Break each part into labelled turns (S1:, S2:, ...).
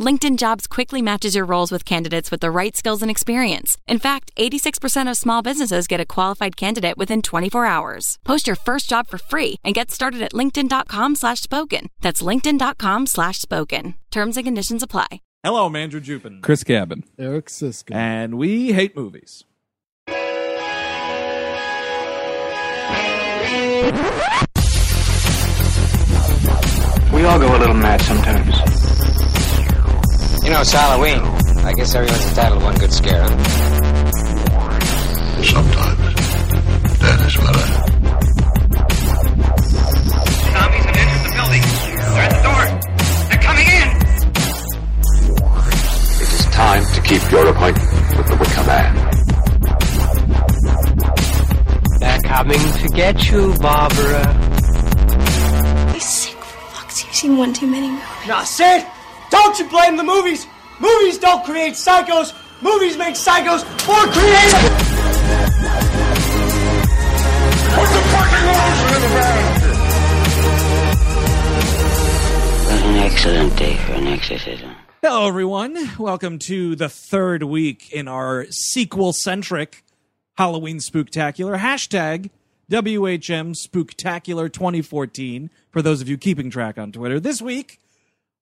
S1: LinkedIn Jobs quickly matches your roles with candidates with the right skills and experience. In fact, 86% of small businesses get a qualified candidate within 24 hours. Post your first job for free and get started at linkedin.com slash spoken. That's linkedin.com slash spoken. Terms and conditions apply.
S2: Hello, I'm Andrew Jupin.
S3: Chris Cabin.
S4: Eric Siska.
S2: And we hate movies.
S5: We all go a little mad sometimes.
S6: You know, it's Halloween. I guess everyone's entitled to one good scare. Huh?
S7: Sometimes that is what I.
S8: Zombies have entered the building. They're at the door. They're coming in.
S7: It is time to keep your appointment with the Wicker Man.
S6: They're coming to get you, Barbara.
S9: You sick fucks, you've seen one too many movies.
S10: Now, Sid, don't you blame the movies. Movies don't create psychos. Movies make psychos more creative.
S11: What an excellent day for an exorcism.
S2: Hello, everyone. Welcome to the third week in our sequel centric Halloween spooktacular. Hashtag WHM spooktacular 2014 for those of you keeping track on Twitter. This week,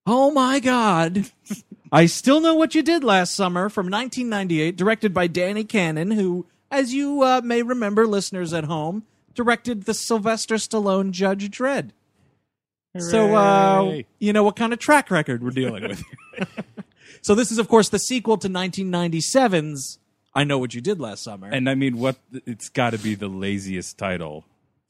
S2: oh my God, I Still Know What You Did Last Summer from 1998, directed by Danny Cannon, who, as you uh, may remember, listeners at home, directed the Sylvester Stallone Judge Dredd. So, uh,
S4: Hooray.
S2: you know what kind of track record we're dealing with. so, this is, of course, the sequel to 1997's I Know What You Did Last Summer.
S3: And I mean, what? It's got to be the laziest title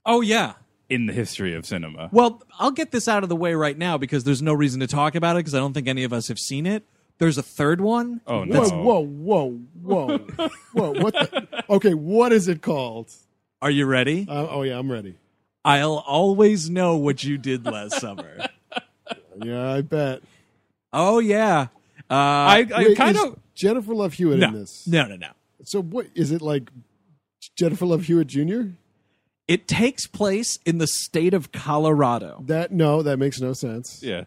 S2: oh, yeah.
S3: in the history of cinema.
S2: Well, I'll get this out of the way right now because there's no reason to talk about it because I don't think any of us have seen it. There's a third one.
S3: Oh no!
S4: Whoa, whoa, whoa, whoa, whoa! What? The, okay, what is it called?
S2: Are you ready?
S4: Uh, oh yeah, I'm ready.
S2: I'll always know what you did last summer.
S4: Yeah, I bet.
S2: Oh yeah. Uh, I,
S3: I, I
S4: Wait,
S3: kind
S4: is
S3: of
S4: Jennifer Love Hewitt
S2: no,
S4: in this.
S2: no, no, no.
S4: So what is it like? Jennifer Love Hewitt Jr.
S2: It takes place in the state of Colorado.
S4: That no, that makes no sense.
S3: yeah.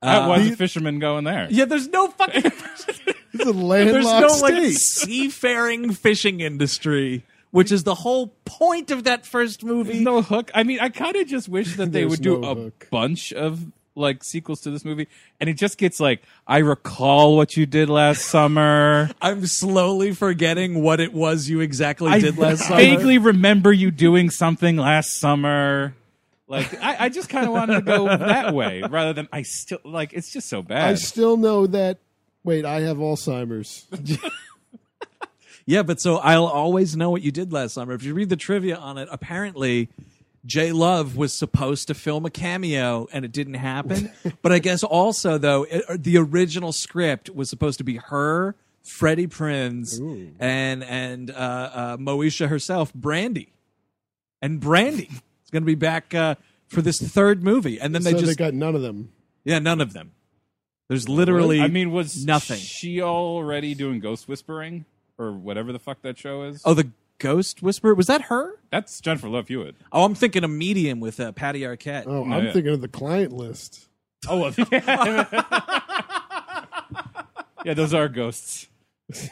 S2: Uh,
S3: That was
S4: the-
S3: a fisherman going there.
S2: Yeah, there's no fucking.
S4: It's a
S2: there's
S4: landlocked
S2: no like
S4: state.
S2: seafaring fishing industry, which is the whole point of that first
S3: There's
S2: movie.
S3: no hook. I mean, I kind of just wish that they
S4: There's
S3: would do
S4: no
S3: a
S4: hook.
S3: bunch of like sequels to this movie, and it just gets like, I recall what you did last summer.
S2: I'm slowly forgetting what it was you exactly
S3: I
S2: did last summer.
S3: vaguely remember you doing something last summer. Like, I, I just kind of wanted to go that way rather than I still like. It's just so bad.
S4: I still know that. Wait, I have Alzheimer's.
S2: Yeah, but so I'll always know what you did last summer. If you read the trivia on it, apparently Jay Love was supposed to film a cameo and it didn't happen. but I guess also though it, uh, the original script was supposed to be her, Freddie Prinz, and and uh, uh, Moesha herself, Brandy, and Brandy is going to be back uh, for this third movie. And then
S4: so
S2: they just
S4: they got none of them.
S2: yeah, none of them. There's literally
S3: I mean, was
S2: nothing.
S3: She already doing ghost whispering or whatever the fuck that show is.
S2: oh the Ghost Whisperer was that her?
S3: that's Jennifer Love Hewitt.
S2: Oh, I'm thinking a medium with uh, Patty Arquette.
S4: Oh,
S3: No,
S4: I'm
S3: yeah.
S4: thinking of the client list.
S3: Oh well, yeah. Yeah, those are ghosts.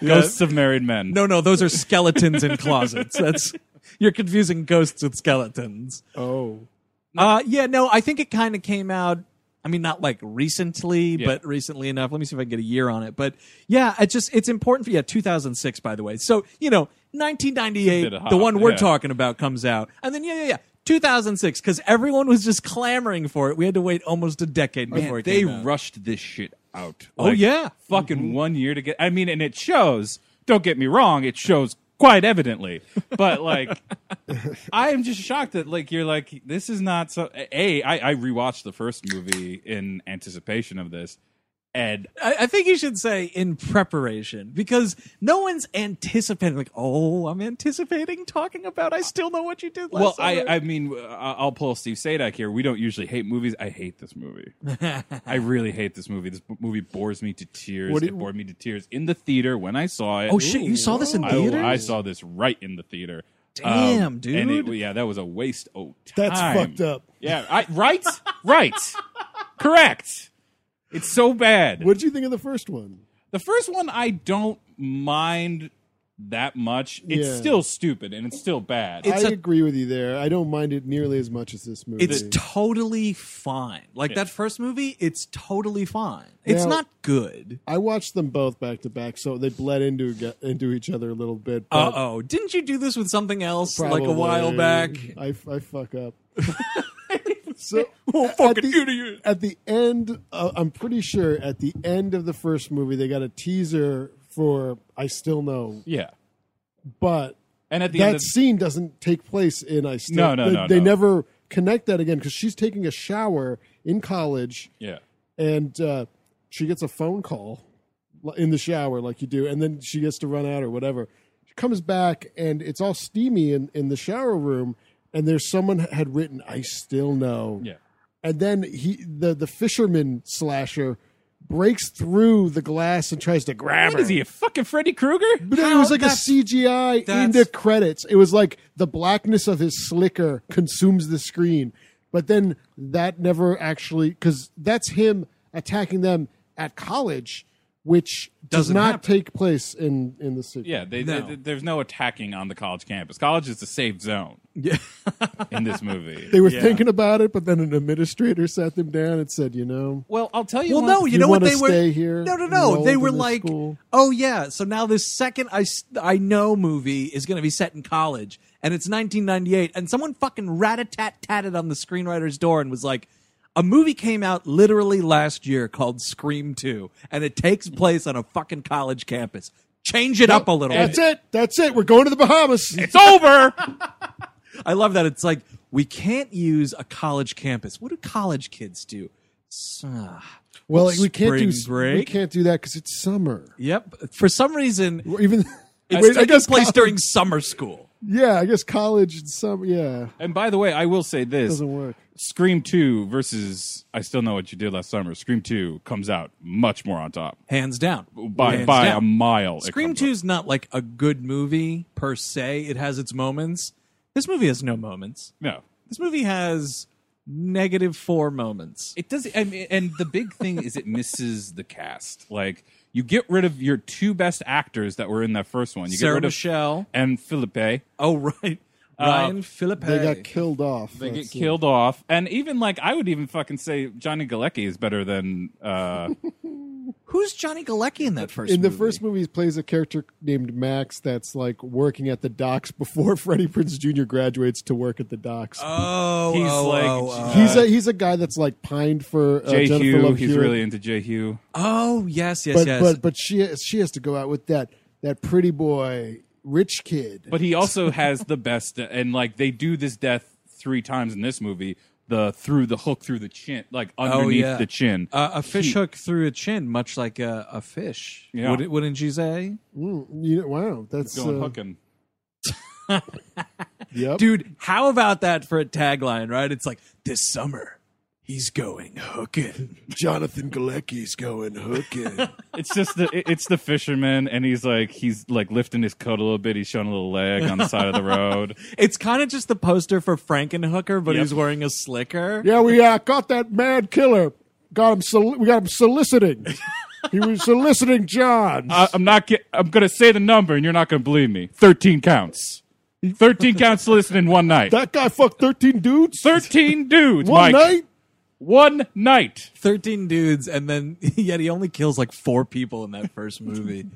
S3: Ghosts of married men.
S2: No, no, those are skeletons in closets. That's you're confusing ghosts with skeletons.
S4: Oh.
S2: Uh yeah, no, I think it kind of came out I mean not like recently,
S3: Yeah.
S2: but recently enough. Let me see if I can get a year on it. But yeah, it just it's important for yeah, 2006 by the way. So, you know,
S3: Did a
S2: 1998,
S3: hop,
S2: the one we're
S3: yeah.
S2: talking about comes out. And then yeah, yeah, yeah. 2006 cuz everyone was just clamoring for it. We had to wait almost a decade before
S3: Man,
S2: it
S3: they
S2: came out.
S3: rushed this shit out.
S2: Oh, yeah.
S3: fucking one year to get. I mean, and it shows. Don't get me wrong, it shows quite evidently. But like, I am just shocked that like you're like this is not so. A, I, I rewatched the first movie in anticipation of this, and
S2: I, I think you should say in preparation because no one's anticipating. Like, oh, I'm anticipating talking about. I still know what you did last.
S3: well, I
S2: summer."
S3: I mean, uh, I- I'll pull Steve Sadak here. We don't usually hate movies. I hate this movie. I really hate this movie. This b- movie bores me to tears.
S4: What do
S3: it
S4: you-
S3: bored me to tears in the theater when I saw it.
S2: Oh, shit, you saw this in
S3: I-
S2: theaters?
S3: I, saw this right in the theater. Um,
S2: Damn,
S3: And it,
S2: dude.
S3: yeah, that was a waste of time.
S4: That's fucked up.
S3: Yeah, I, right, right, correct. It's so bad.
S4: What did you think of the first one?
S3: The first one I don't mind that much. It's
S4: Yeah.
S3: still stupid and it's still bad.
S2: It's
S4: I
S2: a-
S4: agree with you there. I don't mind it nearly as much as this movie.
S2: it's totally fine. Like that first movie, it's totally fine. It's
S4: Now-
S2: not good.
S4: I watched them both back to back, so they bled into ge- into each other a little bit.
S2: Uh
S4: but
S2: oh! Didn't you do this with something else like a
S4: probably-
S2: while back?
S4: I, I fuck up. so
S2: Oh,
S4: at
S2: fucking
S4: the-
S2: idiot!
S4: at the end, uh, I'm pretty sure at the end of the first movie, they got a teaser for I Still Know,
S3: yeah,
S4: but
S3: and at the
S4: that
S3: end, of,
S4: scene doesn't take place in I Still
S3: No, no,
S4: they,
S3: no,
S4: They
S3: no.
S4: never connect that again because she's taking a shower in college
S3: yeah.
S4: and uh, she gets a phone call l- in the shower like you do and then she gets to run out or whatever she comes back and it's all steamy in, in the shower room and there's someone had written i still know
S3: Yeah.
S4: and then he the, the fisherman slasher breaks through the glass and tries to grab
S3: What
S4: her
S3: is he, a fucking Freddy Krueger?
S4: but it was like a CGI in the
S2: that's-
S4: credits. It was like the blackness of his slicker consumes the screen. But then that never actually because that's him attacking them at college, which does
S2: Doesn't
S4: not
S2: happen.
S4: take place in in the city.
S3: Yeah, they,
S2: No.
S3: they- there's no attacking on the college campus. College is a safe zone
S2: Yeah.
S3: in this movie.
S4: They were
S2: Yeah.
S4: thinking about it, but then an administrator sat them down and said, "You know,
S3: well, I'll tell you.
S2: Well,
S3: one-
S2: no, you,
S4: you
S2: know what
S4: wanna
S2: they were.
S4: stay here,
S2: no, no, no. They
S4: enrolled
S2: were
S4: in this
S2: like,
S4: school.
S2: oh yeah. So now this second I s- I know movie is going to be set in college, and it's 1998, and someone fucking rat a tat tatted on the screenwriter's door and was like. A movie came out literally last year called Scream 2, and it takes place on a fucking college campus. Change it up a little bit.
S4: that's it, that's it. We're going to the Bahamas."
S3: it's over.
S2: I love that. It's like, we can't use a college campus. What do college kids do? S- ah.
S4: well, we can't do
S2: Spring break.
S4: we can't do that because it's summer.
S2: Yep. For some reason,
S4: Or Even
S2: it's
S4: Wait,
S2: taking place during summer school.
S4: yeah, I guess college and summer. Yeah,
S3: And by the way, I will say this:
S4: doesn't work.
S3: Scream Two versus I still know what you did last summer. Scream Two comes out much more on top
S2: Hands down.
S3: by
S2: Hands
S3: by
S2: down.
S3: a mile. it
S2: Scream
S3: comes
S2: 2 is not like a good movie per se. It has its moments. This movie has no moments.
S3: up. No,
S2: This movie has negative four moments.
S3: It does. I mean, and the big thing is it misses the cast. Like you get rid of your two best actors that were in that first one. You get
S2: Sarah
S3: rid of
S2: Michelle.
S3: and Philippe.
S2: Oh, right.
S3: Uh,
S2: Ryan Philippe.
S4: They got killed off.
S3: They get
S4: That's it.
S3: killed off, and even like I would even fucking say Johnny Galecki is better than. uh
S2: Who's Johnny Galecki in that first
S4: in the
S2: movie?
S4: first movie, he plays a character named Max that's like working at the docks before Freddie Prince Jr. graduates to work at the docks.
S3: Uh,
S2: Oh,
S3: He's
S2: oh,
S3: like-
S2: oh, oh.
S4: he's a he's a guy that's like pined for uh,
S3: Jay
S4: Jennifer
S3: Hugh,
S4: Love
S3: he's
S4: Hewitt,
S3: really into Jay Hugh.
S2: Oh yes, yes,
S4: but
S2: yes.
S4: but but she she has to go out with that that pretty boy rich kid.
S3: But he also has the best, and like they do this death three times in this movie. The through the hook through the chin, like underneath
S2: Oh, yeah.
S3: the chin.
S2: uh, a fish
S3: He-
S2: hook through a chin, much like a, a fish.
S3: Yeah.
S2: Would, wouldn't you say,
S4: Mm, you know, wow, that's
S3: going
S4: uh,
S3: hooking.
S4: yep.
S2: dude? How about that for a tagline? Right? It's like this summer he's going hooking.
S4: Jonathan Galecki's going hooking.
S3: It's just the it- it's the fisherman, and he's like he's like lifting his coat a little bit. He's showing a little leg on the side of the road.
S2: It's kind of just the poster for Frankenhooker, but
S3: Yep.
S2: he's wearing a slicker.
S4: yeah, we uh, caught that mad killer. Got him. Soli- we got him soliciting. He was soliciting John.
S3: I, I'm not. Get, I'm gonna say the number, and you're not gonna believe me. Thirteen counts. Thirteen counts soliciting in one night.
S4: That guy fucked thirteen dudes.
S3: Thirteen dudes.
S4: One
S3: Mike.
S4: night.
S3: One night.
S2: Thirteen dudes, and then yet he only kills like four people in that first movie.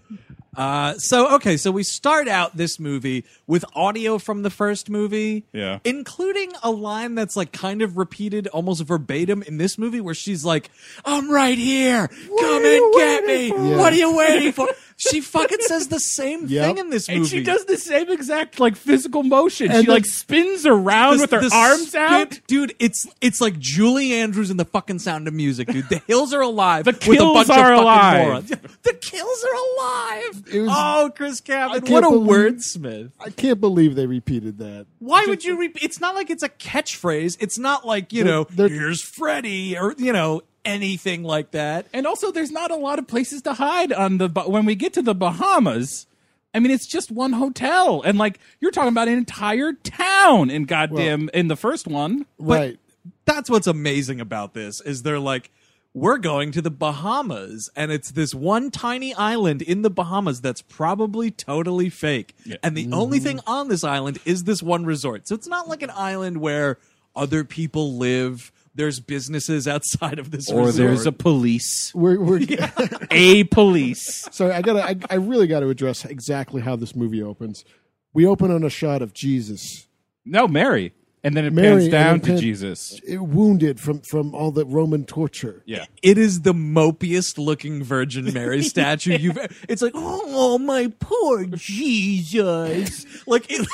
S2: uh, so okay, so we start out this movie with audio from the first movie,
S3: Yeah.
S2: including a line that's like kind of repeated almost verbatim in this movie, where she's like, "I'm right here, come and get me.
S3: for?"
S2: What are
S3: Yeah.
S2: you waiting for?" She fucking says the same
S3: Yep.
S2: thing in this movie,
S3: And she does the same exact like physical motion.
S2: And
S3: she
S2: the-
S3: like spins around
S2: The-
S3: with her
S2: the
S3: arms
S2: spin-
S3: out.
S2: dude. It's it's like Julie Andrews in the fucking Sound of Music, dude. The hills are alive.
S3: The
S2: with a
S3: kills
S2: bunch of
S3: are
S2: fucking
S3: alive.
S2: morons. The kills are alive.
S4: It was-
S2: oh, Chris Cabin,
S4: can't
S2: what a
S4: believe-
S2: wordsmith!
S4: I can't believe they repeated that.
S2: Why would you? Re- it's not like it's a catchphrase. It's not like you know, here's Freddy or you know anything like that.
S3: And also, there's not a lot of places to hide on the Ba- when we get to the Bahamas. I mean, it's just one hotel, and like you're talking about an entire town in goddamn in the first one.
S4: Right.
S2: That's what's amazing about this is they're like. We're going to the Bahamas, and it's this one tiny island in the Bahamas that's probably totally fake. And the only thing on this island is this one resort. So it's not like an island where other people live. There's businesses outside of this
S3: or
S2: resort.
S3: there's a police,
S4: We're, we're
S3: a police.
S4: Sorry, I gotta. I, I really gotta address exactly how this movie opens. We open on a shot of Jesus,
S3: No, Mary, and then it
S4: Mary,
S3: pans
S4: and
S3: down
S4: it
S3: to
S4: pan-
S3: Jesus.
S4: eh, wounded from from all the Roman torture.
S3: Yeah.
S2: It is the mopiest looking Virgin Mary statue you've. e-, It's like, oh my poor Jesus! like it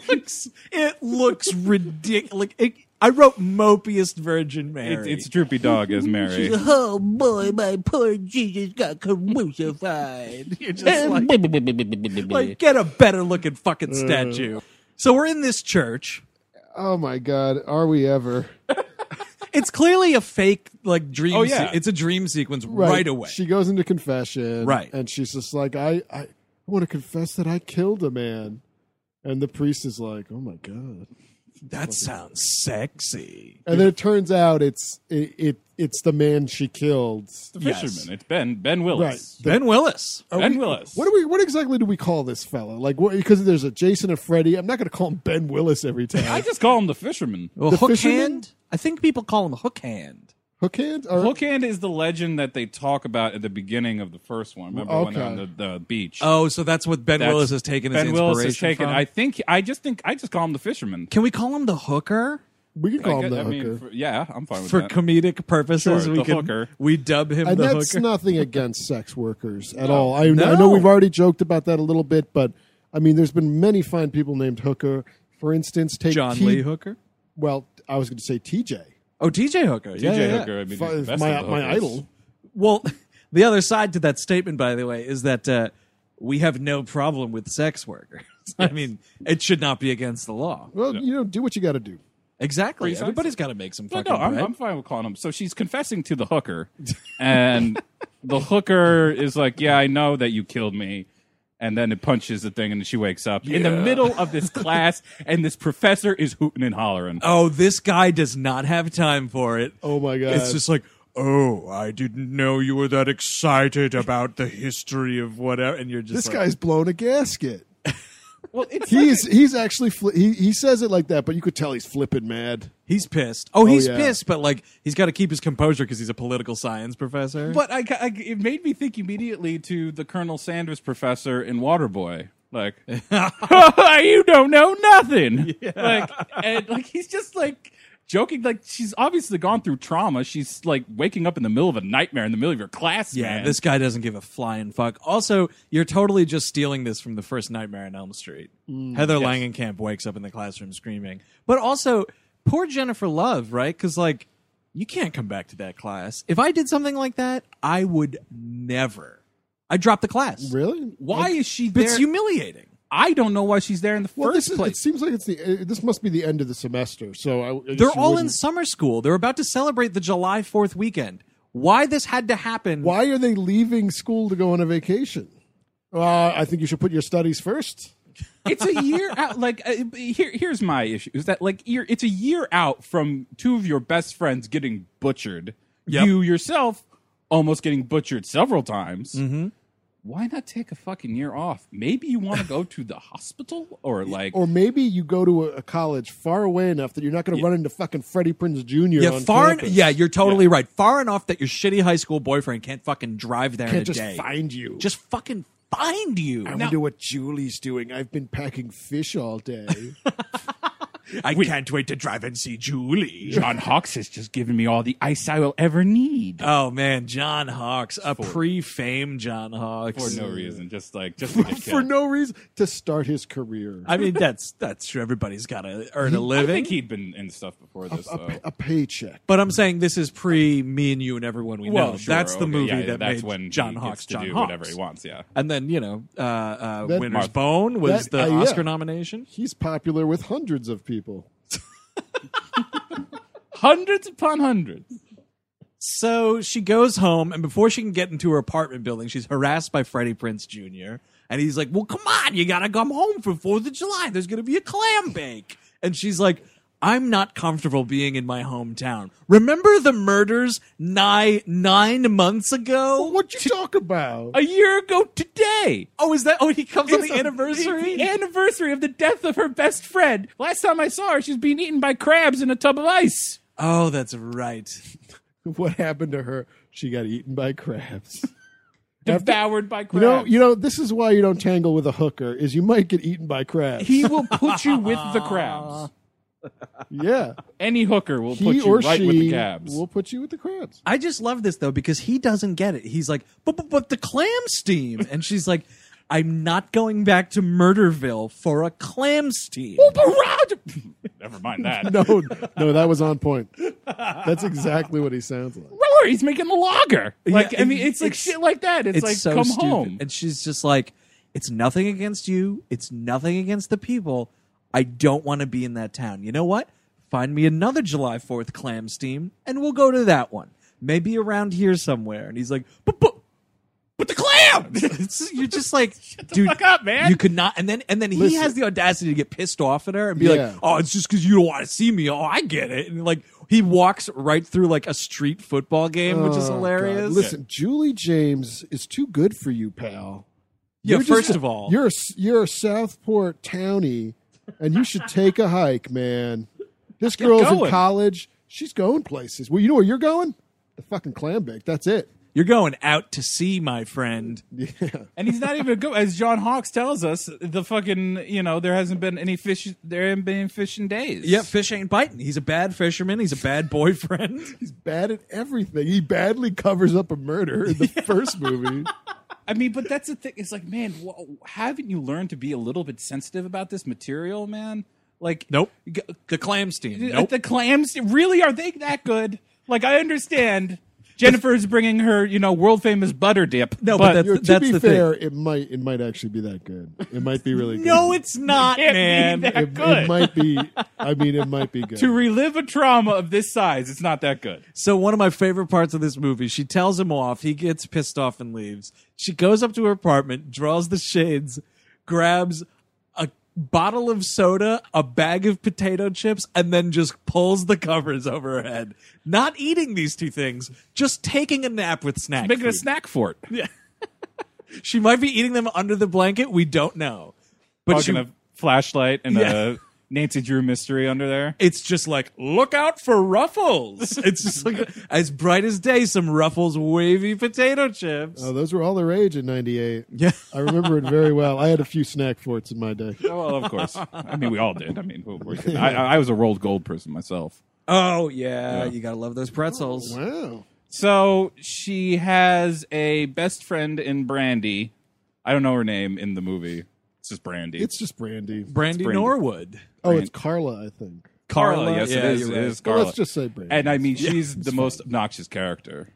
S2: looks, it looks ridiculous. Like it, I wrote mopiest Virgin
S3: It,
S2: Mary.
S3: it's Droopy Dog as Mary.
S2: oh boy, my poor Jesus got crucified. You're just like, like get a better looking fucking statue. So we're in this church.
S4: Oh my God, are we ever?
S2: It's clearly a fake, like dream.
S3: Oh, yeah.
S2: se- it's a dream sequence
S4: Right.
S2: right, away.
S4: She goes into confession.
S2: Right.
S4: And she's just like, I, I, I want to confess that I killed a man. And the priest is like, oh my God.
S2: That sounds sexy.
S4: And then it turns out it's it, it it's the man she killed.
S3: The fisherman. It's Ben Ben Willis.
S2: Ben Willis.
S4: Are
S3: Ben
S4: we-
S3: Willis.
S4: What do we? What exactly do we call this fella? Like, what, because there's a Jason and Freddy. I'm not going to call him Ben Willis every
S3: I
S4: time.
S3: just call him the fisherman.
S2: Well,
S4: The
S2: hook
S4: fisherman?
S2: hand. I think people call him hook hand.
S4: Hook hand. Or,
S3: Hook hand is the legend that they talk about at the beginning of the first one. Remember when they're on
S4: Okay.
S3: the, the beach?
S2: Oh, so that's what Ben
S3: That's-
S2: Willis has taken his
S3: Ben
S2: inspiration
S3: Willis has taken.
S2: from.
S3: I think. I just think. I just call him the fisherman.
S2: Can we call him the hooker
S4: we can
S3: I
S4: call him
S3: gu-
S4: the
S3: I mean,
S4: hooker.
S3: for- yeah, I'm fine with
S2: for
S3: that.
S2: comedic purposes?
S3: Sure,
S2: we
S3: the
S2: can-
S3: hooker.
S2: We dub him
S4: and
S2: the
S4: that's
S2: hooker.
S4: nothing against sex workers at all. I, I know
S2: No.
S4: we've already joked about that a little bit, but I mean, there's been many fine people named Hooker. For instance, take
S2: John
S4: T-
S2: Lee Hooker.
S4: Well, I was going to say TJ,
S2: Oh, DJ Hooker.
S3: DJ
S2: yeah, yeah, yeah.
S3: Hooker. I mean,
S4: Fi-
S3: he's the best
S4: my
S3: of the
S4: my
S3: hookers.
S4: idol.
S2: Well, the other side to that statement, by the way, is that uh, we have no problem with sex workers. I mean, it should not be against the law.
S4: Well, you know, do what you got to do.
S2: Exactly.
S3: Precisely.
S2: Everybody's got to make some
S3: No,
S2: fucking
S3: no, I'm,
S2: bread.
S3: I'm fine with calling him. So she's confessing to the hooker, and the hooker is like, "Yeah, I know that you killed me." And then it punches the thing, and she wakes up in the middle of this class, and this professor is hooting and hollering.
S2: oh, this guy does not have time for it.
S4: Oh my god!
S2: It's just like, oh, I didn't know you were that excited about the history of whatever. And you're just
S4: this
S2: like,
S4: guy's blown a gasket.
S3: Well, it's
S4: He's he's actually fli he he says it like that, but you could tell he's flipping mad.
S2: he's pissed. Oh, he's
S4: yeah.
S2: pissed, but like he's got to keep his composure because he's a political science professor.
S3: But I, I- it made me think immediately to the Colonel Sanders professor in Waterboy. Like, you don't know nothing. Like, and like he's just like joking. Like she's obviously gone through trauma. She's like waking up in the middle of a nightmare in the middle of your class.
S2: Yeah,
S3: man.
S2: this guy doesn't give a flying fuck. Also, you're totally just stealing this from the first Nightmare on Elm Street.
S4: Mm,
S2: Heather Langenkamp wakes up in the classroom screaming. But also, poor Jennifer Love, right? Because, like, you can't come back to that class. If I did something like that, I would never. I'd drop the class.
S4: Really?
S3: Why is she
S2: It's
S3: there?
S2: humiliating.
S3: I don't know why she's there in the
S4: Well,
S3: first
S4: this is, it
S3: place.
S4: seems like it's the uh, this must be the end of the semester. So I, I guess
S2: They're
S4: you
S2: all in
S4: wouldn't-
S2: summer school. They're about to celebrate the July 4th weekend. Why this had to happen?
S4: Why are they leaving school to go on a vacation? Uh, I think you should put your studies first.
S3: it's a year out. Like, uh, here, here's my issue: is that like year, it's a year out from two of your best friends getting butchered.
S2: Yep.
S3: You yourself almost getting butchered several times.
S2: Mm-hmm.
S3: Why not take a fucking year off? Maybe you want to go to the hospital or like
S4: Or maybe you go to a, a college far away enough that you're not going to run into fucking Freddie Prince Jr.
S2: Yeah,
S4: on
S2: far.
S4: campus.
S2: yeah, you're totally right. Far enough that your shitty high school boyfriend can't fucking drive there in a
S4: Can't just
S2: day.
S4: find you.
S2: Just fucking find you.
S4: I
S2: Now-
S4: wonder what Julie's doing. I've been packing fish all day.
S2: I can't wait to drive and see Julie.
S3: John Hawks has just given me all the ice I will ever need
S2: Oh man, John Hawks, a pre-fame John Hawks
S3: for no reason. Just like just to get
S4: For
S3: killed.
S4: no reason to start his career.
S2: I mean, that's that's true. Everybody's got to earn a
S3: I
S2: living.
S3: think he'd been in stuff before this.
S4: a,
S3: though.
S4: a paycheck.
S2: But I'm saying this is pre me and you and everyone we
S3: well,
S2: know.
S3: sure,
S2: that's the
S3: okay,
S2: movie
S3: yeah, yeah,
S2: that
S3: that's
S2: made
S3: when
S2: John
S3: he
S2: Hawks
S3: gets to
S2: John
S3: do
S2: Hawks.
S3: whatever he wants. Yeah,
S2: And then you know, uh, uh,
S4: That-
S2: Winter's
S4: Martha.
S2: Bone was
S4: That-
S2: the
S4: uh, yeah.
S2: Oscar nomination.
S4: He's popular with hundreds of people.
S3: hundreds upon hundreds.
S2: So she goes home, and before she can get into her apartment building, she's harassed by Freddie Prince Jr. And he's like, "Well, come on, you gotta come home for Fourth of July. There's gonna be a clam bake." And she's like, "I'm not comfortable being in my hometown. Remember the murders nigh nine months ago?
S4: What you talk about?
S3: A year ago today.
S2: Oh, is that? Oh, he comes on
S3: It's
S2: the anniversary.
S3: The anniversary of the death of her best friend. Last time I saw her, she's being eaten by crabs in a tub of ice.
S2: oh, that's right.
S4: What happened to her? She got eaten by crabs.
S3: Devoured by
S4: You
S3: crabs.
S4: know, you know. This is why you don't tangle with a hooker. Is you might get eaten by crabs.
S3: he will put you with the crabs.
S4: yeah,
S3: Any hooker will put
S4: he
S3: you
S4: or
S3: right
S4: she
S3: with the crabs.
S4: will put you with the crabs.
S2: I just love this though because he doesn't get it. He's like, but but, but the clam steam, and she's like, I'm not going back to Murderville for a clam steam.
S3: Oh, Never mind that.
S4: No, no, that was on point. That's exactly what he sounds like.
S3: Roar, he's making a logger. Like
S2: Yeah,
S3: I mean, it's like
S2: it's-
S3: shit like that. It's,
S2: It's
S3: like
S2: so
S3: come
S2: stupid.
S3: home.
S2: and she's just like, it's nothing against you. It's nothing against the people. I don't want to be in that town. You know what? Find me another July Fourth clam steam, and we'll go to that one. Maybe around here somewhere. And he's like, but but but the clams. It's- you're just like, dude,
S3: fuck up, man.
S2: You could not. And then and then he
S4: Listen.
S2: has the audacity to get pissed off at her and be
S4: Yeah.
S2: like, oh, it's just because you don't want to see me. Oh, I get it. And like he walks right through like a street football game, which is
S4: Oh, God.
S2: hilarious.
S4: Listen, Julie James is too good for you, pal.
S2: Yeah,
S4: You're just
S2: first
S4: a-
S2: of all-
S4: you're a, s- you're a Southport townie, and you should take a hike, man. This girl's in
S3: going.
S4: college; she's going places. Well, you know where you're going? The fucking clam bake. That's it.
S2: You're going out to sea, my friend.
S3: And he's not even good. As John Hawks tells us, the fucking you know there hasn't been any fish. There haven't been fish in days.
S2: Yeah, fish ain't biting. He's a bad fisherman. He's a bad boyfriend.
S4: He's bad at everything. He badly covers up a murder in the first movie.
S3: I mean, but that's the thing. It's like, man, wh- haven't you learned to be a little bit sensitive about this material, man? Like,
S2: nope. G- The clam steam.
S3: th-
S2: Nope.
S3: the clams really are they that good? Like, I understand Jennifer's bringing her, you know, world famous butter dip.
S2: No, but
S3: but,
S4: You know, to
S2: That's
S4: be
S2: the thing.
S4: fair, it might it might actually be that good. It might be really good.
S2: no, it's not,
S3: Can't be
S2: man.
S3: that
S4: it,
S3: good.
S4: it might be. I mean, it might be good.
S3: to relive a trauma of this size, it's not that good.
S2: So one of my favorite parts of this movie, she tells him off. He gets pissed off and leaves. She goes up to her apartment, draws the shades, grabs a bottle of soda, a bag of potato chips, and then just pulls the covers over her head. Not eating these two things, just taking a nap with snack.
S3: Making a
S2: food.
S3: snack fort.
S2: She might be eating them under the blanket. We don't know. But
S3: Fucking
S2: she,
S3: a flashlight and
S2: Yeah.
S3: a Nancy Drew mystery under there.
S2: it's just like, look out for ruffles. it's just like, as bright as day, some ruffles, wavy potato chips.
S4: Oh, those were all the rage in '98.
S2: Yeah.
S4: I remember it very well. I had a few snack forts in my day.
S3: Oh, well, of course. I mean, we all did. I mean, who- who didn't? I, I I was a rolled gold person myself.
S2: Oh yeah, you gotta love those pretzels.
S4: Wow.
S3: So she has a best friend in Brandy. I don't know her name in the movie. It's just Brandy.
S4: It's just brandy.
S2: Brandy,
S3: Brandy.
S2: Norwood,
S4: oh, it's Carla, I think.
S3: Carla. Yes, it is.
S2: you're
S3: It
S2: right.
S3: is
S4: Well,
S3: Carla.
S4: let's just say brandy.
S3: and I mean,
S4: Yeah,
S3: she's
S4: it's
S3: the most obnoxious character.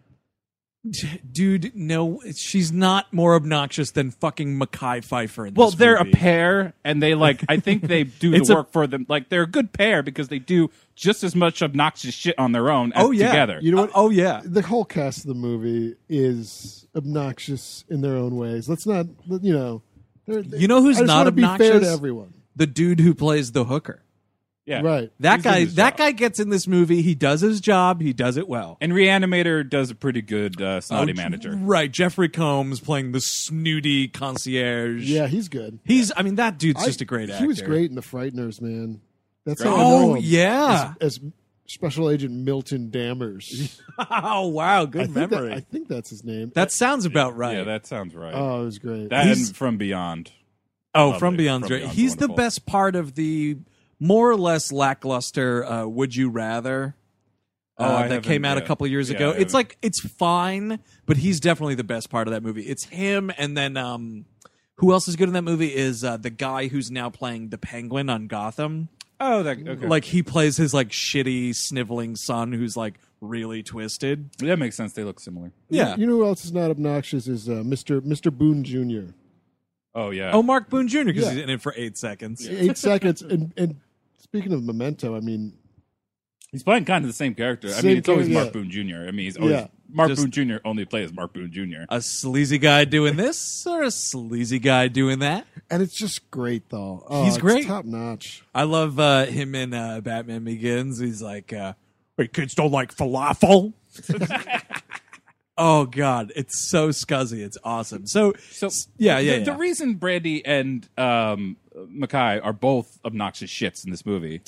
S2: D- Dude, no, she's not more obnoxious than fucking Mackay Pfeiffer. In
S3: Well,
S2: this
S3: they're
S2: movie.
S3: a pair, and they like. I think they do
S2: It's
S3: the
S2: a-
S3: work for them. Like they're a good pair because they do just as much obnoxious shit on their own. As
S2: Oh yeah,
S3: together.
S4: You know what?
S2: Oh yeah,
S4: fine. the whole cast of the movie is obnoxious in their own ways. Let's not, you know. they're- they-
S2: You know who's
S4: I just
S2: not
S4: wanna Be fair to
S2: obnoxious?
S4: everyone.
S2: the dude who plays the hooker.
S3: Yeah.
S4: Right.
S2: That
S3: He's doing
S2: guy.
S3: his
S2: That guy gets in this movie. He does his job. He does it well.
S3: And Reanimator does a pretty good uh, snotty
S2: Oh,
S3: manager.
S2: Right. Jeffrey Combs playing the snooty concierge.
S4: Yeah, he's good.
S2: He's. I mean, that dude's
S4: I-
S2: just a great actor.
S4: He was great in The Frighteners, man. That's how I
S2: Oh,
S4: know him,
S2: yeah.
S4: as, as Special Agent Milton Dammers.
S2: Oh wow,
S4: I
S2: good
S4: think that-
S2: memory.
S4: I think that's his name.
S2: that sounds about right.
S3: Yeah, that sounds right.
S4: Oh, it was great.
S3: that
S2: He's-
S3: and From Beyond.
S2: Oh,
S3: Loved
S2: from
S3: it.
S2: Beyond.
S3: From
S2: Great.
S3: Beyond's
S2: He's the
S3: wonderful.
S2: best part of the more or less lackluster uh, "Would You Rather"
S3: Oh,
S2: uh,
S3: I
S2: that came
S3: haven't-
S2: out a
S3: yeah.
S2: couple years
S3: Yeah, I
S2: ago. It's
S3: haven't.
S2: like it's fine, but he's definitely the best part of that movie. It's him, and then um, who else is good in that movie is uh, the guy who's now playing the Penguin on Gotham.
S3: Oh, that okay.
S2: Like he plays his like shitty sniveling son who's like really twisted.
S3: that makes sense. They look similar.
S4: You-
S2: Yeah.
S4: You know who else is not obnoxious is uh, Mr. Mr. Boone Jr.
S3: Oh yeah.
S2: Oh, Mark Boone Jr. because
S4: Yeah.
S2: he's in it for eight seconds.
S4: Eight seconds. And, and speaking of Memento, I mean,
S3: He's playing kind of the same character. I
S4: Same
S3: mean, it's always
S4: character,
S3: Mark Boone Jr. I mean, he's always
S4: Yeah.
S3: Mark
S2: Just- Uh,
S3: Boone Jr. Only plays Mark Boone Jr.
S2: A sleazy guy doing this or a sleazy guy doing that.
S4: and it's just great though. Oh,
S2: He's
S4: it's
S2: great.
S4: top notch.
S2: I love uh, him in uh, Batman Begins. He's like, uh, "Wait, kids don't like falafel." oh God, it's so scuzzy. It's awesome. So,
S3: So
S2: yeah,
S3: the-
S2: yeah,
S3: The,
S2: yeah.
S3: reason Brandy and um, Mackay are both obnoxious shits in this movie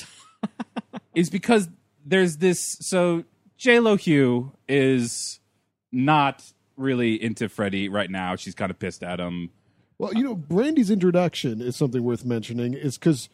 S3: is because there's this. So J Lo Hugh is not really into Freddie right now. She's kind of pissed at him.
S4: Well, you know, Brandy's introduction is something worth mentioning. Is because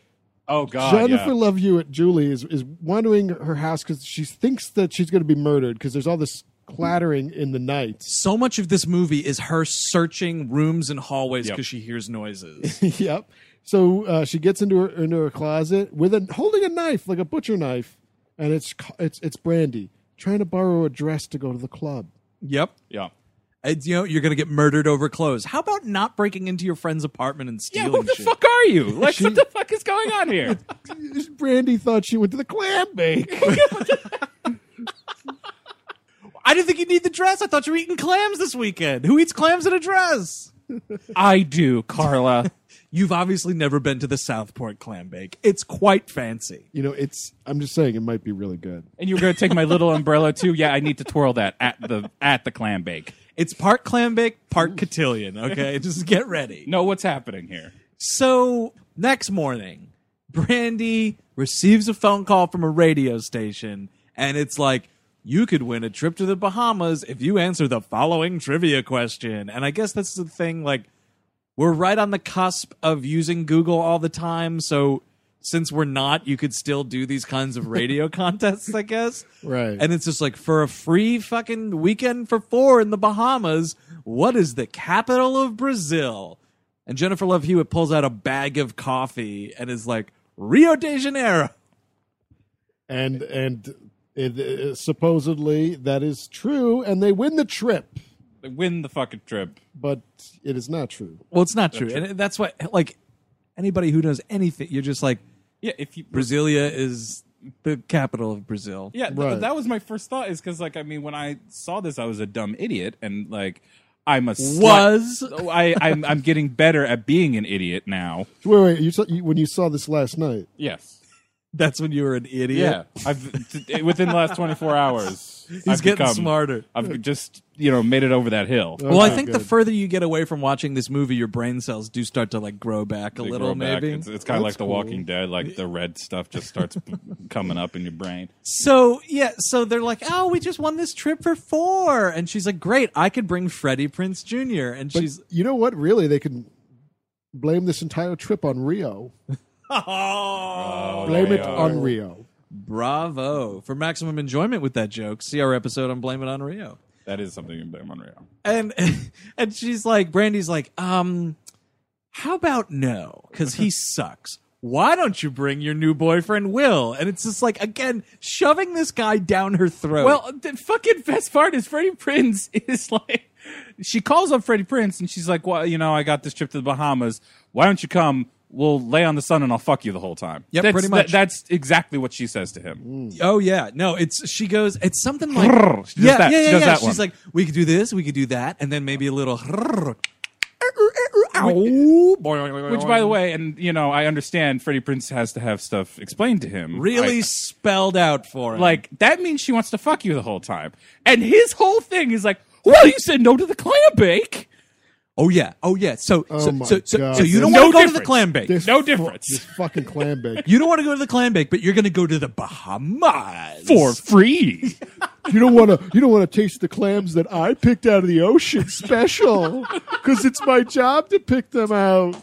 S3: Oh God,
S4: Jennifer
S3: yeah.
S4: Love Hewitt, Julie, is, is wandering her house because she thinks that she's going to be murdered because there's all this clattering in the night.
S2: so much of this movie is her searching rooms and hallways
S3: Yep.
S2: because she hears noises.
S4: yep. So uh, she gets into her into her closet with a holding a knife like a butcher knife, and it's ca- it's it's Brandy trying to borrow a dress to go to the club.
S2: yep.
S3: yeah.
S2: It's, you know, you're gonna get murdered over clothes. How about not breaking into your friend's apartment and
S3: Yeah,
S2: stealing
S3: what the
S2: shit?
S3: fuck are you? Like,
S4: She-
S3: what the fuck is going on here?
S4: Brandy thought she went to the clam bake.
S2: I didn't think you need the dress. I thought you were eating clams this weekend. Who eats clams in a dress?
S3: I do, Carla.
S2: You've obviously never been to the Southport clam bake. It's quite fancy.
S4: you know, it's I'm just saying it might be really good.
S3: and you were going to take my little umbrella too. Yeah, I need to twirl that at the at the clam bake.
S2: It's part clam bake, part cotillion. Okay, just get ready.
S3: Know what's happening here?
S2: So next morning, Brandy receives a phone call from a radio station, and it's like, "You could win a trip to the Bahamas if you answer the following trivia question." And I guess that's the thing. Like, we're right on the cusp of using Google all the time, so. Since we're not, you could still do these kinds of radio contests, I guess.
S4: Right.
S2: And it's just like for a free fucking weekend for four in the Bahamas, what is the capital of Brazil? And Jennifer Love Hewitt pulls out a bag of coffee and is like, Rio de Janeiro.
S4: And and it, it- supposedly that is true, and they win the trip,
S3: They win the fucking trip.
S4: but it is not true.
S2: Well, it's not true. And that's what, like, anybody who knows anything, you're just like,
S3: Yeah, if you
S2: Brasilia is the capital of Brazil.
S3: Yeah, th-
S4: Right.
S3: that was my first thought. Is because like I mean, when I saw this, I was a dumb idiot, and like I'm a slut.
S2: Was.
S3: Oh, I I'm, I'm getting better at being an idiot now.
S4: Wait, wait, you, saw, you when you saw this last night?
S3: Yes.
S2: That's when you were an
S3: Yeah.
S2: idiot.
S3: I've t- within the last 24 hours.
S2: He's getting smarter.
S3: I've just you know made it over that hill.
S2: Well, I
S4: Okay,
S2: think the
S4: good.
S2: further you get away from watching this movie, your brain cells do start to like grow back a
S3: They
S2: little,
S3: grow back.
S2: maybe.
S3: It's, kind of
S4: That's
S3: like The
S4: cool.
S3: Walking Dead. Like the red stuff just starts b- coming up in your brain.
S2: So yeah, so they're like, "Oh, we just won this trip for four. and she's like, "Great, I could bring Freddie Prince Jr." And
S4: But
S2: she's,
S4: you know what? Really, they can blame this entire trip on Rio.
S2: "Oh,
S4: Blame
S3: they
S4: it
S3: are.
S4: on Rio.
S2: bravo!" For maximum enjoyment with that joke, see our episode on Blame It on Rio.
S3: That is something you blame on Rio.
S2: And and she's like, Brandy's like, um, how about no? Because he sucks. Why don't you bring your new boyfriend Will? And it's just like again shoving this guy down her throat.
S3: Well, Uh, the fucking best part is Freddie Prince is like, she calls up Freddie Prince and she's like, well, you know, I got this trip to the Bahamas. Why don't you come? We'll lay on the sun and I'll fuck you the whole time.
S2: Yep,
S3: that's,
S2: pretty much.
S3: that- that's exactly what she says to him.
S2: Oh yeah, no, it's she goes. It's something like
S3: She does
S2: yeah,
S3: that-
S2: yeah,
S3: she
S2: yeah,
S3: does
S2: yeah.
S3: that
S2: She's
S3: one.
S2: like, we could do this, we could do that, and then maybe a little. Mm.
S3: Which, by the way, and you know, I understand Freddie Prince has to have stuff explained to him.
S2: Really
S3: I-
S2: spelled out for him.
S3: like that means she wants to fuck you the whole time. And his whole thing is like, well, you said no to the clam bake.
S2: oh yeah, oh yeah. So, so,
S4: my
S2: so, so,
S4: God.
S2: so you don't
S3: No
S2: want to go to the
S3: difference.
S2: clam bake.
S4: This
S3: No
S4: fu-
S3: difference.
S4: this fucking clam bake.
S2: You don't want to go to the clam bake, but you're going to go to the Bahamas
S3: For free.
S4: You don't want to. You don't want to taste the clams that I picked out of the ocean special, because it's my job to pick them out.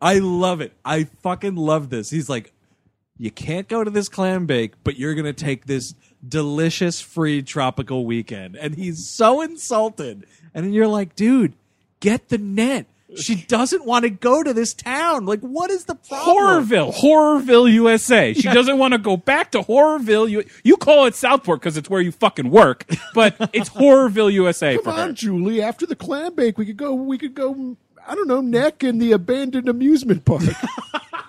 S2: I love it. I fucking love this. He's like, you can't go to this clam bake, but you're gonna take this delicious free tropical weekend. And he's so insulted. And then you're like, dude, get the net. She doesn't want to go to this town. Like, what is the problem?
S3: Horrorville, Horrorville, USA. She doesn't want to go back to Horrorville. You, you call it Southport because it's where you fucking work, but it's Horrorville, USA for
S4: Come
S3: her.
S4: on, Julie. After the clam bake, we could go. We could go. I don't know. Neck in the abandoned amusement park.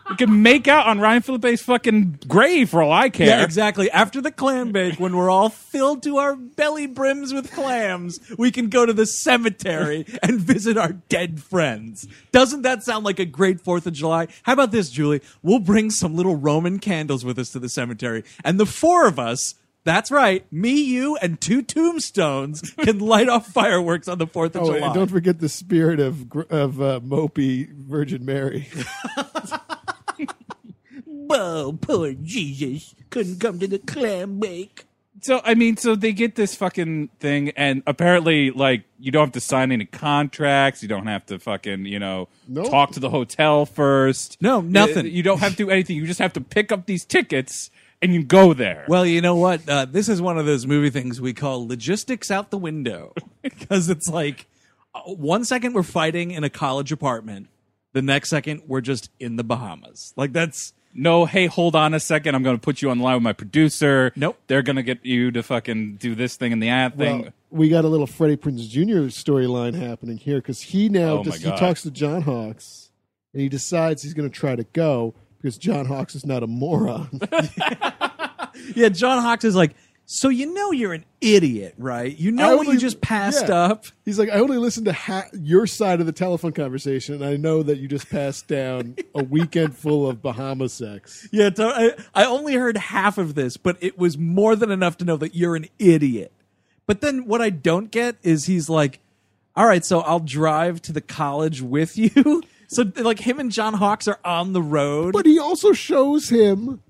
S3: You can make out on Ryan Philippe's fucking grave for all I care.
S2: Yeah, exactly. After the clam bake, when we're all filled to our belly brims with clams, we can go to the cemetery and visit our dead friends. Doesn't that sound like a great Fourth of July? How about this, Julie? We'll bring some little Roman candles with us to the cemetery, and the four of us. That's right. Me, you, and two tombstones can light off fireworks on the 4th of
S4: Oh,
S2: July.
S4: and don't forget the spirit of gr- of uh, mopey Virgin Mary.
S2: Whoa, poor Jesus. Couldn't come to the clam bake.
S3: So I mean, so they get this fucking thing, and apparently, like, you don't have to sign any contracts. You don't have to fucking, you know,
S4: Nope.
S3: talk to the hotel first.
S2: No, nothing.
S3: You, you don't have to do anything. You just have to pick up these tickets and you go there.
S2: Well, you know what? Uh, this is one of those movie things we call logistics out the window because it's like uh, one second we're fighting in a college apartment, the next second we're just in the Bahamas. Like that's
S3: no, hey, hold on a second. I'm going to put you on the line with my producer.
S2: Nope.
S3: They're going to get you to fucking do this thing and the ad thing.
S4: Well, we got a little Freddie Prinze Jr. storyline happening here because he now
S3: Oh,
S4: just,
S3: my
S4: he
S3: God.
S4: talks to John Hawks and he decides he's going to try to go because John Hawks is not a moron.
S2: yeah. John Hawks is like, so you know you're an idiot, right? You know
S4: I
S2: when you
S4: only-
S2: just passed
S4: yeah.
S2: up.
S4: He's like, I only listened to ha- your side of the telephone conversation, and I know that you just passed down a weekend full of Bahama sex.
S2: Yeah, to- I, I only heard half of this, but it was more than enough to know that you're an idiot. But then what I don't get is he's like, all right, so I'll drive to the college with you. So, like, him and John Hawks are on the road.
S4: But he also shows him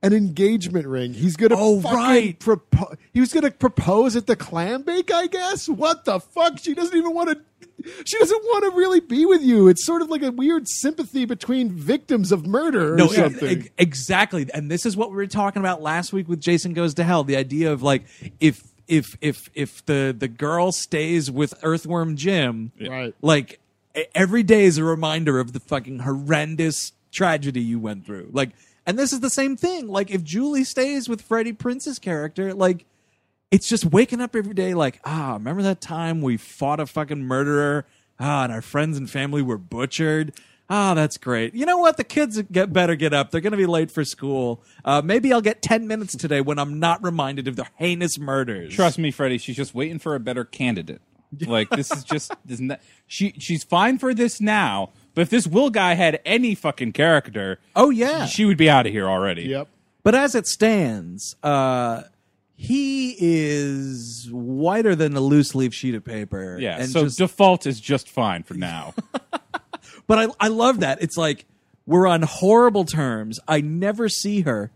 S4: an engagement ring. He's gonna
S2: Oh,
S4: fucking
S2: right.
S4: propo- he was gonna propose at the clam bake, I guess. What the fuck? She doesn't even want to. She doesn't want to really be with you. It's sort of like a weird sympathy between victims of murder or
S2: no, e-
S4: something.
S2: e- exactly. And this is what we were talking about last week with Jason Goes to Hell. The idea of like, if if if if the the girl stays with Earthworm Jim,
S4: Right.
S2: Like e- every day is a reminder of the fucking horrendous tragedy you went through. Like, and this is the same thing. Like, if Julie stays with Freddie Prince's character, like, it's just waking up every day, like, ah, remember that time we fought a fucking murderer? Ah, and our friends and family were butchered. Ah, that's great. You know what? The kids get better get up. They're going to be late for school. Uh, maybe I'll get 10 minutes today when I'm not reminded of the heinous murders.
S3: Trust me, Freddie. She's just waiting for a better candidate. Like this is just isn't that, she. She's fine for this now, but if this Will guy had any fucking character,
S2: Oh, yeah.
S3: she would be out of here already.
S4: Yep.
S2: But as it stands, uh, he is whiter than a loose leaf sheet of paper.
S3: Yeah.
S2: And
S3: so
S2: just-
S3: default is just fine for now.
S2: but I, I love that. It's like we're on horrible terms. I never see her.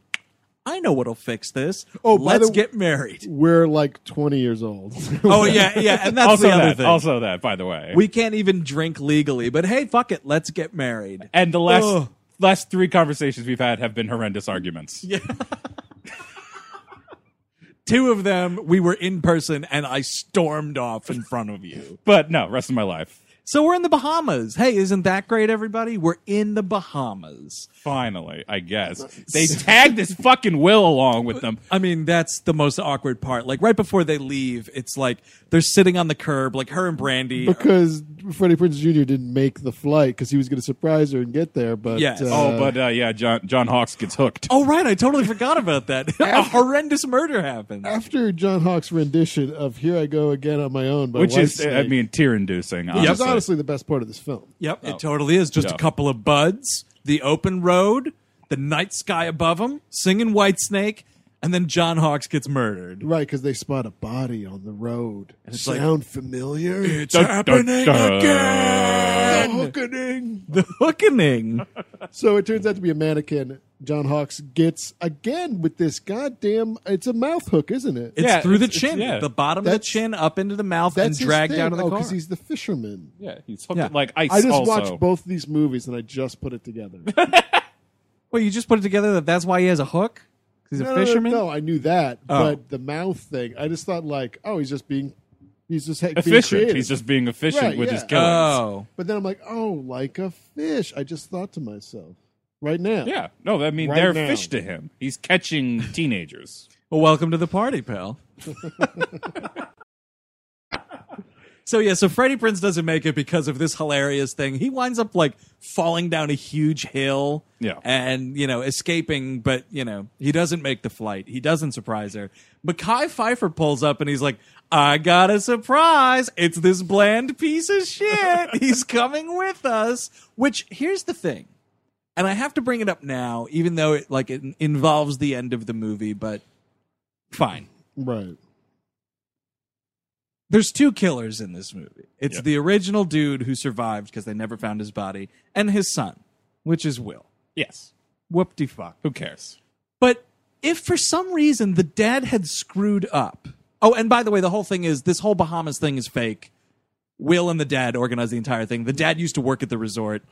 S2: I know what'll fix this.
S4: Oh, by
S2: let's
S4: the-
S2: get married.
S4: We're like twenty years old.
S2: Oh yeah, yeah, and that's
S3: also
S2: the other
S3: that.
S2: thing.
S3: Also that. By the way,
S2: we can't even drink legally, but hey, fuck it, let's get married.
S3: and the last
S2: Ugh.
S3: last three conversations we've had have been horrendous arguments.
S2: Two of them, we were in person, and I stormed off in front of you.
S3: But no, rest of my life.
S2: So we're in the Bahamas. Hey, isn't that great, everybody? We're in the Bahamas.
S3: Finally, I guess they tagged this fucking Will along with them.
S4: Uh,
S2: I mean, that's the most awkward part. Like right before they leave, it's like they're sitting on the curb, like her and Brandy.
S4: because Freddie Prinze Jr. didn't make the flight because he was going to surprise her and get there. But
S2: Yes.
S3: Oh, but uh, yeah, John John Hawks gets hooked.
S2: Oh right, I totally forgot about that. A horrendous murder happens.
S4: after John Hawks' rendition of "Here I Go Again on My Own," by
S3: which is,
S4: Whitesnake-
S3: I mean, tear inducing.
S4: Which is honestly the best part of this film.
S2: Yep, it totally is. Just
S4: Yeah.
S2: a couple of buds, the open road, the night sky above them, singing White Snake, and then John Hawks gets murdered.
S4: Right, because they spot a body on the road.
S2: And it's like-
S4: Sound familiar?
S2: It's Dun, dun, happening dun. again.
S4: The hookening.
S2: The hookening.
S4: so it turns out to be a mannequin. John Hawks gets again with this goddamn. It's a mouth hook, isn't it?
S2: It's through the chin, the bottom of the chin, up into the mouth, and
S4: That's his
S2: dragged
S4: thing.
S2: out of the
S4: oh,
S2: car.
S4: because he's the fisherman.
S3: Yeah, he's hooked it like ice
S4: I just
S3: also.
S4: watched both these movies and I just put it together.
S2: Well, you just put it together that that's why he has a hook. 'Cause He's
S4: no, no,
S2: a
S4: no,
S2: fisherman.
S4: No, I knew that,
S2: Oh.
S4: but the mouth thing. I just thought like, oh, he's just being, he's just being
S3: Efficient.
S4: creative.
S3: He's just being efficient
S4: Right,
S3: with his
S4: yeah.
S3: killings. Oh.
S4: But then I'm like, oh, like a fish. I just thought to myself, right now.
S3: Yeah. No, I mean
S4: Right
S3: they're
S4: now.
S3: fish to him. He's catching teenagers.
S2: Well, welcome to the party, pal. So yeah, so Freddie Prince doesn't make it because of this hilarious thing. He winds up like falling down a huge hill,
S3: Yeah.
S2: and you know escaping, but you know he doesn't make the flight. He doesn't surprise her. Mackay Pfeiffer pulls up and he's like, "I got a surprise! It's this bland piece of shit. He's coming with us." Which here's the thing, and I have to bring it up now, even though it like it involves the end of the movie, but fine.
S4: Right.
S2: There's two killers in this movie. It's the original dude who survived because they never found his body, and his son, which is Will.
S3: Yes.
S2: Whoop de fuck.
S3: Who cares?
S2: But if for some reason the dad had screwed up. Oh, and by the way, the whole thing is this whole Bahamas thing is fake. Will and the dad organized the entire thing. The dad used to work at the resort.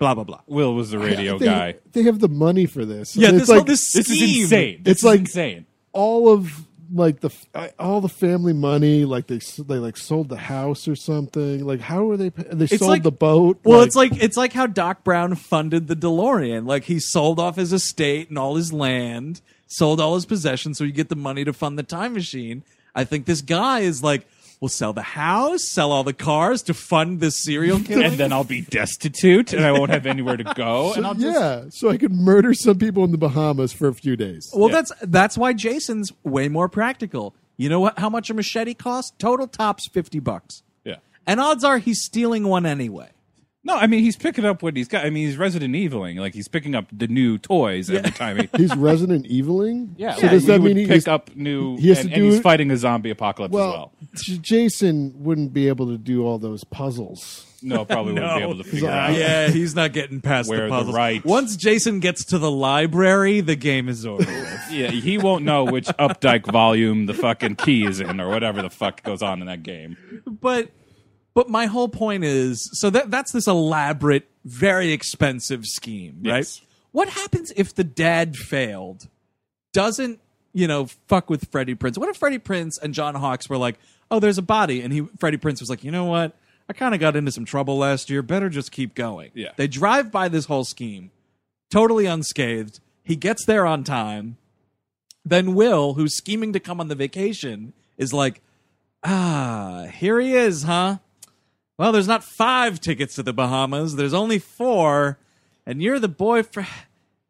S2: Blah blah blah.
S3: Will was the radio
S4: they, They have the money for this.
S2: Yeah,
S4: It's
S2: this whole- this This is scheme. insane. This
S4: it's
S2: is
S4: like
S3: insane.
S4: All of like the f- all the family money, like they s- they like sold the house or something. Like how are they? pa- They
S2: It's
S4: sold
S2: like-
S4: the boat.
S2: Well, it's like it's like how Doc Brown funded the DeLorean. Like he sold off his estate and all his land, sold all his possessions, so you get the money to fund the time machine. I think this guy is like, we'll sell the house, sell all the cars to fund this serial killer,
S3: And then I'll be destitute and I won't have anywhere to go. And
S4: So-
S3: I'll just
S4: yeah, so I could murder some people in the Bahamas for a few days.
S2: Well, that's that's why Jason's way more practical. You know what? How much a machete costs? Total tops fifty bucks.
S3: Yeah.
S2: and odds are he's stealing one anyway.
S3: No, I mean he's picking up what he's got. I mean he's Resident Eviling. Like he's picking up the new toys every time he.
S4: He's Resident Eviling.
S3: Yeah,
S4: So does that
S3: would
S4: mean he
S3: pick
S4: is-
S3: up new?
S4: He has
S3: and,
S4: to
S3: and
S4: do
S3: he's
S4: it-
S3: fighting a zombie apocalypse as well.
S4: Well, J- Jason wouldn't be able to do all those puzzles.
S3: No, probably wouldn't be able to figure out.
S2: Yeah, he's not getting past
S3: Where
S2: the
S3: the
S2: puzzles.
S3: right-
S2: Once Jason gets to the library, the game is over. with.
S3: Yeah, he won't know which Updike volume the fucking key is in or whatever the fuck goes on in that game.
S2: but but my whole point is so that that's this elaborate, very expensive scheme, right? What happens if the dad failed? Doesn't you know fuck with Freddie Prince? What if Freddie Prince and John Hawks were like, oh, there's a body, and he Freddie Prince was like, you know what? I kind of got into some trouble last year. Better just keep going.
S3: Yeah.
S2: They drive by this whole scheme, totally unscathed. He gets there on time. Then Will, who's scheming to come on the vacation, is like, ah, here he is, huh? Well, there's not five tickets to the Bahamas. There's only four, and you're the boyfriend.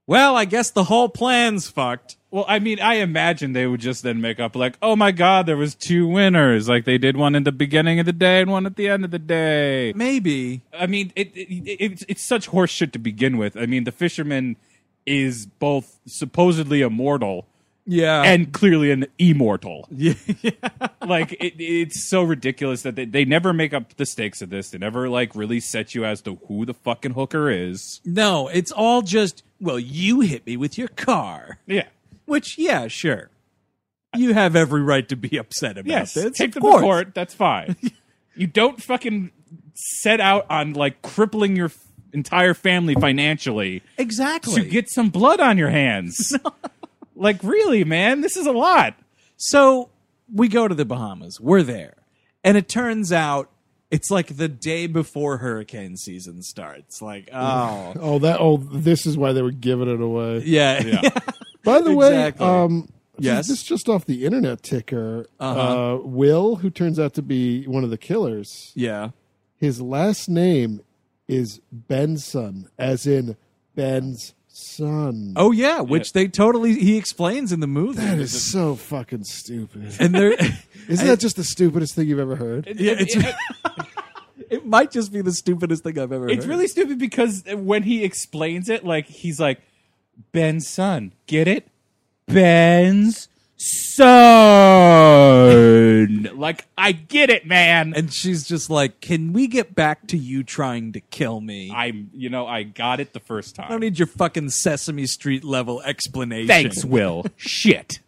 S2: Well, I guess the whole plan's fucked.
S3: Well, I mean, I imagine they would just then make up like, "Oh my God, there was two winners. Like they did one at the beginning of the day and one at the end of the day."
S2: Maybe.
S3: I mean, it, it, it it's, it's such horseshit to begin with. I mean, the fisherman is both supposedly immortal
S2: Yeah.
S3: and clearly an immortal. Yeah. like it, it's so ridiculous that they, they never make up the stakes of this. They never like really set you as to who the fucking hooker is.
S2: No, it's all just, well, you hit me with your car.
S3: Yeah.
S2: Which, yeah, sure. You have every right to be upset about
S3: Yes,
S2: this.
S3: take
S2: of
S3: them
S2: course.
S3: to court. That's fine. you don't fucking set out on like crippling your f- entire family financially
S2: Exactly.
S3: to get some blood on your hands. Like really, man, this is a lot.
S2: So we go to the Bahamas. We're there. And it turns out it's like the day before hurricane season starts. Like, oh.
S4: Oh, that. Oh, this is why they were giving it away.
S2: Yeah.
S3: Yeah.
S4: By the
S2: Exactly.
S4: way, um,
S2: Yes.
S4: yes, this is just off the internet ticker.
S2: Uh-huh.
S4: Uh, Will, who turns out to be one of the killers,
S2: Yeah.
S4: his last name is Benson, as in Ben's son.
S2: Oh, yeah. Which they totally, he explains in the movie.
S4: that is so fucking stupid.
S2: And there,
S4: Isn't that just the stupidest thing you've ever heard?
S2: yeah, it's, It might just be the stupidest thing I've ever
S3: It's
S2: heard.
S3: really stupid because when he explains it, like he's like Ben's son. Get it? Ben's son. like I get it, man.
S2: And she's just like, "Can we get back to you trying to kill me?
S3: I, you know, I got it the first
S2: I
S3: time.
S2: don't need your fucking Sesame Street level explanation."
S3: Thanks, Will. Shit.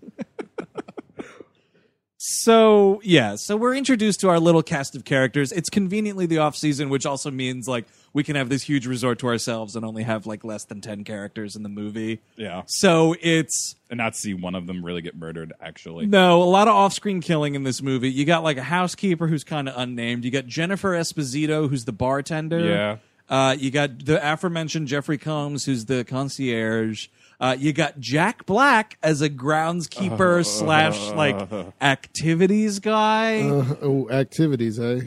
S2: So yeah, so we're introduced to our little cast of characters. It's conveniently the off season, which also means like we can have this huge resort to ourselves and only have like less than ten characters in the movie.
S3: Yeah.
S2: So it's
S3: And not see one of them really get murdered. Actually,
S2: no a lot of off screen killing in this movie. You got like a housekeeper who's kind of unnamed. You got Jennifer Esposito who's the bartender.
S3: Yeah.
S2: Uh, you got the aforementioned Jeffrey Combs who's the concierge. Uh, you got Jack Black as a
S3: Uh-huh.
S2: groundskeeper slash like activities guy.
S4: Uh, oh, activities, eh?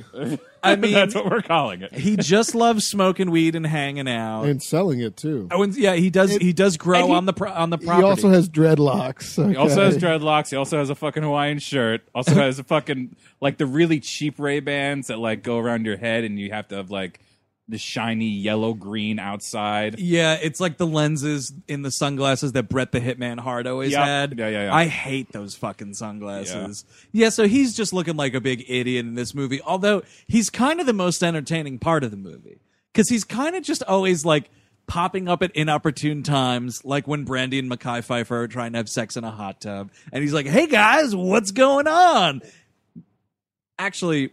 S2: I mean,
S3: that's what we're calling it.
S2: he just loves smoking weed and hanging out.
S3: Uh,
S4: and selling it too.
S2: oh, and yeah, he does. he does grow
S3: and he-
S2: on the pro- on the
S4: He
S2: property.
S4: also has dreadlocks.
S3: He also has
S4: okay.
S3: dreadlocks. He also has a fucking Hawaiian shirt. Also has a fucking like the really cheap Ray Bans that like go around your head, and you have to have like the shiny yellow green outside.
S2: yeah, it's like the lenses in the sunglasses that Brett the Hitman Hart always
S3: Yeah.
S2: had.
S3: Yeah, yeah, yeah.
S2: I hate those fucking sunglasses. Yeah. so he's just looking like a big idiot in this movie. Although he's kind of the most entertaining part of the movie because he's kind of just always like popping up at inopportune times, like when Brandy and Mackay Pfeiffer are trying to have sex in a hot tub, and he's like, "Hey guys, what's going on?" actually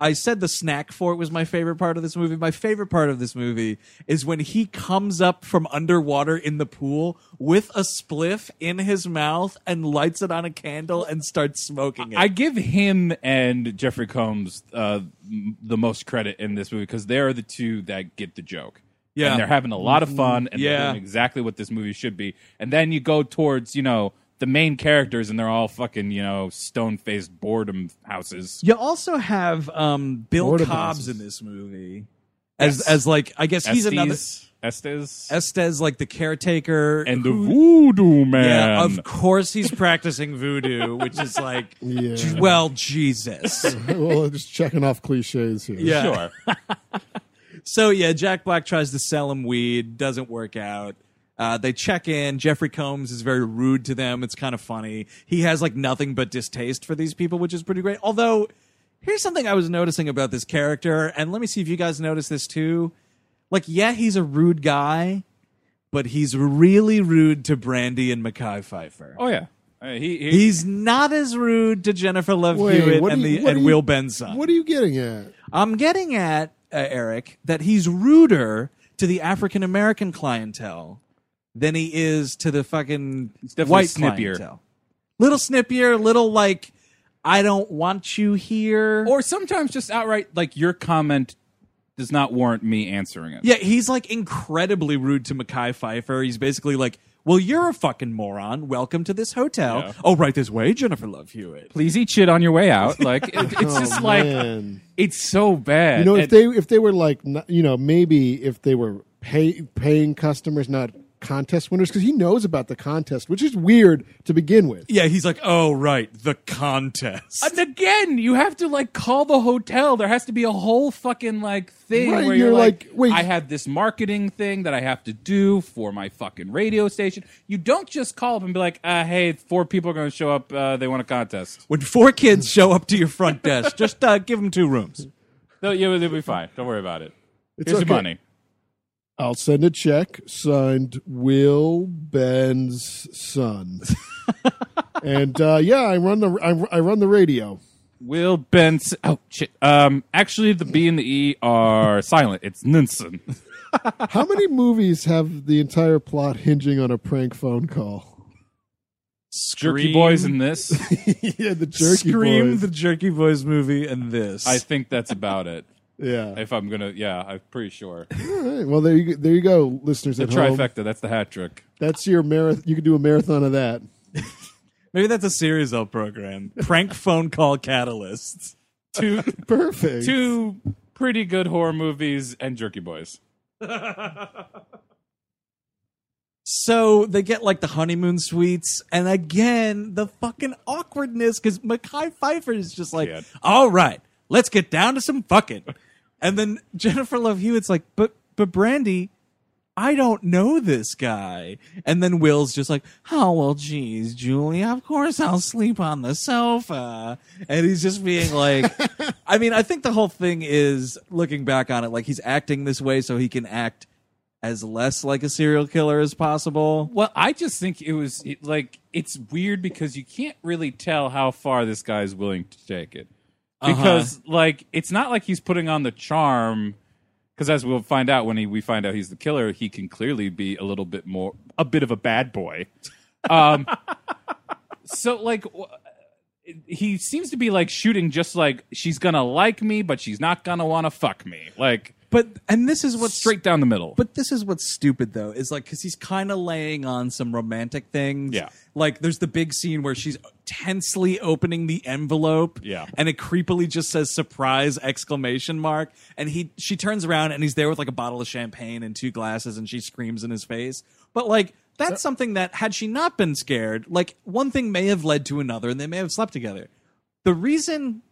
S2: I said the snack fort was my favorite part of this movie. My favorite part of this movie is when he comes up from underwater in the pool with a spliff in his mouth and lights it on a candle and starts smoking it.
S3: I give him and Jeffrey Combs uh, m- the most credit in this movie because they are the two that get the joke.
S2: Yeah.
S3: and they're having a lot of fun, and
S2: Yeah.
S3: they're doing exactly what this movie should be. And then you go towards you know the main characters, and they're all fucking you know stone faced boredom houses.
S2: you also have um, Bill
S4: Boredom
S2: Cobbs
S4: houses.
S2: in this movie as
S3: Yes.
S2: as like I guess he's another
S3: Estes, Estes,
S2: Estes like the caretaker
S3: and the
S2: who-
S3: voodoo man.
S2: Yeah, of course he's practicing voodoo, which is like,
S4: Yeah.
S2: well, Jesus.
S4: well, just checking off cliches here.
S2: Yeah.
S3: Sure.
S2: So yeah, Jack Black tries to sell him weed, doesn't work out. Uh, they check in. Jeffrey Combs is very rude to them. It's kind of funny. He has like nothing but distaste for these people, which is pretty great. Although, here's something I was noticing about this character, and let me see if you guys notice this too. Like, yeah, he's a rude guy, but he's really rude to Brandy and Mackay Pfeiffer.
S3: Oh yeah. Uh, he, he-
S2: He's not as rude to Jennifer Love Hewitt
S4: what
S2: and,
S4: do you-
S2: the,
S4: what
S2: and
S4: do you-
S2: Will Benson.
S4: What are you getting at?
S2: I'm getting at uh, Eric that he's ruder to the African American clientele than he is to the fucking
S3: definitely
S2: white
S3: snippier.
S2: clientele. Little snippier, little like I don't want you here.
S3: or sometimes just outright like your comment does not warrant me answering it.
S2: yeah, he's like incredibly rude to Mackay Pfeiffer. He's basically like, "Well, you're a fucking moron. Welcome to this hotel.
S3: Yeah.
S2: Oh, right this way, Jennifer Love Hewitt."
S3: Please eat shit on your way out. Like it, it's just like
S4: Oh, man.
S3: it's so bad.
S4: You know, if
S3: And-
S4: they if they were like, not- you know, maybe if they were pay, paying customers, not contest winners, because he knows about the contest, which is weird to begin with.
S2: Yeah, he's like, "Oh, right, the contest."
S3: and again, you have to like call the hotel. There has to be a whole fucking like thing
S4: Right,
S3: where
S4: you're
S3: you're, like,
S4: like, wait.
S3: I have this marketing thing that I have to do for my fucking radio station. You don't just call up and be like, uh, "Hey, four people are going to show up. Uh, they want a contest."
S2: when four kids show up to your front desk, just uh, give them two rooms.
S3: No, yeah, they'll be fine. Don't worry about it.
S4: It's
S3: Here's
S4: okay.
S3: your money.
S4: I'll send a check signed Will Ben's son. and uh, yeah, I run the I, I run the radio.
S3: Will Benson. Oh shit. Um, actually, the B and the E are silent. It's Nunson.
S4: How many movies have the entire plot hinging on a prank phone call?
S3: Jerky boys in this.
S4: yeah, the jerky
S2: Scream,
S4: boys.
S2: the Jerky Boys movie, and this.
S3: I think that's about it.
S4: yeah.
S3: If I'm gonna, yeah, I'm pretty sure.
S4: All right. Well, there you there you go, listeners
S3: The
S4: at home.
S3: trifecta. That's the hat trick.
S4: That's your marathon. You can do a marathon of that.
S2: Maybe that's a series I'll program. Prank phone call catalysts.
S3: Two,
S4: Perfect.
S3: two pretty good horror movies and Jerky Boys.
S2: So they get like the honeymoon suites, and again the fucking awkwardness because Mackay Pfeiffer is just like,
S3: Yeah.
S2: "All right, let's get down to some fucking," And then Jennifer Love Hewitt's like, but but Brandy, I don't know this guy. And then Will's just like, oh well, geez, Julie, of course I'll sleep on the sofa. And he's just being like, I mean, I think the whole thing is looking back on it, like he's acting this way so he can act as less like a serial killer as possible.
S3: Well, I just think it was it- like it's weird because you can't really tell how far this guy is willing to take it. Because like it's not like he's putting on the charm because as we'll find out when he, we find out he's the killer, he can clearly be a little bit more a bit of a bad boy. Um so like w- he seems to be like shooting just like she's going to like me but she's not going to want to fuck me. Like
S2: But and this is what's
S3: straight down the middle.
S2: But this is what's stupid though is like because he's kind of laying on some romantic things.
S3: Yeah.
S2: Like there's the big scene where she's tensely opening the envelope.
S3: Yeah.
S2: And it creepily just says surprise exclamation mark. And he she turns around and he's there with like a bottle of champagne and two glasses and she screams in his face. But like that's something that had she not been scared, like one thing may have led to another and they may have slept together. The reason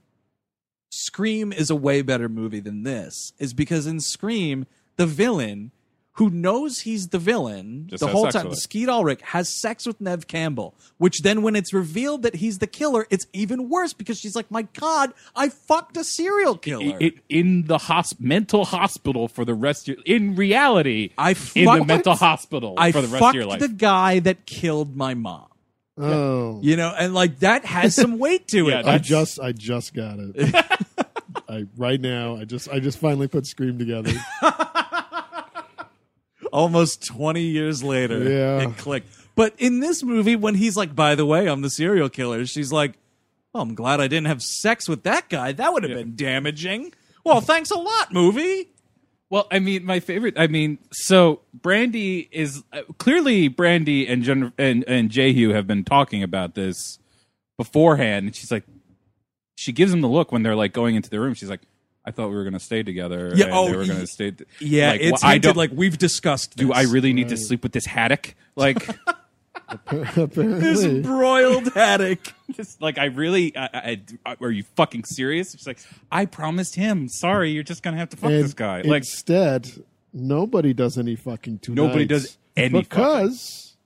S2: Scream is a way better movie than this is because in Scream, the villain who knows he's the villain
S3: Just
S2: the
S3: has
S2: whole
S3: sex
S2: time,
S3: with her.
S2: Skeet Ulrich, has sex with Nev Campbell, which then when it's revealed that he's the killer, it's even worse because she's like, my God, I fucked a serial killer.
S3: it, in the hosp- mental hospital for the rest of your in reality
S2: I
S3: in the
S2: fucked-
S3: mental hospital
S2: I
S3: for the rest
S2: fucked
S3: of your life.
S2: the guy that killed my mom.
S4: Oh.
S2: You know, and like that has some weight to it.
S4: I just I just got it. I right now I just I just finally put Scream together.
S2: almost 20 years later
S4: Yeah.
S2: it clicked but in this movie when he's like by the way i'm the serial killer she's like well i'm glad i didn't have sex with that guy that would have been damaging well thanks a lot movie
S3: Well, I mean, my favorite. I mean, so Brandy is uh, clearly Brandy and Jen, and and Jehu have been talking about this beforehand, and she's like, she gives him the look when they're like going into the room. She's like, I thought we were going to stay together.
S2: Yeah,
S3: and
S2: oh,
S3: they were going
S2: y-
S3: to stay. t-
S2: yeah
S3: like,
S2: it's
S3: well, I
S2: hinted
S3: don't-
S2: like we've discussed
S3: do
S2: this.
S3: I really need to sleep with this haddock? Like,
S2: this
S4: Apparently.
S2: broiled haddock
S3: just, like I really, I, I, I- are you fucking serious? She's like, I promised him. Sorry, you're just going to have to fuck
S4: And
S3: this guy. Like,
S4: instead, nobody does any fucking tonight.
S3: Nobody does any fucking.
S4: because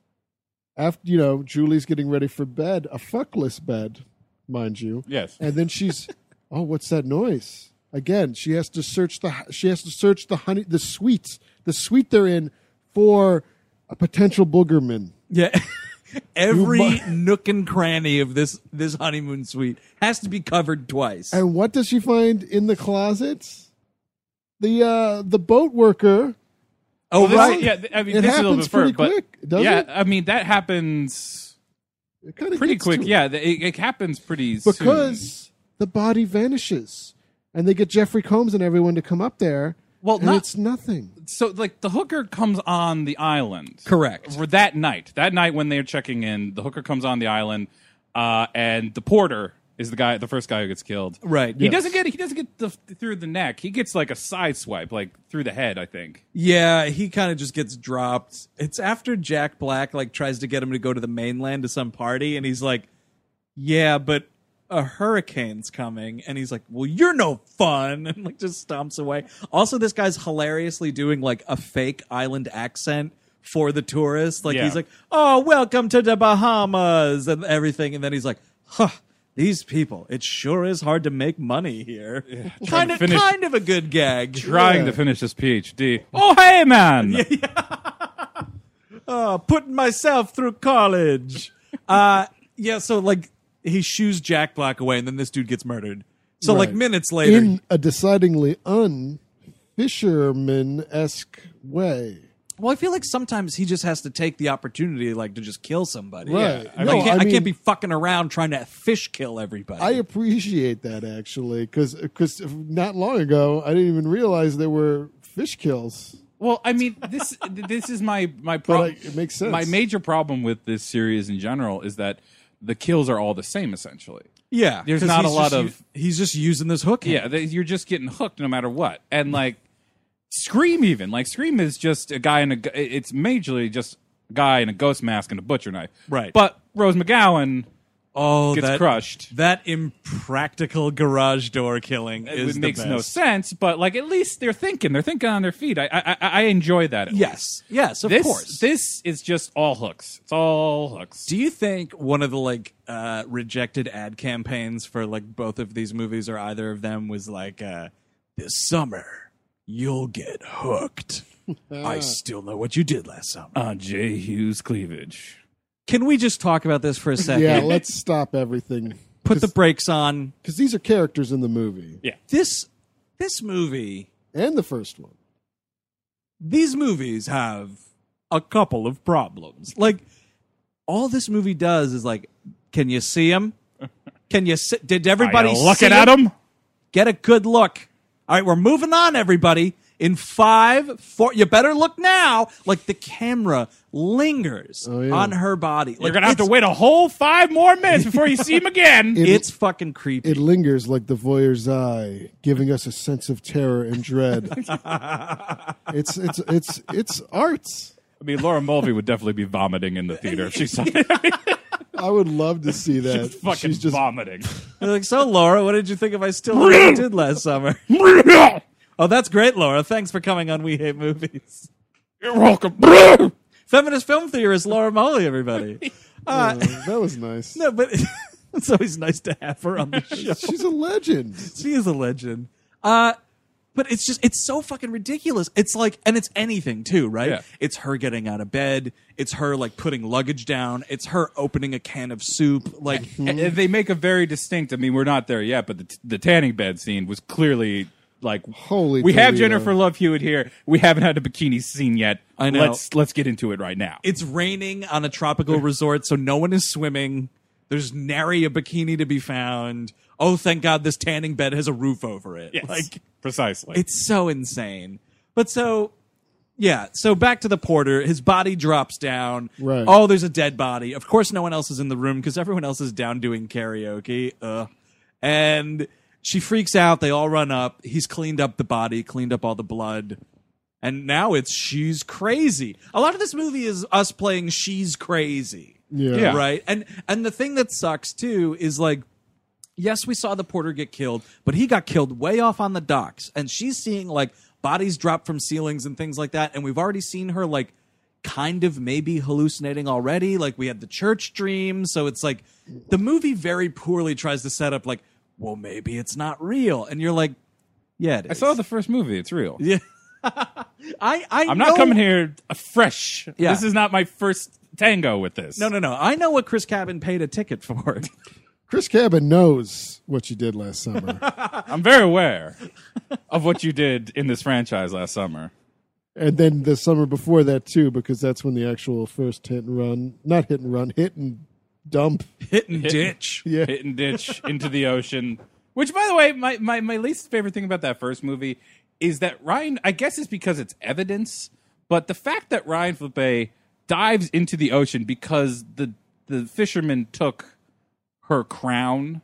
S4: after you know Julie's getting ready for bed, a fuckless bed, mind you.
S3: Yes.
S4: And then she's, oh, what's that noise? Again, she has to search the she has to search the honey the sweets the suite they're in for a potential boogerman.
S2: yeah every
S4: mu-
S2: nook and cranny of this this honeymoon suite has to be covered twice
S4: And what does she find in the closet? The uh the boat worker.
S2: oh
S3: Well, this
S2: right
S3: is- yeah, th- I mean,
S4: It
S3: this is a little
S4: happens
S3: bit further,
S4: pretty
S3: but
S4: quick, doesn't
S3: yeah,
S4: it?
S3: I mean that happens
S4: It kinda
S3: pretty
S4: gets
S3: quick.
S4: to it.
S3: Yeah, th- it, it happens pretty
S4: because
S3: soon.
S4: the body vanishes and they get jeffrey combs and everyone to come up there
S3: Well,
S4: and
S3: not-
S4: it's nothing
S3: So like the hooker comes on the island.
S2: Correct.
S3: For that night, that night when they're checking in, the hooker comes on the island, uh, and the porter is the guy, the first guy who gets killed.
S2: Right,
S3: He
S2: yes.
S3: doesn't get he doesn't get the, through the neck. He gets like a side swipe, like through the head. I think.
S2: Yeah, he kind of just gets dropped. It's after Jack Black like tries to get him to go to the mainland to some party, and he's like, "Yeah, but a hurricane's coming," and he's like, "Well, you're no fun," and like just stomps away. Also, this guy's hilariously doing like a fake island accent for the tourists. Like
S3: Yeah.
S2: he's like, "Oh, welcome to the Bahamas," and everything, and then he's like, "Huh." These people, it sure is hard to make money here. kind of,
S3: finish-
S2: kind of a good gag.
S3: Trying to finish his PhD. Oh hey man.
S2: uh, putting myself through college. uh, yeah, so like he shoos Jack Black away, and then this dude gets murdered. So like
S4: Right.
S2: minutes later,
S4: in a decidedly un fisherman-esque way
S2: well, I feel like sometimes he just has to take the opportunity, like to just kill somebody.
S4: Right.
S2: Yeah.
S4: I
S2: I,
S4: mean-
S2: can't,
S4: I
S2: I
S4: mean-
S2: can't be fucking around trying to fish kill everybody.
S4: i appreciate that actually because not long ago i didn't even realize there were fish kills
S3: Well, I mean, this this is my my
S4: But,
S3: problem.
S4: like, it makes sense.
S3: My major problem with this series in general is that the kills are all the same essentially.
S2: yeah,
S3: There's
S2: 'cause
S3: not
S2: he's
S3: a lot
S2: just
S3: of-
S2: u- he's just using this hook. hand.
S3: Yeah, they, you're just getting hooked no matter what. And like Scream, even like Scream is just a guy in a. gu- It's majorly just a guy in a ghost mask and a butcher knife.
S2: Right.
S3: But Rose McGowan
S2: Oh,
S3: gets
S2: that,
S3: crushed.
S2: That impractical garage door killing
S3: It
S2: is the
S3: makes no
S2: best.
S3: sense, but like at least they're thinking. They're thinking on their feet. I I, I- I enjoy that. at
S2: Yes.
S3: least.
S2: Yes, of
S3: This-
S2: course.
S3: This is just all hooks. It's all hooks.
S2: Do you think one of the like uh, rejected ad campaigns for like both of these movies or either of them was like uh, this summer you'll get hooked. I still know what you did last summer.
S3: On J. Uh, Hughes cleavage.
S2: Uh, Can we just talk about this for a second?
S4: Yeah, let's stop everything
S2: put the brakes on.
S4: because these are characters in the movie
S3: Yeah.
S2: This this movie
S4: and the first one.
S2: these movies have a couple of problems. Like all this movie does is like, can you see him? Can you see? Did everybody
S3: Are you looking
S2: see
S3: at him?
S2: Get a good look. All right, we're moving on, everybody. In five, four, you better look now. Like the camera lingers
S4: Oh,
S2: on her body. Like,
S3: You're gonna have to
S2: it's-
S3: wait a whole five more minutes before you see him again.
S2: It's fucking creepy.
S4: It lingers like the voyeur's eye, giving us a sense of terror and dread. it's it's it's it's arts.
S3: I mean, Laura Mulvey would definitely be vomiting in the theater if she saw it.
S4: I would love to see that.
S3: She's fucking
S4: She's just
S3: vomiting.
S2: They're like, so Laura, what did you think of I still Know what I did last summer? oh, that's great, Laura. Thanks for coming on We Hate Movies.
S3: You're welcome.
S2: Feminist film theorist Laura Moley, everybody. Uh,
S4: Oh, that was nice.
S2: no, but it's always nice to have her on the show.
S4: She's a legend.
S2: she is a legend. Uh, but it's just it's so fucking ridiculous. It's like and it's anything too, right?
S3: Yeah.
S2: It's her getting out of bed. It's her like putting luggage down. It's her opening a can of soup. Like
S3: And- and they make a very distinct. I mean, we're not there yet, but the, t- the tanning bed scene was clearly like
S4: Holy
S3: We have
S4: Toledo.
S3: Jennifer Love Hewitt here. We haven't had a bikini scene yet.
S2: I know.
S3: Let's let's get into it right now.
S2: it's raining on a tropical resort, so no one is swimming. There's nary a bikini to be found. Oh, thank God this tanning bed has a roof over it.
S3: Yes,
S2: Like
S3: precisely.
S2: it's so insane. But so yeah, so back to the porter. His body drops down.
S4: Right.
S2: Oh, there's a dead body. Of course, no one else is in the room because everyone else is down doing karaoke. Ugh. And she freaks out. They all run up. He's cleaned up the body, cleaned up all the blood. And now it's she's crazy. A lot of this movie is us playing she's crazy.
S4: Yeah.
S3: Yeah.
S2: Right. And and the thing that sucks too is like yes, we saw the porter get killed, but he got killed way off on the docks. And she's seeing like bodies drop from ceilings and things like that. And we've already seen her like kind of maybe hallucinating already. Like we had the church dream. So it's like the movie very poorly tries to set up like, well, maybe it's not real. And you're like, yeah, it is.
S3: I saw the first movie. It's real.
S2: Yeah. I, I
S3: I'm not
S2: know-
S3: coming here fresh.
S2: Yeah.
S3: This is not my first tango with this.
S2: No, no, no. I know what Chris Cabin paid a ticket for.
S4: Chris Cabin knows what you did last summer,
S3: I'm very aware of what you did in this franchise last summer.
S4: and then the summer before that too, because that's when the actual first hit and run—not hit and run, hit and dump.
S2: Hit and ditch.
S4: Yeah.
S3: Hit and ditch into the ocean. Which, by the way, my, my, my least favorite thing about that first movie is that Ryan, I guess it's because it's evidence, but the fact that Ryan Flippe dives into the ocean because the, the fisherman took her crown.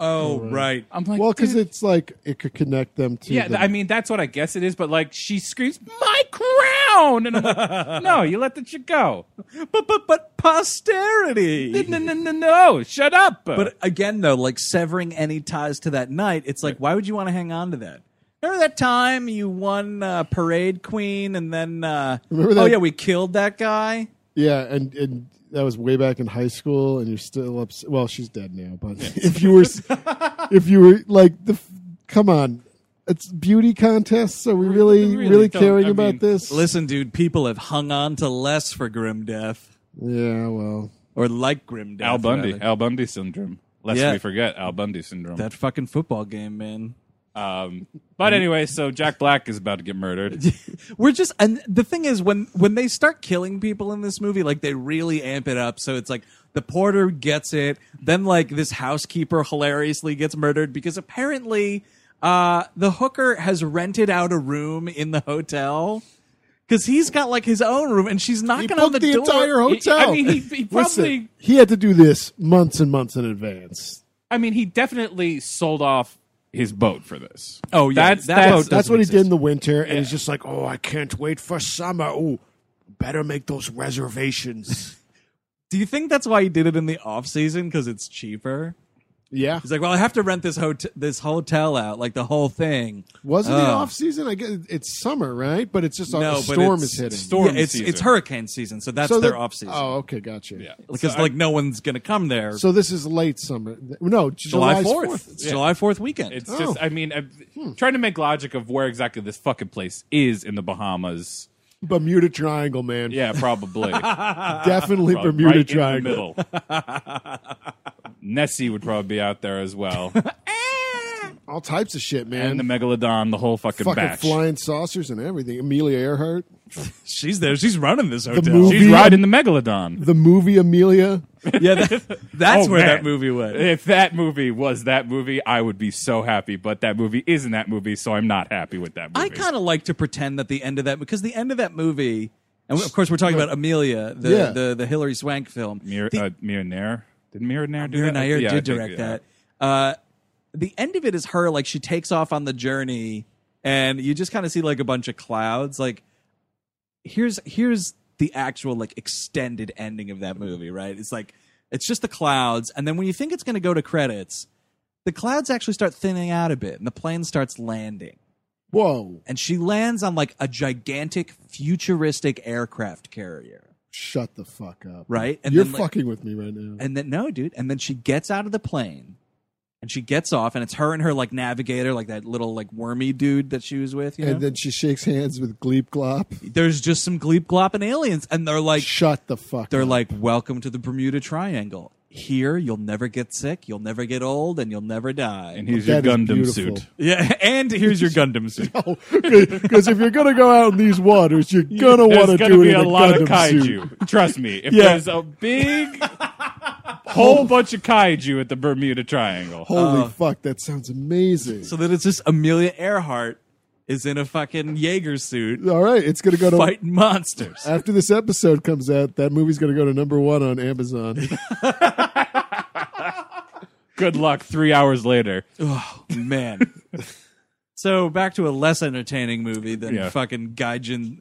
S2: Oh, right.
S3: I'm like,
S4: well, because
S3: dude,
S4: it's like it could connect them to.
S3: Yeah,
S4: the-
S3: th- I mean that's what I guess it is, but like she screams, "My crown!" and I'm like, "No, you let the chick go."
S2: But, but, but posterity.
S3: No, no, no, no, shut up.
S2: But again, though, like severing any ties to that night, it's like, why would you want to hang on to that? Remember that time you won uh, Parade Queen, and then uh,
S4: Remember
S2: oh
S4: that-
S2: yeah, we killed that guy.
S4: yeah, and and that was way back in high school, and you're still upset. Well, she's dead now, but if you were, if you were like the, f- come on, it's beauty contests. Are we really
S3: really
S4: really,
S3: don't-
S4: caring
S3: I
S4: about
S3: mean,
S4: this?
S2: Listen, dude, people have hung on to less for Grim Death
S4: yeah, well,
S2: or like Grim Death.
S3: Al Bundy,
S2: rather.
S3: Al Bundy syndrome. Lest
S2: Yeah.
S3: we forget Al Bundy syndrome.
S2: that fucking football game, man.
S3: um, but anyway, so Jack Black is about to get murdered.
S2: We're just and the thing is when when they start killing people in this movie, like they really amp it up. So it's like the porter gets it, then like this housekeeper hilariously gets murdered because apparently uh the hooker has rented out a room in the hotel because he's got like his own room and she's
S4: he
S2: knocking on
S4: booked the,
S2: the, door.
S4: entire hotel.
S3: I mean, he, he
S4: Listen,
S3: probably.
S4: he had to do this months and months in advance.
S3: I mean, he definitely sold off his boat for this.
S2: Oh, yeah,
S3: that's
S2: that
S3: that's,
S2: boat
S4: That's
S2: doesn't
S4: what he
S2: exist.
S4: did in the winter, and he's just like, "Oh, I can't wait for summer. Oh, better make those reservations."
S2: Do you think that's why he did it in the off season because it's cheaper?
S4: Yeah.
S2: He's like, well, I have to rent this hotel, this hotel out, like the whole thing.
S4: Was it the
S2: Oh.
S4: off season? I guess it's summer, right? But it's just
S2: No,
S4: a
S2: but
S4: storm
S2: it's
S4: is hitting.
S2: storm Yeah, it's- season. it's hurricane season, so that's their
S4: that-
S2: off season.
S4: Oh, okay, gotcha. Yeah,
S2: Because like no one's gonna come there.
S4: so this is late summer. No,
S2: July
S4: July
S2: 4th. It's July 4th weekend.
S3: It's
S2: Oh. Hmm.
S3: just, I mean, I'm trying to make logic of where exactly this fucking place is in the Bahamas.
S4: Bermuda Triangle, man.
S3: Yeah, probably.
S4: Definitely
S3: Probably
S4: Bermuda
S3: right
S4: Triangle.
S3: In the middle. Nessie would probably be out there as well.
S4: All types of shit, man.
S3: and the Megalodon, the whole fucking,
S4: Ah! fucking
S3: batch.
S4: flying saucers and everything. Amelia Earhart,
S2: She's there. She's running this hotel.
S4: movie-
S3: She's riding the Megalodon.
S4: the movie Amelia.
S2: yeah, that- that's
S3: Oh,
S2: where
S3: man.
S2: that movie went.
S3: If that movie was that movie, I would be so happy. But that movie isn't that movie, so I'm not happy with that movie.
S2: I kind of like to pretend that the end of that because the end of that movie, and of course we're talking about Amelia, the
S3: Yeah.
S2: the, the Hillary Swank film.
S3: Mir-
S2: The-
S3: uh, Mira Nair? Did Mira Nair do
S2: Mira
S3: that?
S2: Nair
S3: Yeah,
S2: did
S3: I think,
S2: direct
S3: yeah.
S2: that. Uh, the end of it is her like she takes off on the journey, and you just kind of see like a bunch of clouds. Like here's here's the actual like extended ending of that movie. Right? It's like it's just the clouds, and then when you think it's going to go to credits, the clouds actually start thinning out a bit, and the plane starts landing.
S4: Whoa!
S2: And she lands on like a gigantic futuristic aircraft carrier.
S4: Shut the fuck up.
S2: Right? And
S4: You're
S2: then, like-
S4: fucking with me right now.
S2: And then no, dude. And then she gets out of the plane, and she gets off, and it's her and her like navigator, like that little like wormy dude that she was with. You know?
S4: And then she shakes hands with Gleep Glop.
S2: There's just some gleep glop and aliens, and they're like,
S4: Shut the fuck.
S2: they're
S4: up.
S2: like, welcome to the Bermuda Triangle. Here, you'll never get sick, you'll never get old, and you'll never die.
S3: And here's your
S4: That is
S3: Gundam
S4: beautiful.
S3: suit.
S2: yeah, and here's your Gundam suit.
S4: because if you're gonna go out in these waters, you're gonna
S3: There's
S4: want to
S3: gonna
S4: do it
S3: be
S4: in a,
S3: a, lot of
S4: Gundam
S3: kaiju.
S4: suit.
S3: Trust me. If
S4: Yeah.
S3: there's a big whole bunch of kaiju at the Bermuda Triangle,
S4: Holy
S2: Uh,
S4: fuck, that sounds amazing.
S2: So then it's just Amelia Earhart is in a fucking Jaeger suit
S4: All right, it's gonna go to
S2: fighting monsters.
S4: after this episode comes out. That movie's gonna go to number one on Amazon.
S3: good luck three hours later.
S2: Oh man. so back to a less entertaining movie than
S3: Yeah.
S2: fucking Gaijin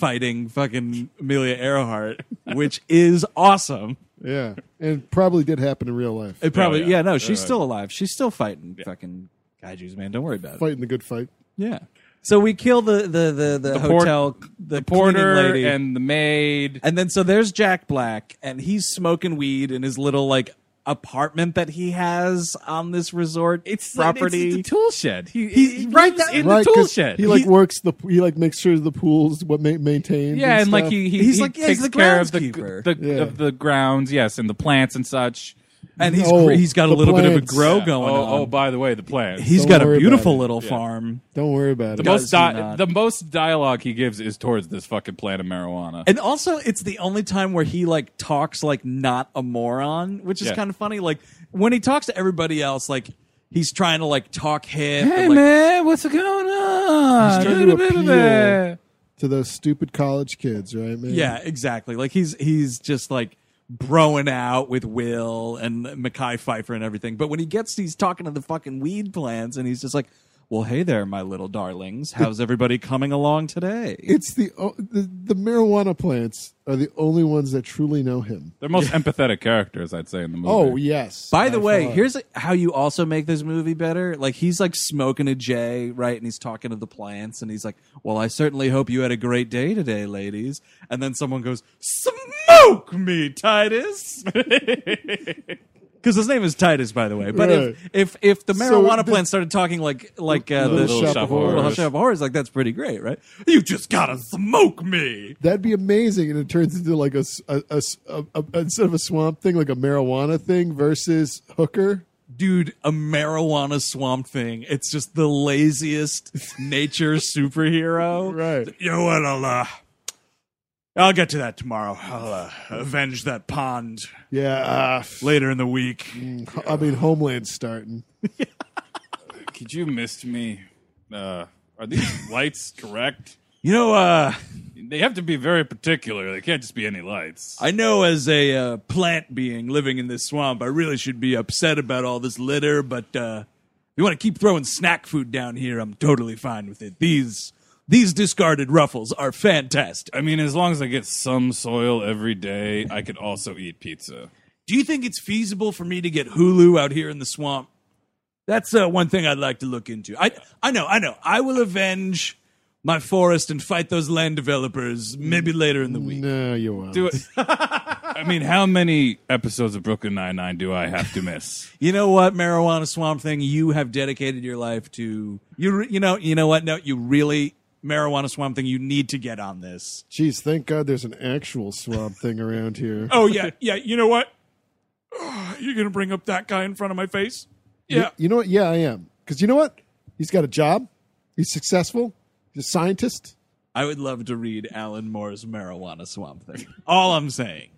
S2: fighting fucking Amelia Earhart, which is awesome.
S4: yeah, and probably did happen in real life.
S2: It probably
S3: yeah.
S2: yeah, no, she's
S3: Uh,
S2: still alive. She's still fighting fucking Gaijus, man. Don't worry about it.
S4: Fighting the good fight.
S2: Yeah. So we kill the the the, the,
S3: port-
S2: hotel the,
S3: Porter
S2: cleaning lady.
S3: and the maid.
S2: And then so there's Jack Black, and he's smoking weed in his little like apartment that he has on this resort
S3: It's
S2: property.
S3: It's the tool shed. He,
S2: He-
S3: he
S2: right
S3: lives
S2: there-
S3: in
S4: Right,
S3: the tool
S4: 'cause
S3: shed.
S4: He like
S3: He-
S4: works the he like makes sure the pool's what ma- maintained.
S3: yeah, and like
S4: stuff.
S3: he, he
S2: He's
S3: he
S2: like- yeah,
S3: takes
S2: he's the
S3: care of the
S2: groundskeeper.
S3: the
S4: Yeah.
S3: of the grounds, yes, and the plants and such.
S2: and he's
S4: No,
S2: gr- he's got a
S4: the
S2: little bit of a
S4: plants.
S2: grow
S3: Yeah.
S2: going
S3: oh,
S2: on.
S3: Oh, by the way, the plants.
S2: He's
S4: Don't
S2: got a
S4: worry about
S2: beautiful
S4: it.
S2: little
S3: Yeah.
S2: farm.
S4: don't worry about
S3: the
S4: it.
S3: most
S2: does
S3: di-
S2: not.
S3: the most dialogue he gives is towards this fucking plant of marijuana.
S2: And also, it's the only time where he like talks like not a moron, which is
S3: Yeah.
S2: kind of funny. Like when he talks to everybody else, like he's trying to like talk hip.
S3: Hey
S2: and, like,
S3: man, what's going on?
S4: He's trying to appeal to those stupid college kids, right, man?
S2: Yeah, exactly. Like he's he's just like broing out with Will and Mackay Pfeiffer and everything. But when he gets, he's talking to the fucking weed plants, and he's just like, "Well, hey there, my little darlings. How's everybody coming along today?"
S4: It's the, o- the the marijuana plants are the only ones that truly know him.
S3: They're most empathetic characters, I'd say, in the movie.
S4: Oh yes.
S2: By the way,
S4: far.
S2: here's how you also make this movie better. Like he's like smoking a J, right? And he's talking to the plants, and he's like, "Well, I certainly hope you had a great day today, ladies." And then someone goes, "Smoke me, Titus," because his name is Titus, by the way. But
S4: Right.
S2: if if if the
S4: So
S2: marijuana
S4: the-
S2: plant started talking like like uh,
S4: Little
S2: the
S4: Shop of
S2: Little
S3: Horrors.
S2: Shop of Horrors, like that's pretty great, right? You just gotta smoke me.
S4: That'd be amazing, and it turns into like a, s- a- a s- a- a- instead of a swamp thing, like a marijuana thing versus hooker.
S2: dude, a marijuana swamp thing. It's just the laziest nature superhero.
S4: Right.
S2: You know what? I'll, uh, I'll get to that tomorrow. I'll uh, avenge that pond
S4: Yeah, uh,
S2: later in the week.
S4: f- I mean Homeland's starting.
S3: Could you missed me? Uh, are these lights correct?
S2: You know, uh,
S3: They have to be very particular. They can't just be any lights.
S2: I know as a uh, plant being living in this swamp, I really should be upset about all this litter, but uh, if you want to keep throwing snack food down here, I'm totally fine with it. These These discarded ruffles are fantastic.
S3: I mean, as long as I get some soil every day, I could also eat pizza.
S2: Do you think it's feasible for me to get Hulu out here in the swamp? That's uh, one thing I'd like to look into. I, I know, I know. I will avenge my forest and fight those land developers maybe later in the week.
S4: No, you won't.
S3: Do it. I mean, how many episodes of Brooklyn Nine Nine do I have to miss?
S2: You know what, marijuana swamp thing? You have dedicated your life to you. Re, you know, you know what? No, you really marijuana swamp thing. You need to get on this.
S4: Jeez, thank God there's an actual swamp thing around here.
S2: Oh yeah, yeah. You know what? You're gonna bring up that guy in front of my face.
S4: You-
S2: Yeah.
S4: You, know what? Yeah, I am. Because you know what? He's got a job. He's successful. He's a scientist.
S2: I would love to read Alan Moore's marijuana swamp thing. All I'm saying.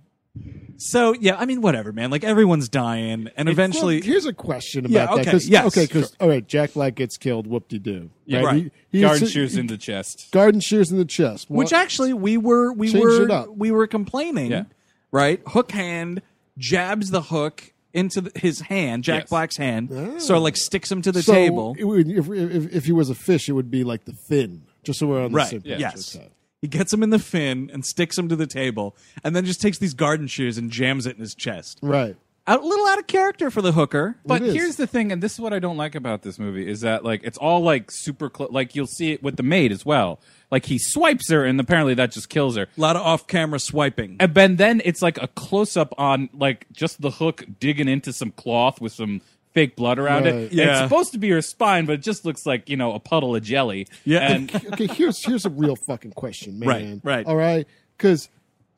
S2: So yeah, I mean, whatever, man. Like everyone's dying, and eventually,
S4: Well, here's a question about
S2: Yeah,
S4: that.
S2: okay,
S4: 'cause-
S2: yes,
S4: okay, 'cause- all right, Jack Black gets killed. Whoop de doo.
S3: Yeah,
S4: He- he-
S3: Garden
S4: he-
S3: shears in the chest.
S4: Garden shears in the chest.
S2: which actually we were we
S4: Changed
S2: were
S4: it up.
S2: we were complaining, right? Hook hand jabs the hook into the, his hand, Jack
S4: Yes. Ah.
S2: Black's hand, so like sticks him to the
S4: so
S2: table.
S4: it would- if, if, if he was a fish, it would be like the fin. Just so we're on the
S2: Right.
S4: same page.
S2: Yes.
S4: Okay.
S2: He gets him in the fin and sticks him to the table, and then just takes these garden shears and jams it in his chest.
S4: Right.
S2: Out, a little out of character for the hooker,
S3: But here's the thing, and this is what I don't like about this movie is that like it's all like super close. Like you'll see it with the maid as well. Like he swipes her, and apparently that just kills her.
S2: a lot of off-camera swiping.
S3: And then then it's like a close up on like just the hook digging into some cloth with some fake blood around
S4: Right.
S3: it.
S4: Yeah.
S3: It's supposed to be her spine, but it just looks like you know a puddle of jelly.
S2: Yeah.
S3: And
S4: okay, here's here's a real fucking question, man.
S3: Right, right.
S4: All right, because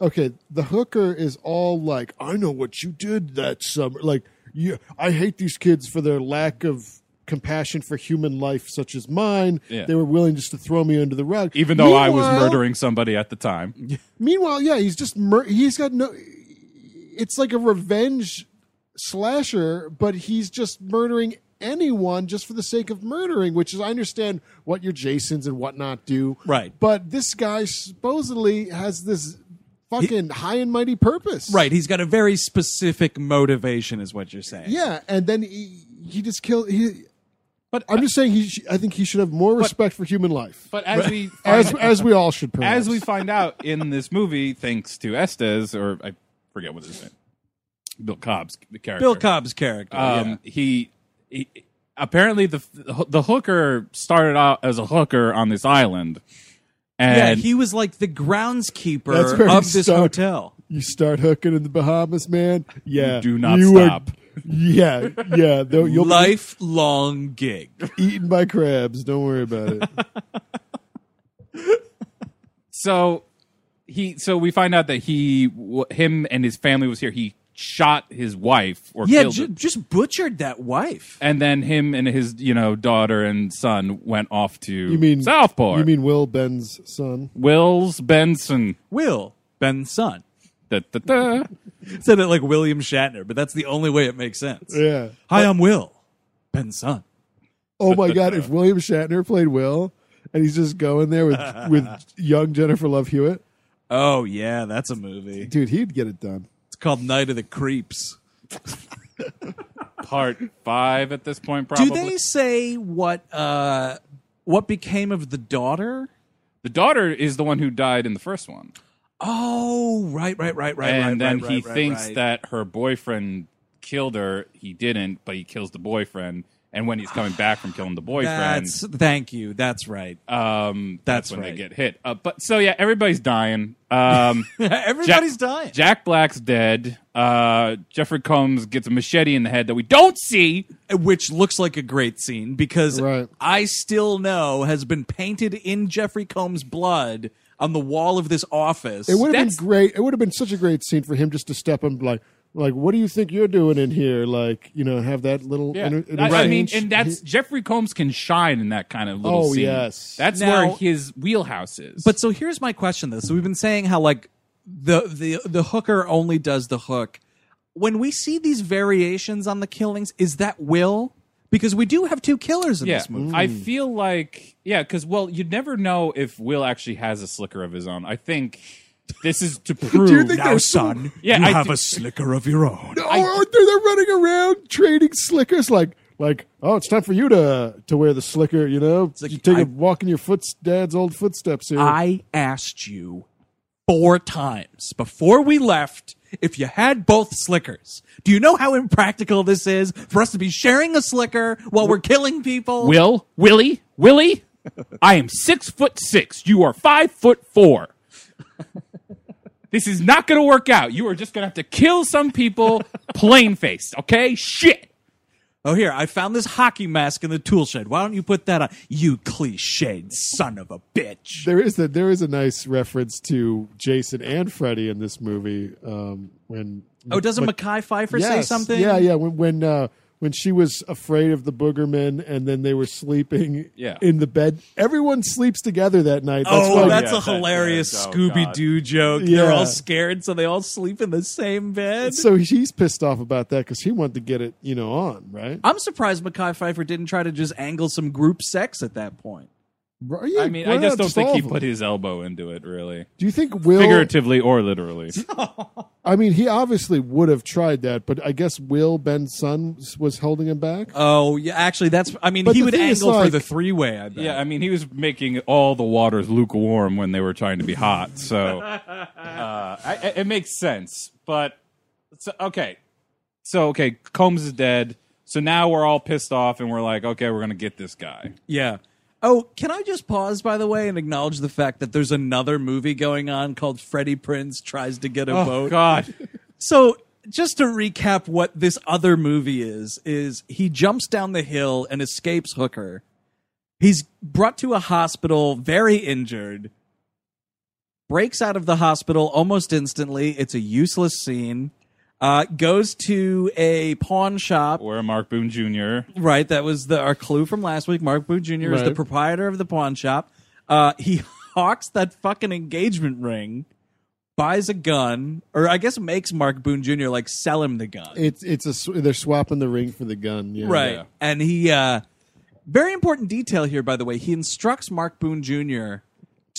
S4: okay, the hooker is all like, "I know what you did that summer." Like, yeah, I hate these kids for their lack of compassion for human life, such as mine.
S3: Yeah.
S4: They were willing just to throw me under the rug,
S3: even though I was
S4: Meanwhile-
S3: murdering somebody at the time,
S4: Meanwhile, yeah, he's just mur- he's got no. It's like a revenge slasher, but he's just murdering anyone just for the sake of murdering. Which is, I understand what your Jasons and whatnot do,
S2: Right.
S4: But this guy supposedly has this fucking high and mighty purpose,
S2: Right, he's got a very specific motivation, is what you're saying.
S4: Yeah, and then he, he just killed. He, but I'm just saying, he. Sh- I think he should have more respect for human life.
S3: but as we
S4: as
S3: find-
S4: as we all should, perhaps.
S3: as we find out in this movie, thanks to Estes or I forget what his name, Bill Cobb's character.
S2: Bill Cobb's character. yeah.
S3: Um, he, he apparently the the hooker started out as a hooker on this island,
S2: yeah,
S3: and
S2: he was like the groundskeeper
S4: That's where
S2: of
S4: you
S2: this
S4: start.
S2: hotel.
S4: You start hooking in the Bahamas, man. Yeah,
S3: do not
S4: are-
S3: stop.
S4: yeah, yeah. Though you'll
S2: Lifelong gig.
S4: be eaten by crabs. Don't worry about it.
S3: so he so we find out that he w- him and his family was here. He shot his wife or
S2: yeah,
S3: killed
S2: ju-
S3: her.
S2: just butchered that wife.
S3: and then him and his you know daughter and son went off to
S4: You mean
S3: Southport.
S4: You mean Will Ben's son?
S3: Will's Benson?
S2: Will Ben's son
S3: Da, da, da.
S2: said it like William Shatner, but that's the only way it makes sense.
S4: Yeah.
S2: Hi, I'm Will Ben's son.
S4: Oh my God! If William Shatner played Will, and he's just going there with with young Jennifer Love Hewitt,
S2: Oh yeah, that's a movie.
S4: dude, he'd get it done.
S2: It's called Night of the Creeps.
S3: Part five at this point, probably.
S2: Do they say what uh what became of the daughter?
S3: the daughter is the one who died in the first one.
S2: Oh, right, right, right, right, right.
S3: and then
S2: right,
S3: he
S2: right, right,
S3: thinks
S2: right.
S3: that her boyfriend killed her. He didn't, but he kills the boyfriend. And when he's coming back from killing the boyfriend,
S2: That's thank you. That's right.
S3: um,
S2: that's
S3: when
S2: right.
S3: they get hit. Uh, but so yeah, everybody's dying. Um,
S2: E, Everybody's
S3: Jack,
S2: dying.
S3: Jack Black's dead. Uh, Jeffrey Combs gets a machete in the head that we don't see.
S2: which looks like a great scene because
S4: Right.
S2: I still know has been painted in Jeffrey Combs' blood on the wall of this office.
S4: It would have
S3: That's-
S4: been great. It would have been such a great scene for him just to step in, like, like, what do you think you're doing in here? Like, you know, have that little. inter-
S3: I, I mean,
S4: interchange.
S3: and that's Jeffrey Combs can shine in that kind of little
S4: Oh,
S3: scene.
S4: yes.
S3: that's
S2: Now-
S3: where his wheelhouse is.
S2: But so here's my question though. So we've been saying how like the the the hooker only does the hook. When we see these variations on the killings, is that will? Because we do have two killers in
S3: yeah,
S2: this movie.
S3: I feel like yeah, because well, you'd never know if Will actually has a slicker of his own. I think this is to prove.
S4: Do you think there's
S3: Yeah, I do-
S2: slicker of your own.
S4: Oh, aren't they? They're running around trading slickers. Like, like, oh, it's time for you to to wear the slicker. You know, you take a walk in your foot dad's old footsteps here.
S2: I asked you four times before we left if you had both slickers. Do you know how impractical this is for us to be sharing a slicker while we're killing people?
S3: Will, Willie, Willie, I am six foot six. You are five foot four. This is not going to work out. You are just going to have to kill some people plain faced, okay? Shit.
S2: Oh, here, I found this hockey mask in the tool shed. Why don't you put that on? You cliched son of a bitch.
S4: There is that. There is a nice reference to Jason and Freddy in this movie. Um, when
S2: Oh, doesn't Mackay Pfeiffer say
S4: Yes.
S2: something?
S4: Yeah, yeah. When when uh, when she was afraid of the boogerman, and then they were sleeping
S2: Yeah.
S4: in the bed. Everyone sleeps together that night. That's
S2: oh,
S4: why-
S2: that's a hilarious Scooby Doo joke. They're
S4: Yeah.
S2: all scared, so they all sleep in the same bed.
S4: So he's pissed off about that because he wanted to get it, you know, on right.
S2: I'm surprised Mackay Pfeiffer didn't try to just angle some group sex at that point.
S3: I mean, I just don't think he put his elbow into it, really.
S4: Do you think Will?
S3: Figuratively or literally.
S4: I mean, he obviously would have tried that, but I guess Will Ben's son was holding him back.
S2: Oh, yeah. Actually, that's. I mean,
S4: But
S2: he
S4: the
S2: would
S4: thing is,
S2: angle for
S4: like-
S2: the three way. I bet.
S3: Yeah, I mean, he was making all the waters lukewarm when they were trying to be hot. So uh, I, I- it makes sense. But so, okay, so okay, Combs is dead. So now we're all pissed off, and we're like, okay, we're gonna get this guy.
S2: Yeah. Oh, can I just pause, by the way, and acknowledge the fact that there's another movie going on called Freddie Prince Tries to Get a
S3: Oh,
S2: Boat?
S3: God.
S2: So, just to recap what this other movie is, is he jumps down the hill and escapes Hooker. He's brought to a hospital, very injured, breaks out of the hospital almost instantly. It's a useless scene. Uh, goes to a pawn shop
S3: Where Mark Boone Jr.
S2: Right, that was the our clue from last week. Mark Boone Jr. is the
S3: Right.
S2: proprietor of the pawn shop. Uh, he hawks that fucking engagement ring, buys a gun, or I guess makes Mark Boone Jr. like sell him the gun.
S4: It's it's a sw- they're swapping the ring for the gun, yeah.
S2: Right, and he uh, very important detail here, by the way. He instructs Mark Boone Jr.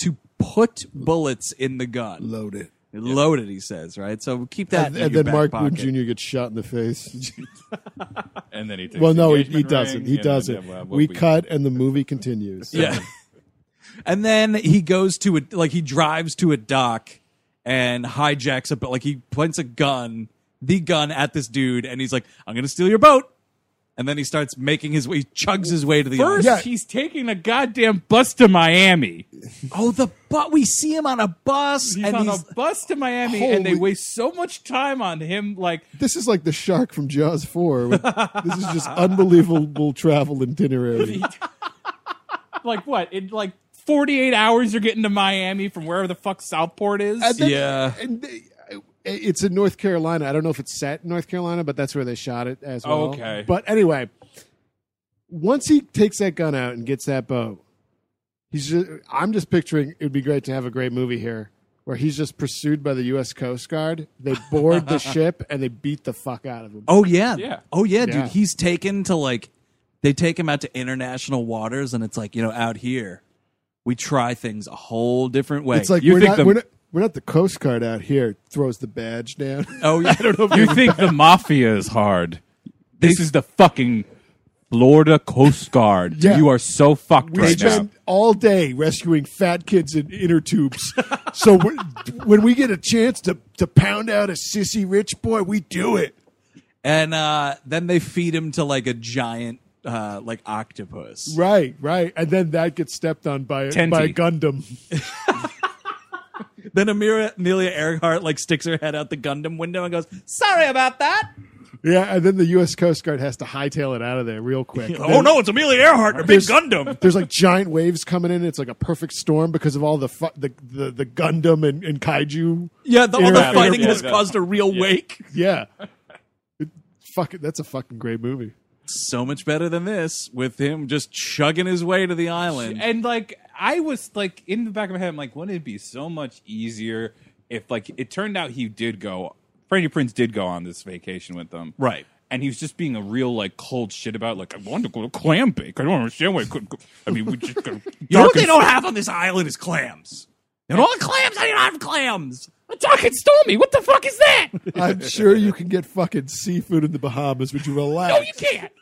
S2: to put bullets in the gun,
S4: load it,
S2: load it. He says, right. So keep that.
S4: And,
S2: in
S4: and
S2: your
S4: then
S2: back
S4: Mark
S2: pocket.
S4: Boone Jr. gets shot in the face.
S3: And then he takes
S4: well,
S3: the
S4: no, he, he
S3: engagement
S4: doesn't.
S3: ring,
S4: He
S3: and then, uh,
S4: doesn't.
S3: yeah, well,
S4: we, cut, and the movie continues.
S2: Yeah. and then he goes to a like he drives to a dock and hijacks a boat. Like he points a gun, the gun at this dude, and he's like, "I'm gonna steal your boat." And then he starts making his way. He chugs his way to the
S3: First,
S2: island.
S3: he's taking a goddamn bus to Miami.
S2: Oh, the but we see him on a bus.
S3: He's
S2: and
S3: on
S2: he's,
S3: a bus to Miami, and they
S4: Holy-
S3: waste so much time on him. Like,
S4: This is like the shark from Jaws 4. this is just unbelievable travel itinerary.
S3: like what? In like 48 hours, you're getting to Miami from wherever the fuck Southport is.
S4: And then- And they- it's in North Carolina. I don't know if it's set in North Carolina, but that's where they shot it
S2: Oh,
S4: as well.
S3: Okay.
S4: But anyway, once he takes that gun out and gets that bow, he's just, I'm just picturing it would be great to have a great movie here where he's just pursued by the U.S. Coast Guard. They board the ship and they beat the fuck out of him.
S2: oh yeah,
S4: Yeah.
S2: oh yeah, dude.
S4: Yeah.
S2: He's taken to like they take him out to international waters, and it's like you know out here we try things a whole different way.
S4: It's like
S2: you
S4: we're,
S2: think
S4: not,
S2: the-
S4: we're, not, we're not the Coast Guard out here. Throws the badge down.
S2: Oh, yeah. I don't know.
S3: you think the mafia is hard. This is the fucking Florida Coast Guard.
S4: Yeah.
S3: You are so fucked
S4: We
S3: right
S4: spend all day rescuing fat kids in inner tubes. so when, when we get a chance to, to pound out a sissy rich boy, we do it.
S2: and uh, then they feed him to like a giant uh, like octopus.
S4: Right, right. And then that gets stepped on by,
S2: Tenty.
S4: by Gundam.
S2: Then Amira, Amelia Earhart like sticks her head out the Gundam window and goes, "Sorry about that."
S4: Yeah, and then the U.S. Coast Guard has to hightail it out of there real quick.
S2: oh no, it's Amelia Earhart and a big
S4: There's-
S2: Gundam.
S4: There's like giant waves coming in. It's like a perfect storm because of all the fu- the, the the Gundam and, and kaiju.
S2: Yeah, the, all the
S4: inter-
S2: fighting
S4: inter-
S2: has caused a real wake.
S4: Yeah. It, fuck it, that's a fucking great movie.
S2: So much better than this with him just chugging his way to the
S3: now.
S2: island.
S3: And like, I was like in the back of my head, I'm like, wouldn't it be so much easier if like it turned out he did go, Freddie Prince did go on this vacation with them,
S2: Right.
S3: And he was just being a real like cold shit about like I wanted to go to clam bake. I don't understand why I couldn't. Go. I mean, we just go.
S2: You know what they don't have on this island is clams. And all the clams, I do not have clams. A talking stormy. What the fuck is that?
S4: I'm sure you can get fucking seafood in the Bahamas. Would you relax?
S2: you can't.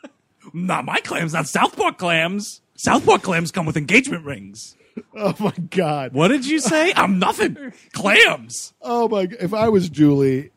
S2: not my clams, not Southport clams. Southport clams come with engagement rings.
S4: Oh my god!
S2: What did you say? I'm nothing. Clams.
S4: Oh my! If I was Julie,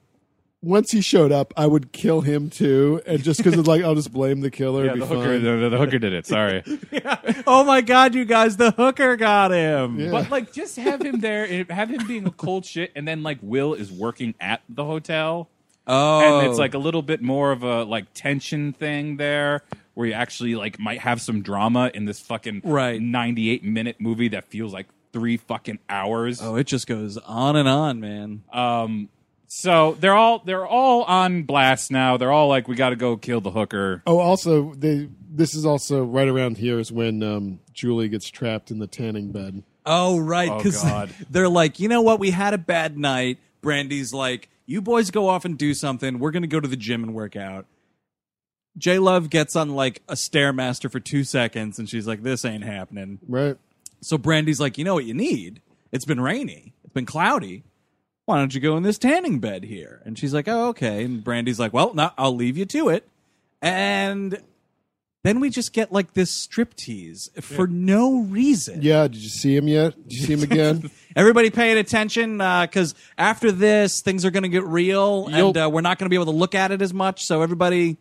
S4: once he showed up, I would kill him too, and just because it's like I'll just blame the killer.
S3: Yeah,
S4: it'd
S3: the
S4: be
S3: hooker,
S4: fine.
S3: the, the hooker did it. Sorry.
S2: Oh my god, you guys, the hooker got him.
S3: But like, just have him there, and have him being a cold shit, and then like Will is working at the hotel.
S2: Oh.
S3: and it's like a little bit more of a like tension thing there, where you actually like might have some drama in this fucking
S2: Right.
S3: ninety-eight minute movie that feels like three fucking hours.
S2: Oh, it just goes on and on, man.
S3: Um, so they're all they're all on blast now. They're all like, we got to go kill the hooker.
S4: Oh, also they. This is also right around here is when um, Julie gets trapped in the tanning bed.
S2: Oh right,
S3: Oh,
S2: because
S3: God.
S2: they're like, you know what? We had a bad night. Brandy's like, you boys go off and do something. We're gonna go to the gym and work out. J Love gets on like a stairmaster for two seconds, and she's like, this ain't happening.
S4: Right.
S2: So Brandy's like, you know what you need? It's been rainy. It's been cloudy. Why don't you go in this tanning bed here? And she's like, oh okay. And Brandy's like, well, no, I'll leave you to it. And then we just get like this striptease for no reason.
S4: Yeah, did you see him yet? Did you see him again?
S2: Everybody paying attention because after this, things are going to get real and uh, we're not going to be able to look at it as much. So, everybody,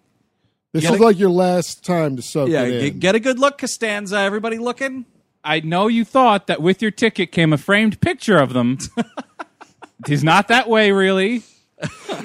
S4: This
S2: Get
S4: is
S2: a-
S4: like your last time to soak
S2: yeah,
S4: it
S2: g-
S4: in.
S2: get a good look, Costanza. Everybody looking?
S3: I know you thought that with your ticket came a framed picture of them. He's not that way, really.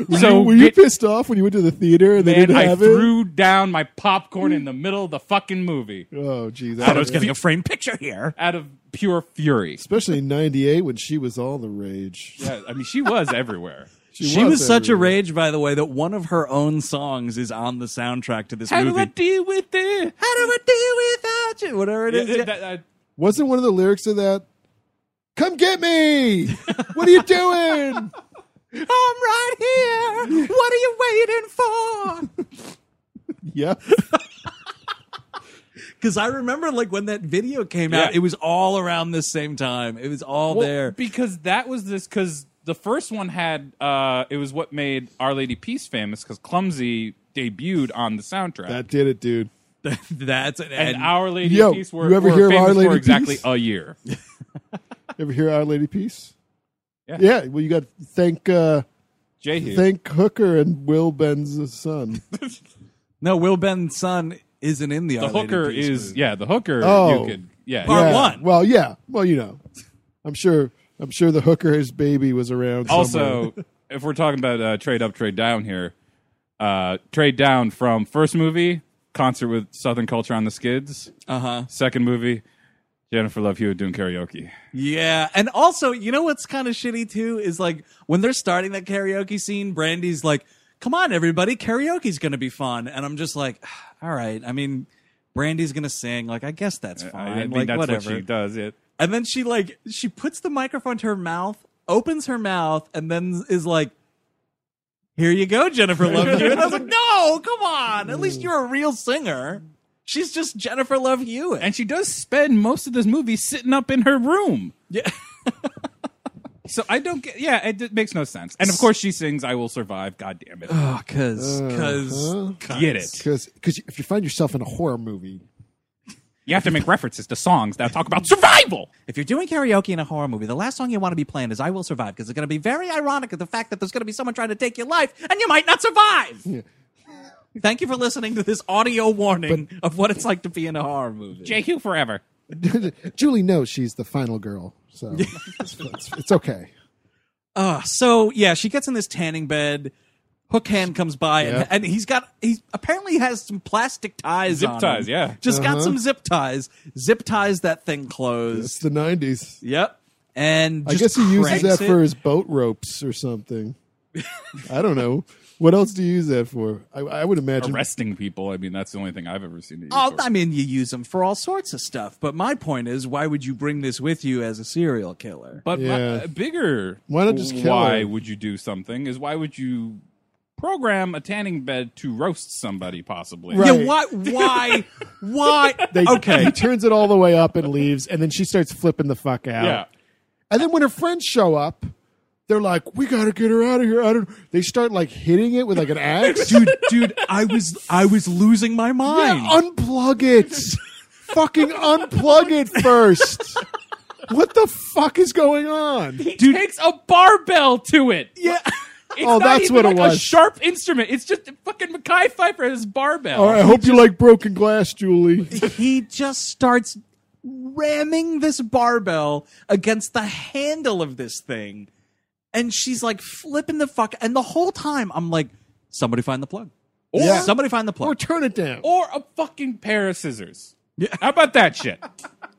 S4: were
S3: so
S4: you, were you
S3: get-
S4: pissed off when you went to the theater and they
S3: man,
S4: didn't
S3: I
S4: have
S3: threw down my popcorn in the middle of the fucking movie
S4: it? Oh, geez.
S2: I was getting a framed picture here.
S3: out of pure fury.
S4: Especially in '98 when she was all the rage.
S3: Yeah, I mean, she was everywhere.
S4: She,
S2: She was such a
S4: everywhere.
S2: rage, by the way, that one of her own songs is on the soundtrack to this
S3: How
S2: movie.
S3: do I deal with it?
S2: How do I deal without you? Whatever it is.
S3: Yeah,
S2: yeah.
S3: that- uh, that-
S4: Wasn't one of the lyrics of that? Come get me! What are you doing?
S2: I'm right here. What are you waiting for?
S4: yeah,
S2: Because I remember, like when that video came
S3: Yeah.
S2: out, it was all around this same time. It was all
S3: well,
S2: there.
S3: because that was this because the first one had uh, it was what made Our Lady Peace famous because Clumsy debuted on the soundtrack.
S4: that did it, dude.
S2: That's an
S3: and, Our Lady
S4: Yo,
S3: Peace were,
S4: you ever
S3: were
S4: hear of
S3: famous
S4: Our Lady
S3: for exactly
S4: Peace?
S3: a year.
S4: Ever hear Our Lady Peace?
S3: Yeah.
S4: yeah. Well, you got to thank uh,
S3: Jehu.
S4: thank Hooker and Will Ben's son.
S2: No, Will Ben's son isn't in the.
S3: the
S2: Our Lady
S3: hooker
S2: Peace
S3: is
S2: movie.
S3: yeah the hooker
S4: Oh.
S3: you could yeah
S2: Part
S4: Yeah.
S2: one.
S4: Well, yeah. Well, you know, I'm sure. I'm sure the hooker, his baby, was around. somewhere.
S3: also if we're talking about uh, trade up trade down here uh trade down from first movie concert with southern culture on the skids
S2: Uh huh.
S3: second movie jennifer love hewitt doing karaoke
S2: Yeah, and also, you know what's kind of shitty too is like when they're starting that karaoke scene, Brandy's like, "Come on, everybody, karaoke's gonna be fun," and I'm just like, "Ah, "All right." I mean, Brandy's gonna sing. Like, I guess that's
S3: I-
S2: fine.
S3: i think
S2: like,
S3: that's
S2: whatever.
S3: what she does it
S2: And then she like she puts the microphone to her mouth, opens her mouth, and then is like, "Here you go, Jennifer Love Hewitt." I was like, "No, come on! At least you're a real singer." She's just Jennifer Love Hewitt.
S3: and she does spend most of this movie sitting up in her room
S2: yeah,
S3: so i don't get yeah it, d- makes no sense and of course she sings i will survive god damn it
S2: oh, cause,
S4: Uh-huh.
S2: because
S3: get it
S4: because because if you find yourself in a horror movie,
S3: you have to make references to songs that talk about survival
S2: If you're doing karaoke in a horror movie, the last song you want to be playing is "I Will Survive" because it's going to be very ironic of the fact that there's going to be someone trying to take your life and you might not survive. Thank you for listening to this audio warning of what it's like to be in a horror movie.
S3: jehu forever
S4: Julie knows she's the final girl, so it's, it's- it's okay.
S2: Uh, so yeah, she gets in this tanning bed. Hook hand comes by
S4: Yeah.
S2: and, and he's got he apparently has some plastic ties,
S3: Zip
S2: on
S3: ties,
S2: him.
S3: yeah.
S2: just
S4: Uh-huh.
S2: got some zip ties. Zip ties that thing
S4: It's
S2: closed.
S4: the '90s.
S2: Yep, and
S4: I
S2: just
S4: guess he uses
S2: cranks
S4: that
S2: it.
S4: for his boat ropes or something. I don't know. What else do you use that for? I, I would imagine.
S3: arresting people i mean that's the only thing i've ever seen it used
S2: Oh,
S3: for.
S2: I mean, you use them for all sorts of stuff. But my point is, why would you bring this with you as a serial killer?
S3: But my,
S4: Yeah.
S3: uh, bigger,
S4: Why not just kill
S3: why
S4: her?
S3: would you do something? Is why would you program a tanning bed to roast somebody possibly?
S4: Right.
S2: Yeah, why? Why? why?
S4: They, He
S2: okay.
S4: turns it all the way up and leaves, and then she starts flipping the fuck out.
S3: Yeah.
S4: And then when her friends show up, They're like, we gotta get her out of here. I don't. They start like hitting it with like an axe.
S2: dude, dude, I was I was losing my mind.
S4: Yeah, unplug it. Fucking unplug it first. What the fuck is going on?
S3: He takes a barbell to it.
S2: Yeah.
S3: It's
S4: Oh,
S3: not
S4: that's
S3: even
S4: what it
S3: like A
S4: was.
S3: sharp instrument. It's just fucking Mackay Pfeiffer and his barbell.
S4: All right, I hope you like broken glass, Julie.
S2: he just starts ramming this barbell against the handle of this thing. And she's like flipping the fuck. And the whole time I'm like, somebody find the plug. Or
S4: Yeah.
S2: somebody find the plug.
S4: Or turn it down.
S3: Or a fucking pair of scissors. How about that shit?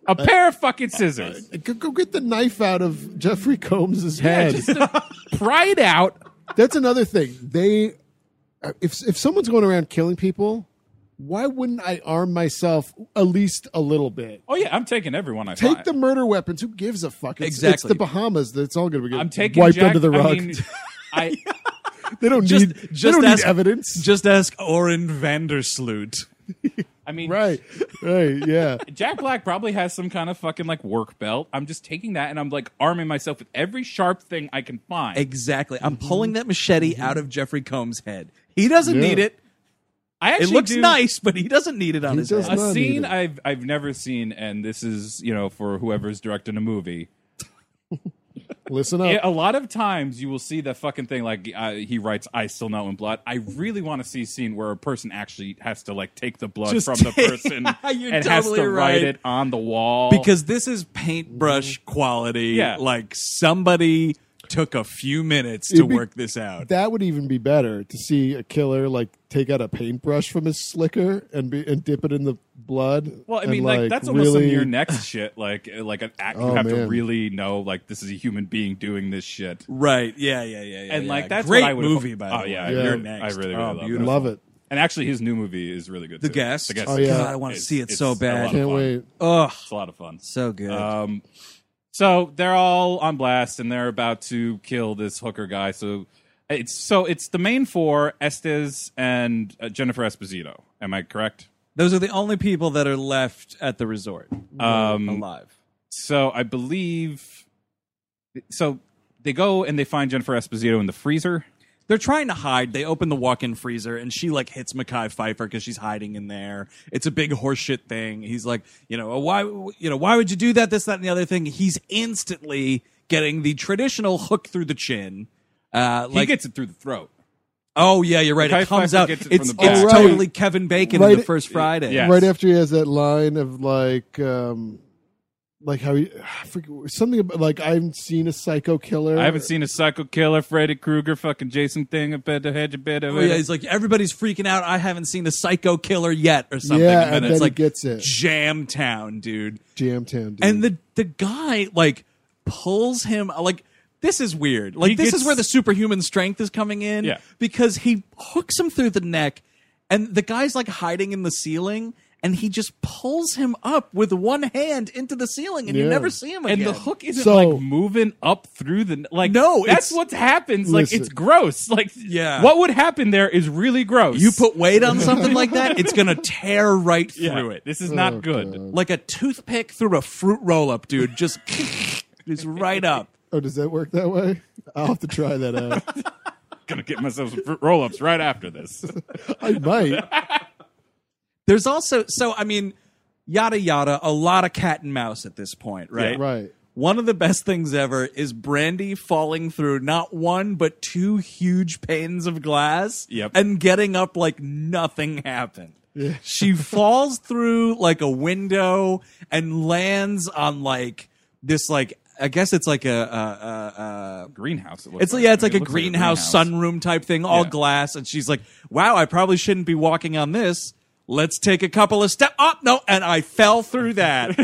S3: A pair of fucking scissors.
S4: Go, go get the knife out of Jeffrey Combs's head.
S3: just Pry it out.
S4: That's another thing. They, uh, if if someone's going around killing people, why wouldn't I arm myself at least a little bit?
S3: Oh yeah, I'm taking everyone I
S4: Take
S3: find.
S4: the murder weapons. Who gives a fuck? It's, It's
S2: Exactly.
S4: the Bahamas. That's all going to be good.
S3: I'm taking
S4: wiped
S3: Jack-
S4: under the
S3: I
S4: rug.
S3: mean, I,
S4: they don't
S2: Just-
S4: need. they
S2: just
S4: don't
S2: ask-
S4: need evidence.
S2: Just ask Oren Vandersloot.
S3: I mean,
S4: Right. Right. Yeah.
S3: Jack Black probably has some kind of fucking like work belt. I'm just taking that and I'm like arming myself with every sharp thing I can find.
S2: Exactly. I'm pulling that machete out of Jeffrey Combs' head. He doesn't
S4: Yeah.
S2: need it.
S3: I
S2: It
S3: actually
S2: looks
S3: do
S2: nice, but he doesn't need it on
S4: He
S2: his
S4: does
S2: head.
S3: A
S4: not
S3: scene
S4: needed.
S3: I've I've never seen, and this is you know for whoever's directing a movie.
S4: Listen
S2: Oh.
S4: up.
S3: Yeah, a lot of times you will see that fucking thing like uh, he writes "I still know in blood." I really want to see a scene where a person actually has to like take the blood
S2: Just
S3: from the
S2: take-
S3: person
S2: You're
S3: and has
S2: totally
S3: to write
S2: right.
S3: it on the wall
S2: Because this is paintbrush quality.
S3: Mm-hmm. Yeah.
S2: Like somebody took a few minutes to
S4: It'd be-
S2: work this out.
S4: That would even be better to see a killer like take out a paintbrush from his slicker and be and dip it in the blood.
S3: Well, I
S4: and,
S3: mean, like, that's almost
S4: really,
S3: some near next shit. Like, like an act, you
S4: Oh,
S3: have to
S4: man.
S3: really know, like, this is a human being doing this shit.
S2: Right. Yeah, yeah, yeah, yeah.
S3: And
S2: yeah.
S3: like that's
S2: great
S3: what I would
S2: movie by the
S3: oh,
S2: way.
S4: Yeah.
S3: Yeah, You're
S2: You're
S3: Next.
S2: next.
S3: I really, really
S2: Oh,
S3: love
S2: beautiful.
S3: it.
S4: Love it.
S3: And actually, his new movie is really good.
S2: The
S3: too.
S2: Guest?
S3: The guest.
S4: Oh,
S3: is
S4: yeah.
S3: good.
S2: God, I wanna
S3: It's-
S2: see it
S3: it's
S2: so
S3: a lot
S2: bad.
S3: of
S4: Can't
S3: fun.
S4: wait.
S2: Ugh. Uh,
S3: It's a lot of fun.
S2: So good.
S3: Um, so they're all on blast, and they're about to kill this hooker guy. So it's so it's the main four: Estes and uh, Jennifer Esposito. Am I correct?
S2: Those are the only people that are left at the resort
S3: Um,
S2: alive.
S3: So I believe. So they go and they find Jennifer Esposito in the freezer.
S2: They're trying to hide. They open the walk-in freezer, and she like hits Mackay Pfeiffer because she's hiding in there. It's a big horseshit thing. He's like, you know, why, you know, why would you do that? This, that, and the other thing. He's instantly getting the traditional hook through the chin. Uh,
S3: He
S2: like,
S3: gets it through the throat.
S2: oh yeah, you're right.
S3: Mackay
S2: It comes
S3: Pfeiffer
S2: out.
S3: gets it
S2: It's, it's
S3: from the back.
S4: Oh, right.
S2: totally Kevin Bacon in
S4: Right.
S2: the first Friday.
S3: Yeah.
S4: Right
S3: Yes.
S4: after he has that line of like, um, like how he I forget, something about like I haven't seen a psycho killer.
S3: I haven't seen a psycho killer, Freddy Krueger, fucking Jason thing, a bit of hedge, a bit of
S2: Oh, yeah, he's like everybody's freaking out. I haven't seen a psycho killer yet, or something.
S4: Yeah,
S2: and then
S4: and then
S2: it's
S4: he
S2: like
S4: gets it.
S2: Jam Town, dude.
S4: Jam Town. Dude.
S2: and the the guy like pulls him like this is weird like
S3: He
S2: this
S3: gets-
S2: is where the superhuman strength is coming in
S3: Yeah.
S2: because he hooks him through the neck and the guy's like hiding in the ceiling and he just pulls him up with one hand into the ceiling and you
S4: Yeah.
S2: never see him again
S3: and the hook isn't
S4: So-
S3: like moving up through the like.
S2: No, it's-
S3: that's what happens. Like
S4: Listen.
S3: it's gross. Like
S2: Yeah.
S3: what would happen there is really gross.
S2: you put weight on something like that it's gonna tear right
S3: Yeah,
S2: through it
S3: This is not
S4: Oh,
S3: good.
S2: like a toothpick through a fruit roll up dude just just right up
S4: oh, does that work that way? I'll have to try that out.
S3: Gonna get myself some fruit roll-ups right after this.
S4: I might.
S2: There's also so I mean, yada yada, a lot of cat and mouse at this point, right?
S4: Right.
S2: One of the best things ever is Brandy falling through not one but two huge panes of glass
S3: Yep.
S2: and getting up like nothing happened. she falls through like a window and lands on like this like I guess it's like a, a, a, a
S3: greenhouse. It looks
S2: it's like, yeah, it's
S3: I
S2: like
S3: mean,
S2: a
S3: it looks
S2: greenhouse, sunroom type thing, all
S3: Yeah.
S2: glass. And she's like, "Wow, I probably shouldn't be walking on this. Let's take a couple of steps." Oh no! And I fell through that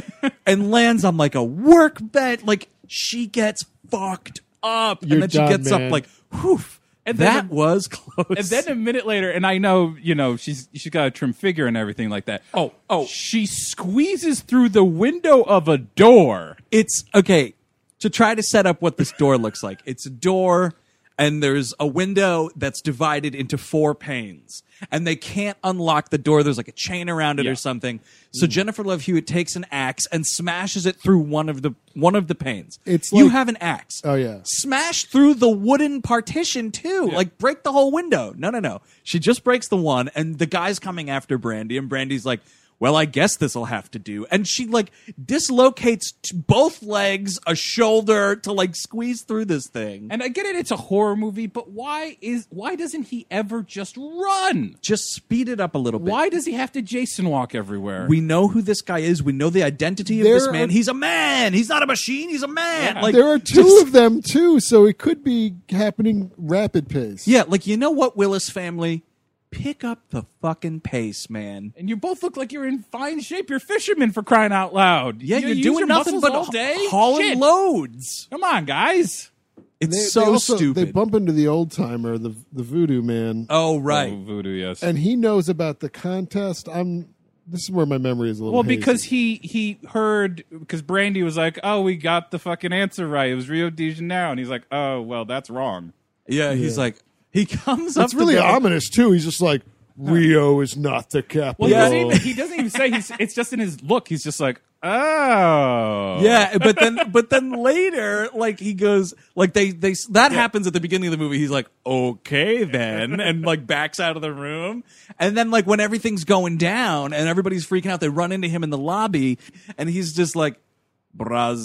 S2: and lands on like a work bed. Like she gets fucked up,
S4: You're
S2: and then
S4: done,
S2: she gets
S4: man.
S2: up like, "Whew!" And
S3: And then
S2: that
S3: the-
S2: was close.
S3: And then a minute later, and I know you know she's she's got a trim figure and everything like that.
S2: Oh, oh.
S3: she squeezes through the window of a door.
S2: it's okay to try to set up what this door looks like. It's a door and there's a window that's divided into four panes and they can't unlock the door there's like a chain around it or something
S3: Mm.
S2: so jennifer love hewitt takes an axe and smashes it through one of the one of the panes
S4: It's
S2: you
S4: like-
S2: have an axe
S4: Oh yeah.
S2: smash through the wooden partition too like break the whole window no no no she just breaks the one and the guy's coming after brandy and brandy's like well i guess this'll have to do and she like dislocates t- both legs a shoulder to like squeeze through this thing
S3: And I get it; it's a horror movie, but why is why doesn't he ever just run?
S2: just speed it up a little bit
S3: Why does he have to Jason walk everywhere?
S2: we know who this guy is. We know the identity of
S4: There
S2: this man.
S4: are-
S2: he's a man. He's not a machine. He's a man. Like
S4: there are two
S2: just-
S4: of them too, so it could be happening rapid pace.
S2: Yeah, like you know what, Willis family, pick up the fucking pace, man.
S3: and you both look like you're in fine shape. You're fishermen for crying out loud.
S2: Yeah,
S3: you
S2: you're
S3: use
S2: doing
S3: your
S2: nothing
S3: muscles
S2: but
S3: all day
S2: hauling
S3: Shit.
S2: loads.
S3: Come on, guys.
S2: It's
S4: They- they
S2: so
S4: also- They
S2: stupid.
S4: bump into the old timer, the the voodoo man,
S2: oh right.
S3: Oh, voodoo, yes.
S4: and he knows about the contest. I'm. This is where my memory is a little.
S3: well,
S4: hazy.
S3: because he he heard because Brandy was like, "Oh, we got the fucking answer right. It was Rio de Janeiro," and he's like, "Oh, well, that's wrong."
S2: Yeah, he's like he comes up.
S4: it's
S2: to
S4: really
S2: the-
S4: ominous too. He's just like Rio is not the capital.
S3: Well, he, doesn't even, he doesn't even say he's. It's just in his look. He's just like, "Oh,
S2: Yeah, but then but then later, like he goes, like they they that happens at the beginning of the movie. He's like, okay then, and like backs out of the room, and then like when everything's going down and everybody's freaking out, they run into him in the lobby, and he's just like,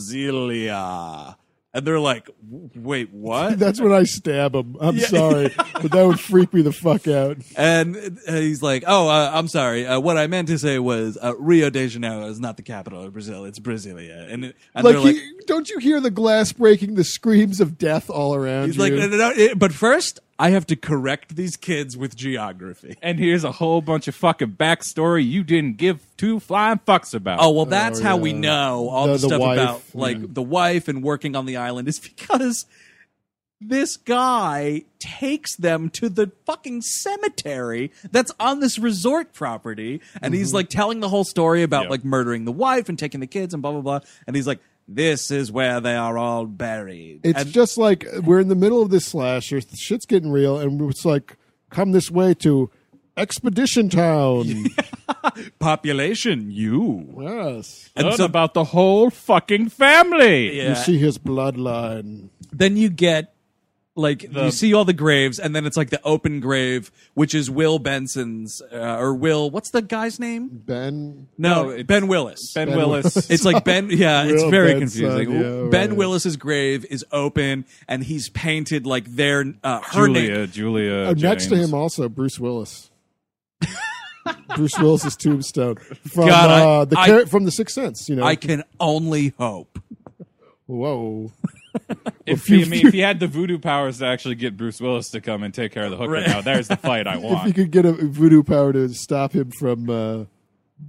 S2: Brasilia, and they're like, w- wait, what?
S4: That's when I stab him. I'm sorry, but that would freak me the fuck out.
S2: And uh, he's like, "Oh, uh, I'm sorry. Uh, what I meant to say was uh, Rio de Janeiro is not the capital of Brazil. It's Brasilia." And, and
S4: Like,
S2: they're like,
S4: he, don't you hear the glass breaking, the screams of death all around
S2: He's
S4: you?
S2: like, no, no, no. it- but first, I have to correct these kids with geography.
S3: and here's a whole bunch of fucking backstory you didn't give two flying fucks about.
S2: Oh well, that's
S4: Oh,
S2: how
S4: yeah.
S2: we know all
S4: The-
S2: the,
S4: the
S2: stuff
S4: wife,
S2: about like
S4: yeah.
S2: the wife and working on the island is because this guy takes them to the fucking cemetery that's on this resort property, and
S4: Mm-hmm.
S2: he's like telling the whole story about like murdering the wife and taking the kids and blah blah blah, and he's like, "This is where they are all buried."
S4: It's
S2: And-
S4: just like we're in the middle of this slasher. Shit's getting real, and it's like, come this way to Expedition Town.
S2: population you.
S4: yes.
S2: And
S3: Learn
S2: so-
S3: about the whole fucking family.
S4: You see his bloodline.
S2: then you get like
S3: The-
S2: you see all the graves and then it's like the open grave which is will benson's uh, or will what's the guy's name
S4: Ben.
S2: no,
S3: it's-
S2: ben willis
S3: Ben,
S4: Ben
S3: Willis.
S2: it's like ben yeah it's
S4: Will
S2: very
S4: Benson,
S2: confusing
S4: yeah,
S2: ben
S4: right.
S2: willis's grave is open and he's painted like their uh, her name
S3: Julia. Julia.
S4: Uh, next to
S3: James.
S4: him, also Bruce Willis. Bruce Willis's tombstone from
S2: God, I-
S4: uh, the
S2: I-
S4: car- from the Sixth Sense. You know,
S2: i can only hope
S4: whoa.
S3: If you, I mean, if you had the voodoo powers to actually get Bruce Willis to come and take care of the hooker,
S2: Right.
S3: now there's the fight I
S4: if you
S3: want.
S4: could get a voodoo power to stop him from uh,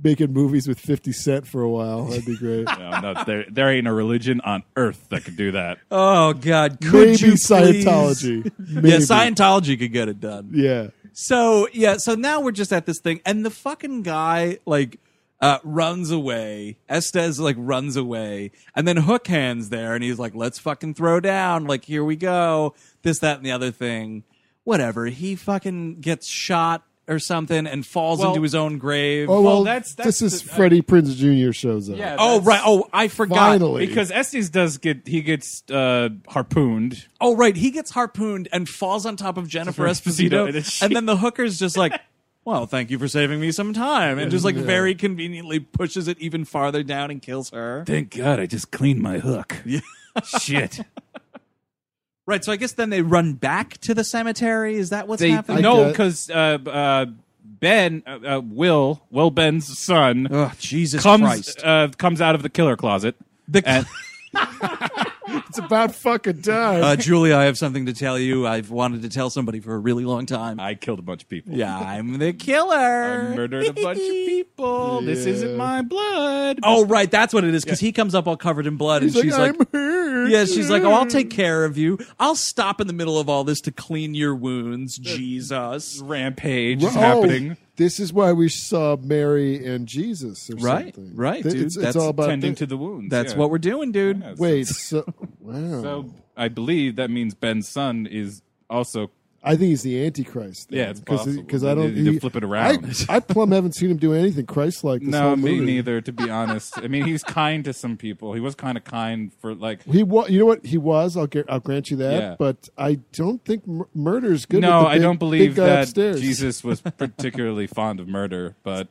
S4: making movies with 50 Cent for a while, that'd be great.
S3: No, no, there, there ain't a religion on earth that could do that.
S2: oh god could
S4: Maybe
S2: you please-
S4: Scientology. Maybe.
S2: yeah scientology could get it done
S4: Yeah.
S2: So yeah, so now we're just at this thing, and the fucking guy like uh, runs away. Estes like runs away, and then Hook hands there, and he's like, "Let's fucking throw down!" Like here we go, this, that, and the other thing. Whatever. He fucking gets shot or something, and falls
S3: Well-
S2: into his own grave.
S4: Oh,
S2: Oh,
S4: well,
S3: that's- that's
S4: this is
S3: the-
S4: Freddie Prince Jr. shows up.
S3: Yeah.
S2: right. Oh, I forgot.
S4: Finally.
S3: Because Estes does get he gets uh, harpooned.
S2: Oh, right. He gets harpooned and falls on top of Jennifer
S3: Esposito,
S2: Esposito.
S3: and then she-
S2: And then the hooker's just like, well, thank you for saving me some time. And just like very conveniently pushes it even farther down and kills her.
S3: Thank God I just cleaned my hook. Shit.
S2: Right. So I guess then they run back to the cemetery. Is that what's
S3: they
S2: happening?
S3: no,
S4: get-
S3: because uh, uh, Ben uh, uh, Will Will Ben's son
S2: Oh, Jesus
S3: comes
S2: Christ.
S3: uh, comes out of the killer closet.
S2: The-
S3: and-
S4: It's about fucking time.
S2: Uh, Julia, I have something to tell you. I've wanted to tell somebody for a really long time.
S3: I killed a bunch of people.
S2: yeah, I'm the killer.
S3: I murdered a bunch of people. This isn't my blood.
S2: Oh, right. That's what it is. Because he comes up all covered in blood.
S4: He's
S2: and
S4: like,
S2: she's
S4: I'm
S2: like,
S4: hurt.
S2: Yeah, she's like, "Oh, I'll take
S3: Mm-hmm.
S2: care of you. I'll stop in the middle of all this to clean your wounds." Jesus.
S3: rampage
S4: Ro-
S3: is
S4: oh,
S3: happening.
S4: This is why we saw Mary and Jesus, or
S2: Right,
S4: something.
S2: right,
S4: Th-
S2: dude.
S4: It's, it's
S2: That's
S4: all about
S3: Tending
S4: thi-
S3: to the wounds.
S2: oh, That's
S3: yeah.
S2: what we're doing, dude.
S3: Yeah, so-
S4: Wait, so wow.
S3: So I believe that means Ben's son is also
S4: I think he's the Antichrist.
S3: Yeah, it's possible.
S4: because I
S3: They
S4: don't
S3: need to
S4: he-
S3: flip it around.
S4: I, I plumb haven't seen him do anything Christ-like. This
S3: no,
S4: whole
S3: me
S4: movie.
S3: neither. To be honest, I mean, he was kind to some people. He was kind of kind for like
S4: He was. You know what? He was. I'll get. I'll grant you that.
S3: Yeah.
S4: But I don't think mur- murder's good.
S3: no,
S4: with the
S3: I
S4: big-
S3: don't believe
S4: big guy
S3: that
S4: upstairs.
S3: Jesus was particularly fond of murder, but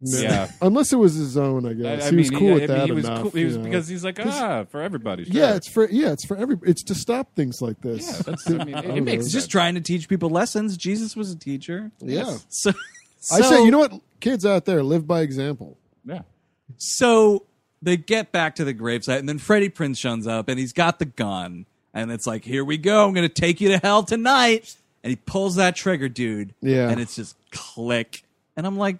S4: No.
S3: yeah.
S4: Unless it was his own, I
S3: I,
S4: guess.
S3: I
S4: he was
S3: mean,
S4: cool
S3: he,
S4: with
S3: I mean,
S4: that
S3: he was
S4: enough,
S3: cool. He
S4: you
S3: was
S4: know.
S3: because he's like
S4: 'Cause-
S3: ah for everybody. sure.
S4: Yeah, it's for yeah, it's for every. It's to stop things like this.
S3: Yeah, that's- I mean, it
S4: don't
S3: makes
S4: know.
S2: He's just trying to teach people lessons. Jesus was a teacher.
S4: Yeah.
S2: So,
S4: I say,
S2: so-
S4: you know what, kids out there, live by example.
S3: Yeah.
S2: So they get back to the gravesite, and then Freddie Prince shows up, and he's got the gun, and it's like, here we go, I'm gonna take you to hell tonight. And he pulls that trigger, dude.
S4: Yeah.
S2: And it's just click. And I'm like,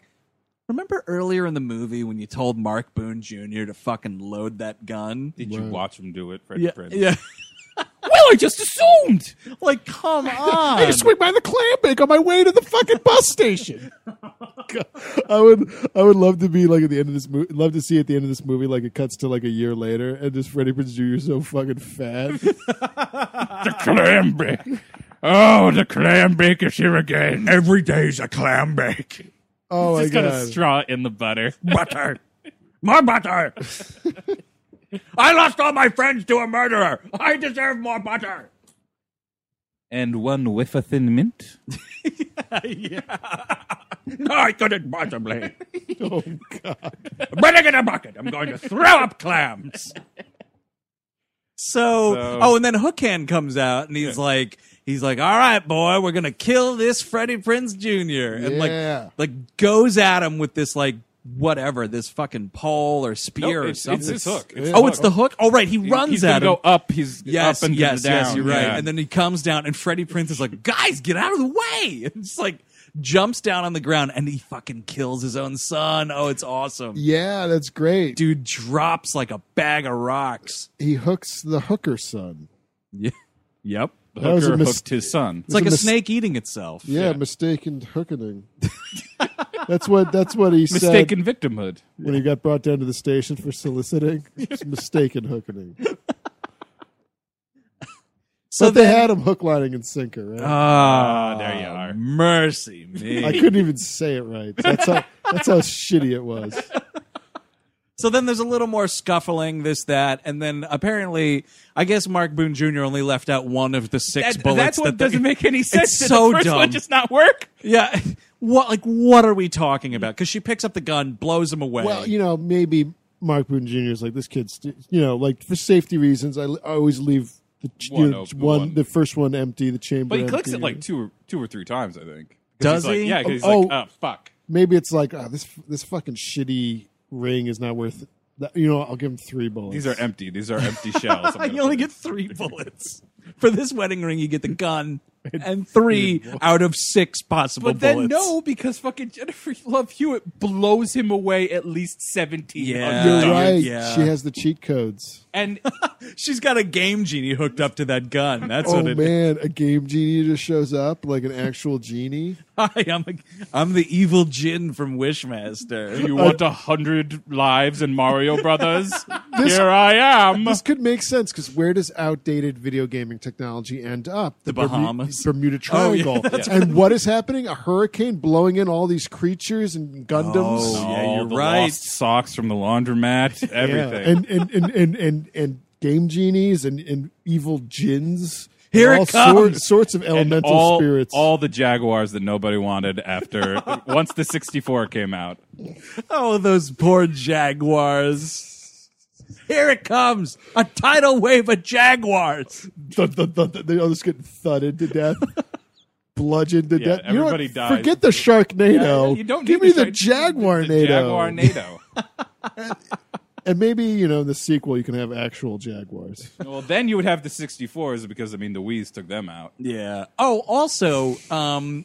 S2: remember earlier in the movie when you told Mark Boone Jr. to fucking load that gun?
S3: Did you watch him do it, Freddie
S2: Yeah.
S3: Prinze?
S2: yeah.
S3: well, I just assumed.
S2: Like, come on.
S4: I just swing by the clam bake on my way to the fucking bus station. I would, I would love to be like at the end of this movie. Love to see at the end of this movie, like it cuts to like a year later, and just Freddie Prinze Jr. is so fucking fat.
S12: The clam bake. Oh, the clam bake is here again. Every day's a clam bake.
S4: Oh
S3: just
S4: my
S3: got a
S4: God.
S3: straw in the butter.
S12: Butter. My butter. I lost all my friends to a murderer. I deserve more butter.
S3: and one whiff of thin mint.
S12: No, I couldn't possibly. oh, God. But I get a bucket. I'm going to throw up clams.
S2: So,
S12: So-
S2: oh, and then Hook Hand comes out and he's like, he's like, all right, boy, we're gonna kill this Freddie Prince Jr. and
S4: Yeah.
S2: like, like goes at him with this like whatever, this fucking pole or spear
S3: Nope,
S2: or
S3: it's- it's
S2: something.
S3: his hook. It's
S2: oh,
S3: the
S2: it's the hook. Oh, right, he
S3: He-
S2: runs
S3: he's
S2: at
S3: gonna
S2: him.
S3: go up, he's
S2: yes,
S3: up and
S2: yes,
S3: down,
S2: yes. You're right.
S3: yeah.
S2: And then he comes down, and Freddie Prince is like, guys, get out of the way, and just like jumps down on the ground, and he fucking kills his own son. Oh, it's awesome.
S4: yeah, that's great.
S2: Dude drops like a bag of rocks.
S4: He hooks the hooker son.
S2: Yeah. Yep.
S3: The
S4: That was a
S3: hooker
S4: mis-
S3: hooked his son.
S2: It's like
S4: a
S2: a,
S4: mis-
S2: snake eating itself.
S4: Yeah, mistaken hooking. that's what. That's what he said.
S3: Mistaken victimhood.
S4: when he got brought down to the station for soliciting. It's mistaken hooking.
S2: So
S4: but they
S2: then-
S4: had him hook, lining, and sinker, right?
S3: Oh,
S2: Ah,
S3: there you are.
S2: Mercy me.
S4: I couldn't even say it right. That's how that's how shitty it was.
S2: So then there's a little more scuffling, this, that, and then apparently, I guess Mark Boone Jr. only left out one of the six
S3: That-
S2: bullets.
S3: that's what
S2: that the-
S3: doesn't make any sense.
S2: It's
S3: Did
S2: so
S3: the first
S2: dumb.
S3: one just not work?
S2: yeah. What like what are we talking about? Because she picks up the gun, blows him away.
S4: Well, you know, maybe Mark Boone Jr. is like this kid's. You know, like for safety reasons, I, I always leave the ch-
S3: One
S4: you know,
S3: open,
S4: one,
S3: one.
S4: the first one empty, the chamber.
S3: But he clicks it
S4: empty.
S3: like two or two or three times, I think. 'Cause he's
S2: Does
S3: like-
S2: he?
S3: yeah, 'cause he's
S4: Oh.
S3: like, oh fuck.
S4: Maybe it's like ah, this this fucking shitty ring is not worth. That. You know, I'll give him three bullets.
S3: These are empty. These are empty shells. I'm gonna
S2: you only get three bullets. For this wedding ring, you get the gun and three out of six possible
S3: But then
S2: bullets.
S3: no, because fucking Jennifer Love Hewitt blows him away at least seventeen.
S2: Yeah.
S4: You're
S3: times.
S4: right.
S2: yeah.
S4: She has the cheat codes.
S3: And
S2: She's got a game genie hooked up to that gun. That's
S4: oh
S2: what it
S4: man, a game genie just shows up like an actual genie.
S2: Hi, I'm a, I'm the evil Jin from Wishmaster.
S3: you want a hundred lives in Mario Brothers?
S4: This-
S3: Here I am.
S4: This could make sense because where does outdated video gaming technology end up?
S2: The
S4: Bermu-
S2: Bahamas.
S4: Bermuda
S2: Oh, yeah,
S4: Triangle. and what is happening? A hurricane blowing in all these creatures and Gundams.
S2: Oh, yeah,
S3: All
S2: you're
S3: the
S2: right.
S3: lost socks from the laundromat.
S4: Yeah.
S3: Everything.
S4: And, and, and, and, and, and game genies and, and evil djinns.
S2: Here
S4: all
S2: it comes.
S4: sor- sorts of elemental
S3: all,
S4: spirits.
S3: all the Jaguars that nobody wanted after once the 64 came out.
S2: Oh, those poor Jaguars. Here it comes. A tidal wave of Jaguars.
S4: thud, thud, thud, thud. they all just get thudded to death. Bludgeoned to
S3: Yeah,
S4: death. You know what?
S3: everybody dies.
S4: Forget the Sharknado.
S3: you don't
S4: Give
S3: need
S4: me
S3: the
S4: the
S3: Shark-
S4: Jaguar
S3: The Jaguar NATO.
S4: And maybe, you know, in the sequel, you can have actual Jaguars.
S3: well, then you would have the 64s because I mean the Wii's took them out.
S2: Yeah. Oh, also, um,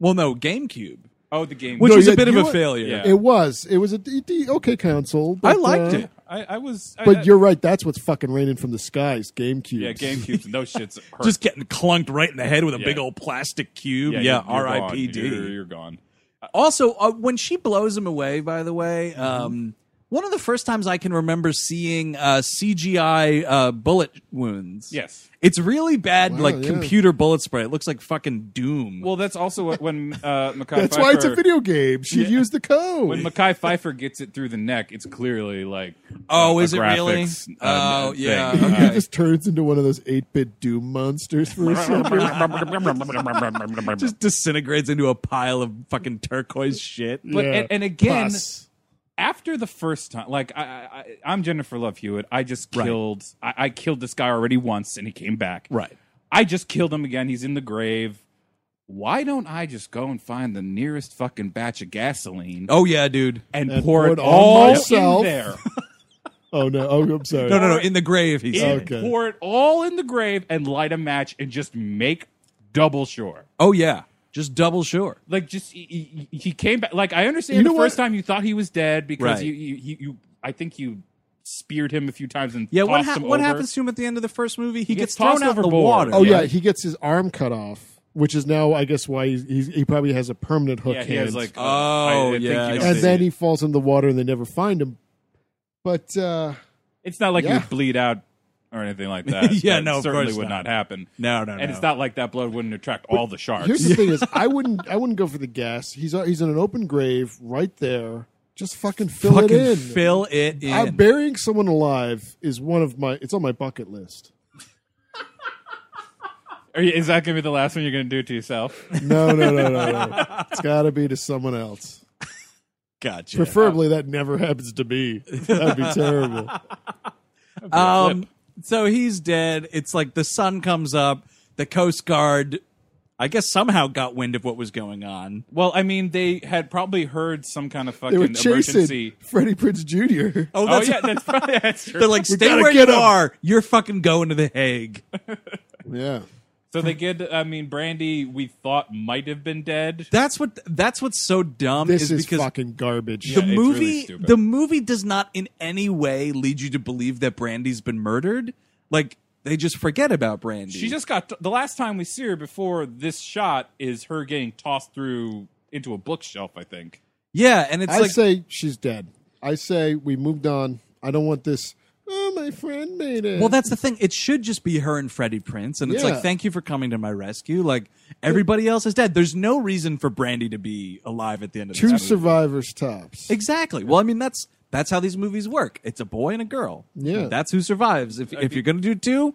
S2: well, no, GameCube,
S3: Oh, the game.
S2: which
S4: No,
S2: was
S4: yeah,
S2: a bit of
S4: you
S2: a
S4: know-
S2: failure.
S3: Yeah.
S4: It was. It was a d- d- okay console.
S2: I
S4: but,
S2: liked
S4: uh,
S2: it.
S3: I, I was. I- I-
S4: But you're right. That's what's fucking raining from the skies. GameCube.
S3: Yeah, GameCubes and those shits hurt.
S2: Just getting clunked right in the head with a
S3: Yeah.
S2: big old plastic cube. Yeah,
S3: you're- you're gone.
S2: R.I.P.D.
S3: You're, you're gone. Mm-hmm.
S2: Also, uh, when she blows him away, by the way, um, one of the first times I can remember seeing uh, CGI uh, bullet wounds.
S3: Yes.
S2: It's really bad,
S3: Wow,
S2: like
S3: yeah.
S2: computer bullet spray. It looks like fucking Doom.
S3: Well, that's also what when uh, Mackay
S4: That's why it's a
S3: Pfeiffer-
S4: video game. She
S3: Yeah.
S4: used the code.
S3: When Mackay Pfeiffer gets it through the neck, it's clearly like
S2: Oh,
S3: a
S2: is it really?
S3: graphics, um,
S2: Oh,
S3: thing.
S2: yeah,
S3: Uh,
S4: He just turns into one of those eight bit Doom monsters for a second.
S2: just disintegrates into a pile of fucking turquoise shit.
S3: But and, and again, after the first time, like I, I, I- I'm Jennifer Love Hewitt. I just
S2: Right.
S3: killed. I, I killed this guy already once, and he came back.
S2: Right.
S3: I just killed him again. He's in the grave. Why don't I just go and find the nearest fucking batch of gasoline?
S2: Oh yeah, dude,
S3: and,
S4: And
S3: pour
S4: pour it
S3: it
S4: on
S3: all
S4: myself.
S3: in there.
S4: oh no! Oh, I'm sorry.
S2: No, no, no, in the grave. He
S3: In-
S2: said.
S3: Pour it all in the grave and light a match and just make double sure.
S2: Oh yeah, just double sure.
S3: Like just he, he- he came back. Like I understand
S2: You
S3: the
S2: know
S3: first
S2: what?
S3: time you thought he was dead because
S2: Right.
S3: you, you you you I think you speared him a few times and
S2: Yeah, what,
S3: tossed
S2: hap-
S3: him
S2: what
S3: over.
S2: happens to him at the end of the first movie? He, gets,
S3: gets
S2: thrown
S3: tossed
S2: out in the
S3: overboard.
S2: water.
S4: Oh yeah,
S3: Yeah.
S4: he gets his arm cut off, which is now, I guess, why he's, he's, he probably has a permanent hook
S3: Yeah, he
S4: hand.
S3: has like
S2: Oh,
S3: I- I think
S2: yeah,
S3: you
S2: I
S3: don't
S4: and
S3: see
S4: then
S3: it.
S4: he falls in the water, and they never find him. But uh,
S3: it's not like he
S4: Yeah.
S3: would bleed out or anything like that.
S2: Yeah,
S3: That
S2: no, of
S3: certainly
S2: course
S3: would
S2: not.
S3: not, happen.
S2: No, no,
S3: and
S2: no.
S3: it's not like that blood wouldn't attract all the sharks.
S4: here's the thing: is I wouldn't, I wouldn't go for the gas. He's uh, he's in an open grave right there. Just fucking fill
S2: Fucking
S4: it in.
S2: fill it in.
S4: Uh, burying someone alive is one of my. It's on my bucket list.
S3: Are you, is that gonna be the last one you're gonna do to yourself?
S4: No, no, no, no, no. it's got to be to someone else.
S2: Gotcha.
S4: Preferably that never happens to me. That'd be terrible.
S2: Um, so he's dead. It's like the sun comes up. The Coast Guard, I guess, somehow got wind of what was going on.
S3: Well, I mean, they had probably heard some kind of
S4: They
S3: fucking
S4: were chasing
S3: emergency.
S4: Freddie Prince Jr.
S2: Oh, that's,
S3: oh yeah, that's probably that's true.
S2: they're like,
S4: We
S2: stay
S4: gotta
S2: where you
S4: get 'em."
S2: are. You're fucking going to the Hague.
S4: Yeah.
S3: so they get. I mean, Brandy, we thought might have been dead.
S2: That's what. That's what's so dumb.
S4: This
S2: is,
S4: is
S2: because
S4: fucking garbage.
S2: the
S3: Yeah, it's really
S2: movie
S3: stupid.
S2: the movie does not in any way lead you to believe that Brandy's been murdered. Like they just forget about Brandy.
S3: She just got the last time we see her before this shot is her getting tossed through into a bookshelf. I think.
S2: yeah, and it's
S4: I
S2: like
S4: say she's dead. I say we moved on. I don't want this. Oh, my friend made it.
S2: well, that's the thing. It should just be her and Freddie Prince, and it's
S4: Yeah.
S2: like thank you for coming to my rescue. Like everybody else is dead. There's no reason for Brandy to be alive at the end of
S4: two
S2: this movie.
S4: survivors tops.
S2: Exactly. Well, I mean that's that's how these movies work. It's a boy and a girl.
S4: Yeah.
S2: that's who survives. If if you're gonna do two,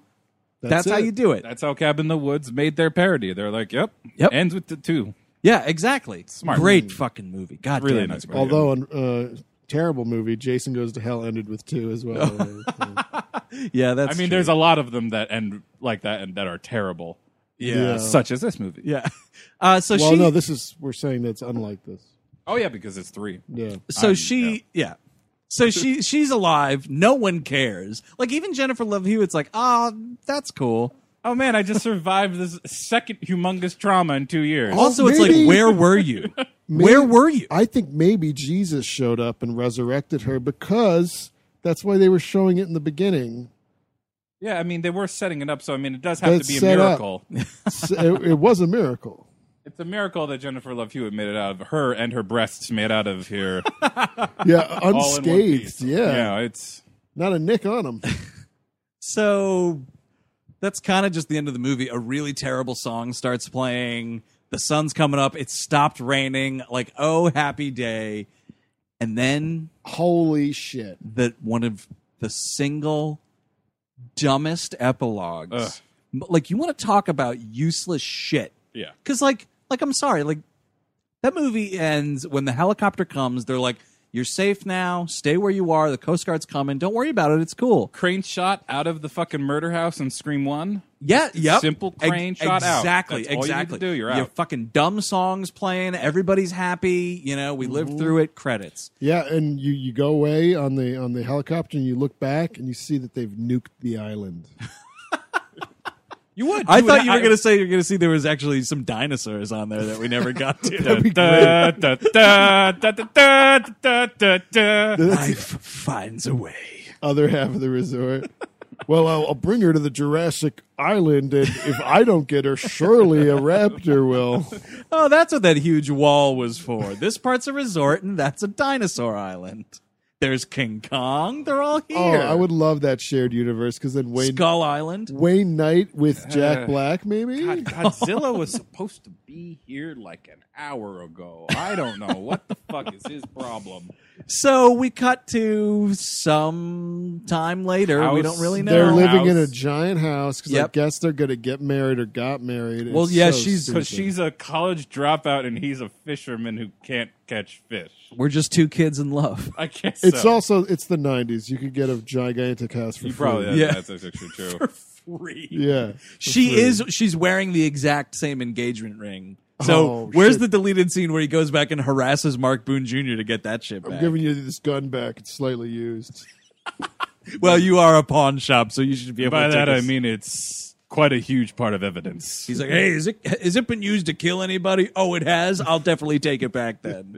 S2: that's, how
S4: it.
S2: you do it.
S3: That's how Cabin in the Woods made their parody. They're like, "Yep,
S2: Yep.
S3: ends with the two.
S2: Yeah, exactly.
S3: Smart.
S2: Great fucking movie. God
S3: Really
S2: damn it.
S3: nice movie.
S4: Although a uh, terrible movie, Jason Goes to Hell ended with two as well.
S2: Yeah,
S3: I
S2: that's.
S3: mean,
S2: true.
S3: there's a lot of them that end like that and that are terrible.
S4: Yeah.
S3: such as this movie.
S2: Yeah. Uh, so
S4: well,
S2: she.
S4: no, this is we're saying that's unlike this.
S3: Oh yeah, because it's three.
S4: Yeah.
S2: so
S3: I'm-
S2: she. Yeah. So she she's alive. No one cares. Like even Jennifer Love Hewitt's like, ah, that's cool.
S3: Oh man, I just survived this second humongous trauma in two years.
S2: Also, it's
S4: maybe-
S2: like, where were you? where were you?
S4: I think maybe Jesus showed up and resurrected her because that's why they were showing it in the beginning.
S3: Yeah, I mean they were setting it up, so I mean it does have
S4: That's
S3: to be a
S4: set up.
S3: miracle.
S4: So it, it was a miracle.
S3: it's a miracle that Jennifer Love Hewitt made it out of her and her breasts made out of here,
S4: Yeah,
S3: all in one piece.
S4: unscathed. Yeah.
S3: yeah, it's
S4: not a nick on him.
S2: So that's kind of just the end of the movie. A really terrible song starts playing. The sun's coming up. It stopped raining. Like, oh, happy day. And then
S4: Holy shit!
S2: that one of the single dumbest
S3: Ugh.
S2: epilogues. M- Like you want to talk about useless shit.
S3: yeah.
S2: Cuz like like I'm sorry, like that movie ends when the helicopter comes, they're like you're safe now. Stay where you are. The Coast Guard's coming. Don't worry about it. It's cool.
S3: Crane shot out of the fucking murder house and Scream One.
S2: Yeah, yep.
S3: Simple
S2: Ex-
S3: crane shot out.
S2: Exactly,
S3: That's all you need to
S2: exactly.
S3: do, you're
S2: You
S3: out.
S2: have fucking dumb songs playing. Everybody's happy. You know, we lived through it. Credits.
S4: Yeah, and you you go away on the on the helicopter and you look back and you see that they've nuked the island.
S3: You would.
S2: I thought you were going to say you're going to see there was actually some dinosaurs on there that we never got to.
S4: That'd be great.
S3: gonna.
S4: That's
S2: Life finds a way.
S4: the other half of the resort. Well, I'll, I'll bring her to the Jurassic Island, and if I don't get her, surely a raptor will.
S2: Oh, that's what that huge wall was for. This part's a resort, and that's a dinosaur island. There's King Kong. They're all here.
S4: Oh, I would love that shared universe because then Wayne
S2: Skull Island.
S4: Wayne Knight with Jack
S3: Uh,
S4: Black, maybe.
S3: God, Godzilla was supposed to be here like an hour ago. I don't know what the fuck is his problem.
S2: So we cut to some time later. we don't really know.
S4: They're living in a giant house because I
S2: Yep.
S4: guess they're gonna get married or got married. It's
S2: Well, yeah,
S4: so
S2: she's-
S4: stupid.
S3: Because she's a college dropout and he's a fisherman who can't catch fish.
S2: We're just two kids in love.
S3: I guess
S4: It's
S3: so.
S4: also it's the '90s. You could get a gigantic house for
S3: You
S4: free.
S3: probably
S2: Yeah.
S3: that's actually true.
S2: For free.
S4: Yeah, for
S2: She
S4: free.
S2: is. She's wearing the exact same engagement ring. So
S4: Oh,
S2: where's
S4: shit.
S2: the deleted scene where he goes back and harasses Mark Boone Jr. to get that shit
S4: I'm
S2: back?
S4: giving you this gun back. It's slightly used.
S2: well, you are a pawn shop, so you should be able.
S3: By
S2: to
S3: that
S2: take a-
S3: I mean it's quite a huge part of evidence.
S2: He's like, hey, is it has it been used to kill anybody? Oh, it has. I'll definitely take it back then.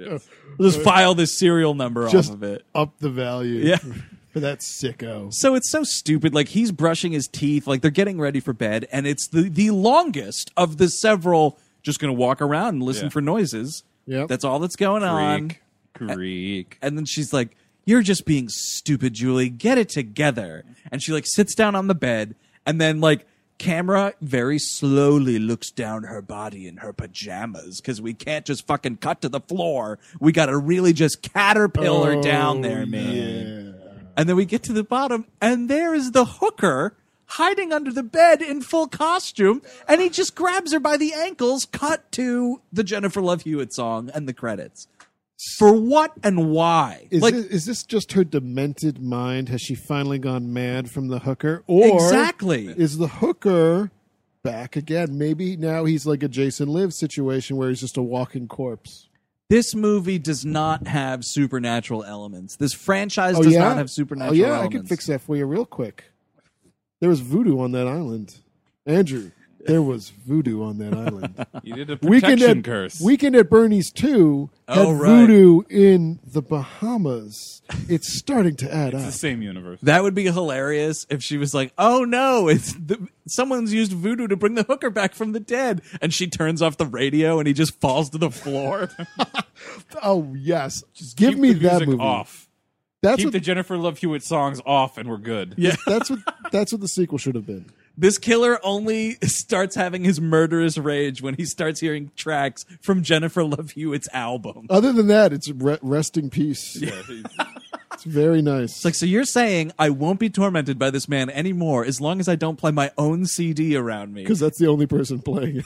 S2: We'll just file this serial number
S4: Just
S2: off of it.
S4: up the value.
S2: Yeah.
S4: for that sicko.
S2: So it's so stupid. Like he's brushing his teeth, like they're getting ready for bed, and it's the the longest of the several. Just gonna walk around and listen
S3: Yeah.
S2: for noises.
S4: Yep.
S2: that's all that's going on.
S3: Creek.
S2: And then she's like, "You're just being stupid, Julie. Get it together." And she like sits down on the bed, and then like camera very slowly looks down her body in her pajamas because we can't just fucking cut to the floor. We got to really just caterpillar
S4: Oh,
S2: down there, man. And then we get to the bottom, and there is the hooker. Hiding under the bed in full costume, and he just grabs her by the ankles. Cut to the Jennifer Love Hewitt song and the credits. For what and why?
S4: Is,
S2: like
S4: this, is this just her demented mind? Has she finally gone mad from the hooker? Or
S2: Exactly.
S4: is the hooker back again? Maybe now he's like a Jason Live situation where he's just a walking corpse.
S2: this movie does not have supernatural elements. This franchise
S4: oh
S2: does
S4: yeah,
S2: not have supernatural
S4: Oh yeah,
S2: elements.
S4: I can fix that for you real quick. There was voodoo on that island, Andrew. There was voodoo on that island.
S3: You did a
S4: Weekend
S3: protection
S4: at,
S3: curse.
S4: Weekend at Bernie's 2 had
S2: Oh, right.
S4: voodoo in the Bahamas. It's starting to add
S3: it's
S4: up.
S3: the same universe.
S2: That would be hilarious if she was like, "Oh no, it's the, someone's used voodoo to bring the hooker back from the dead," and she turns off the radio and he just falls to the floor.
S4: Oh yes, give
S3: Keep
S4: me
S3: the
S4: that
S3: music
S4: movie.
S3: off.
S4: That's
S3: Keep
S4: what,
S3: the Jennifer Love Hewitt songs off, and we're good.
S2: yeah,
S4: that's what that's what the sequel should have been.
S2: this killer only starts having his murderous rage when he starts hearing tracks from Jennifer Love Hewitt's album.
S4: Other than that, it's re- rest in peace. It's very nice.
S2: It's like, so you're saying I won't be tormented by this man anymore as long as I don't play my own CD around me.
S4: because that's the only person playing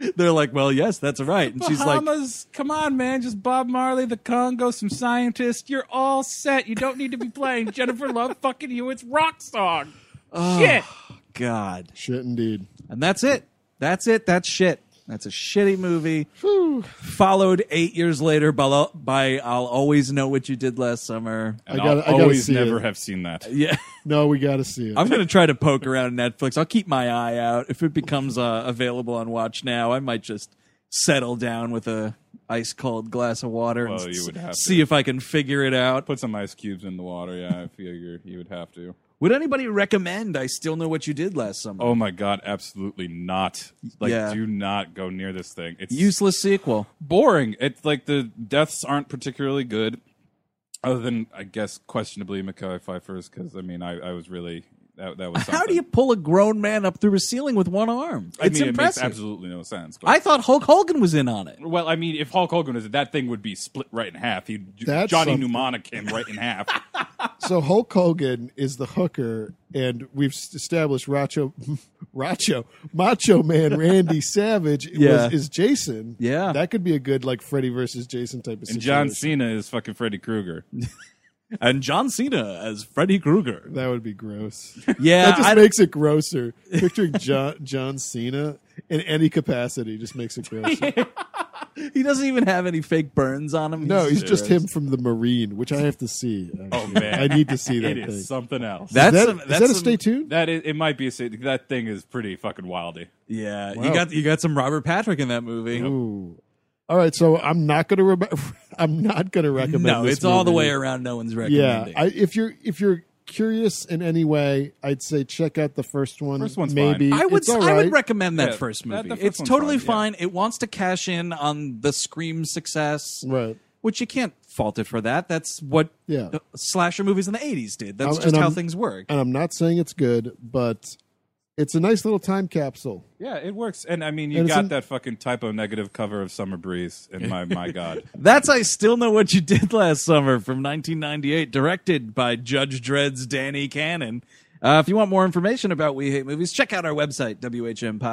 S4: it.
S2: They're like, well, yes, that's right. And she's like,
S3: Bahamas, come on, man. Just Bob Marley, the Congo, some scientists. You're all set. You don't need to be playing Jennifer Love fucking Hewitt's rock song. Shit.
S2: "Oh, God.
S4: Shit, indeed.
S2: And that's it. That's it. That's shit. That's a shitty movie. Followed eight years later by, by I'll Always Know What You Did Last Summer.
S3: And
S4: I gotta-
S3: I'll
S4: I gotta
S3: always
S4: see
S3: never
S4: it.
S3: have seen that.
S2: Yeah.
S4: No, we got to see it.
S2: I'm going to try to poke around Netflix. I'll keep my eye out. If it becomes uh, available on Watch Now, I might just settle down with a ice cold glass of water
S3: Well,
S2: and
S3: you
S2: s-
S3: would have to.
S2: see if I can figure it out.
S3: Put some ice cubes in the water. Yeah, I figure you would have to.
S2: Would anybody recommend I Still Know What You Did Last Summer?
S3: Oh my god, absolutely not. Like,
S2: Yeah.
S3: do not go near this thing. It's
S2: Useless sequel.
S3: boring. It's like the deaths aren't particularly good, other than I guess questionably Mackay Pfeiffer's. Because I mean, I, I was really that that was. Something.
S2: How do you pull a grown man up through a ceiling with one arm?
S3: I
S2: It's
S3: mean,
S2: impressive.
S3: it makes absolutely no sense. But
S2: I thought Hulk Hogan was in on it.
S3: Well, I mean, if Hulk Hogan was it, that thing would be split right in half. He
S4: That's
S3: Johnny
S4: something.
S3: Mnemonic him right in half.
S4: so Hulk Hogan is the hooker, and we've s- established Racho, Racho, Macho Man Randy Savage
S2: Yeah.
S4: was, is Jason.
S2: Yeah.
S4: that could be a good like Freddy versus Jason type of situation.
S3: and John Cena is fucking Freddy Krueger.
S2: And John Cena as Freddy Krueger.
S4: That would be gross.
S2: Yeah,
S4: that just
S2: I-
S4: makes it grosser. Picturing John John Cena in any capacity just makes it grosser.
S2: He doesn't even have any fake burns on him.
S4: No, he's just
S2: serious.
S4: him from the Marine, which I have to see.
S3: Oh
S4: actually.
S3: man,
S4: I need to see that
S3: It
S4: thing.
S3: is something else.
S2: That's
S4: is that,
S2: a,
S4: is
S2: that's
S4: that a
S2: some-
S4: stay tuned?
S3: That is, it might be a sa- that thing is pretty fucking wildy.
S2: Yeah,
S4: Wow.
S2: you got you got some Robert Patrick in that movie.
S4: Ooh. All right, so I'm not gonna re- I'm not gonna recommend.
S2: No,
S4: this
S2: it's all the
S4: movie.
S2: way around. No one's
S4: Yeah,
S2: recommending.
S4: I, if you're if you're curious in any way, I'd say check out the first one.
S3: First one's
S4: maybe
S3: fine.
S2: I would
S4: It's all
S2: I
S4: right.
S2: would recommend that
S3: Yeah,
S2: first
S3: that-
S2: movie.
S3: the first
S2: it's
S3: one's
S2: totally
S3: fine,
S2: fine. It wants to cash in on the Scream success.
S4: Right.
S2: which you can't fault it for that. That's what
S4: yeah.
S2: slasher movies in the 80s did.
S4: I'm-
S2: That's just
S4: and
S2: how
S4: I'm-
S2: things work.
S4: And I'm not saying it's good, but it's a nice little time capsule.
S3: Yeah, it works. And I mean, you
S4: And it's
S3: got
S4: in-
S3: that fucking typo negative cover of Summer Breeze, and my my god,
S2: That's I Still Know What You Did Last Summer from 1998, directed by Judge Dredd's Danny Cannon. Uh, if you want more information about We Hate Movies, check out our website,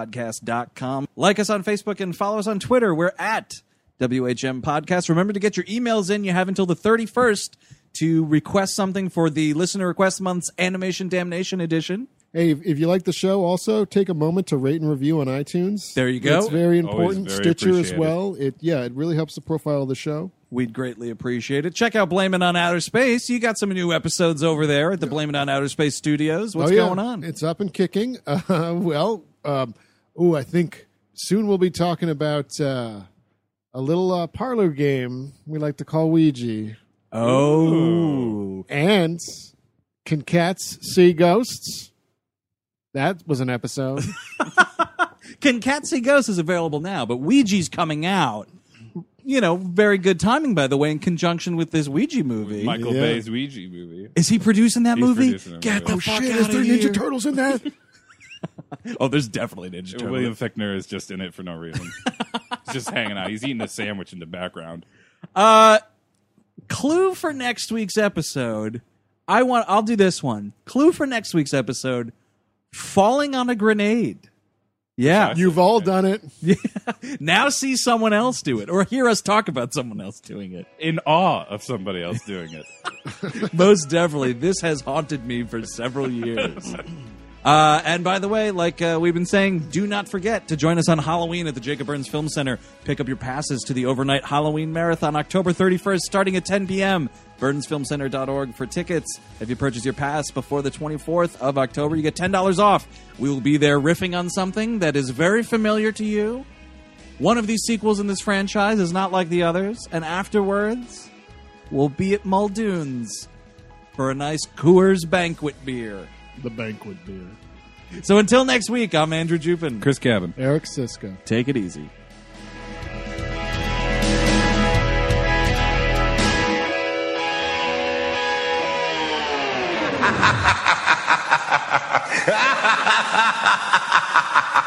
S2: WHMPodcast.com. Like us on Facebook and follow us on Twitter. We're at WHM Podcast. Remember to get your emails in. You have until the 31st to request something for the Listener Request Month's Animation Damnation Edition.
S4: Hey, if, if you like the show, also take a moment to rate and review on iTunes.
S2: There you go.
S4: It's very
S2: Always
S4: important.
S2: very
S4: Stitcher as
S2: appreciated.
S4: well. It yeah, it really helps the profile of the show.
S2: We'd greatly appreciate it. Check out Blaming on Outer Space. You got some new episodes over there at the Blaming on Outer Space Studios. What's
S4: Oh, yeah.
S2: going on?
S4: It's up and kicking. Uh, well, um, oh, I think soon we'll be talking about uh, a little uh, parlor game we like to call Ouija.
S2: Oh.
S4: And can cats see ghosts? That was an episode.
S2: Can Cat See Ghosts is available now, but Ouija's coming out. You know, very good timing, by the way, in conjunction with this Ouija movie.
S3: Michael Bay's Ouija movie.
S2: Is he producing that
S3: He's
S2: movie?
S3: producing that
S2: Get
S3: movie.
S2: the
S3: Oh,
S2: fuck
S3: shit,
S2: out
S3: is
S2: of
S3: there
S2: here.
S3: Ninja
S4: Turtles in that?
S2: oh, there's definitely Ninja Turtles.
S3: William Fickner is just in it for no reason. He's just hanging out. He's eating a sandwich in the background.
S2: Uh, clue for next week's episode. I want. I'll do this one. Clue for next week's episode: falling on a grenade. Yeah,
S4: you've all done it.
S2: Yeah. Now see someone else do it, or hear us talk about someone else doing it.
S3: In awe of somebody else doing it.
S2: Most definitely, this has haunted me for several years. Uh, and by the way, like uh, we've been saying, do not forget to join us on Halloween at the Jacob Burns Film Center. Pick up your passes to the overnight Halloween marathon October 31st, starting at 10 p.m. BurnsFilmCenter.org for tickets. If you purchase your pass before the 24th of October, you get $10 off. We will be there riffing on something that is very familiar to you. One of these sequels in this franchise is not like the others, and afterwards, we'll be at Muldoon's for a nice Coors banquet beer.
S4: The banquet beer.
S2: So until next week, I'm Andrew Jupin.
S3: Chris Cabin.
S4: Eric Siska.
S2: Take it easy.
S8: Ha ha ha ha ha!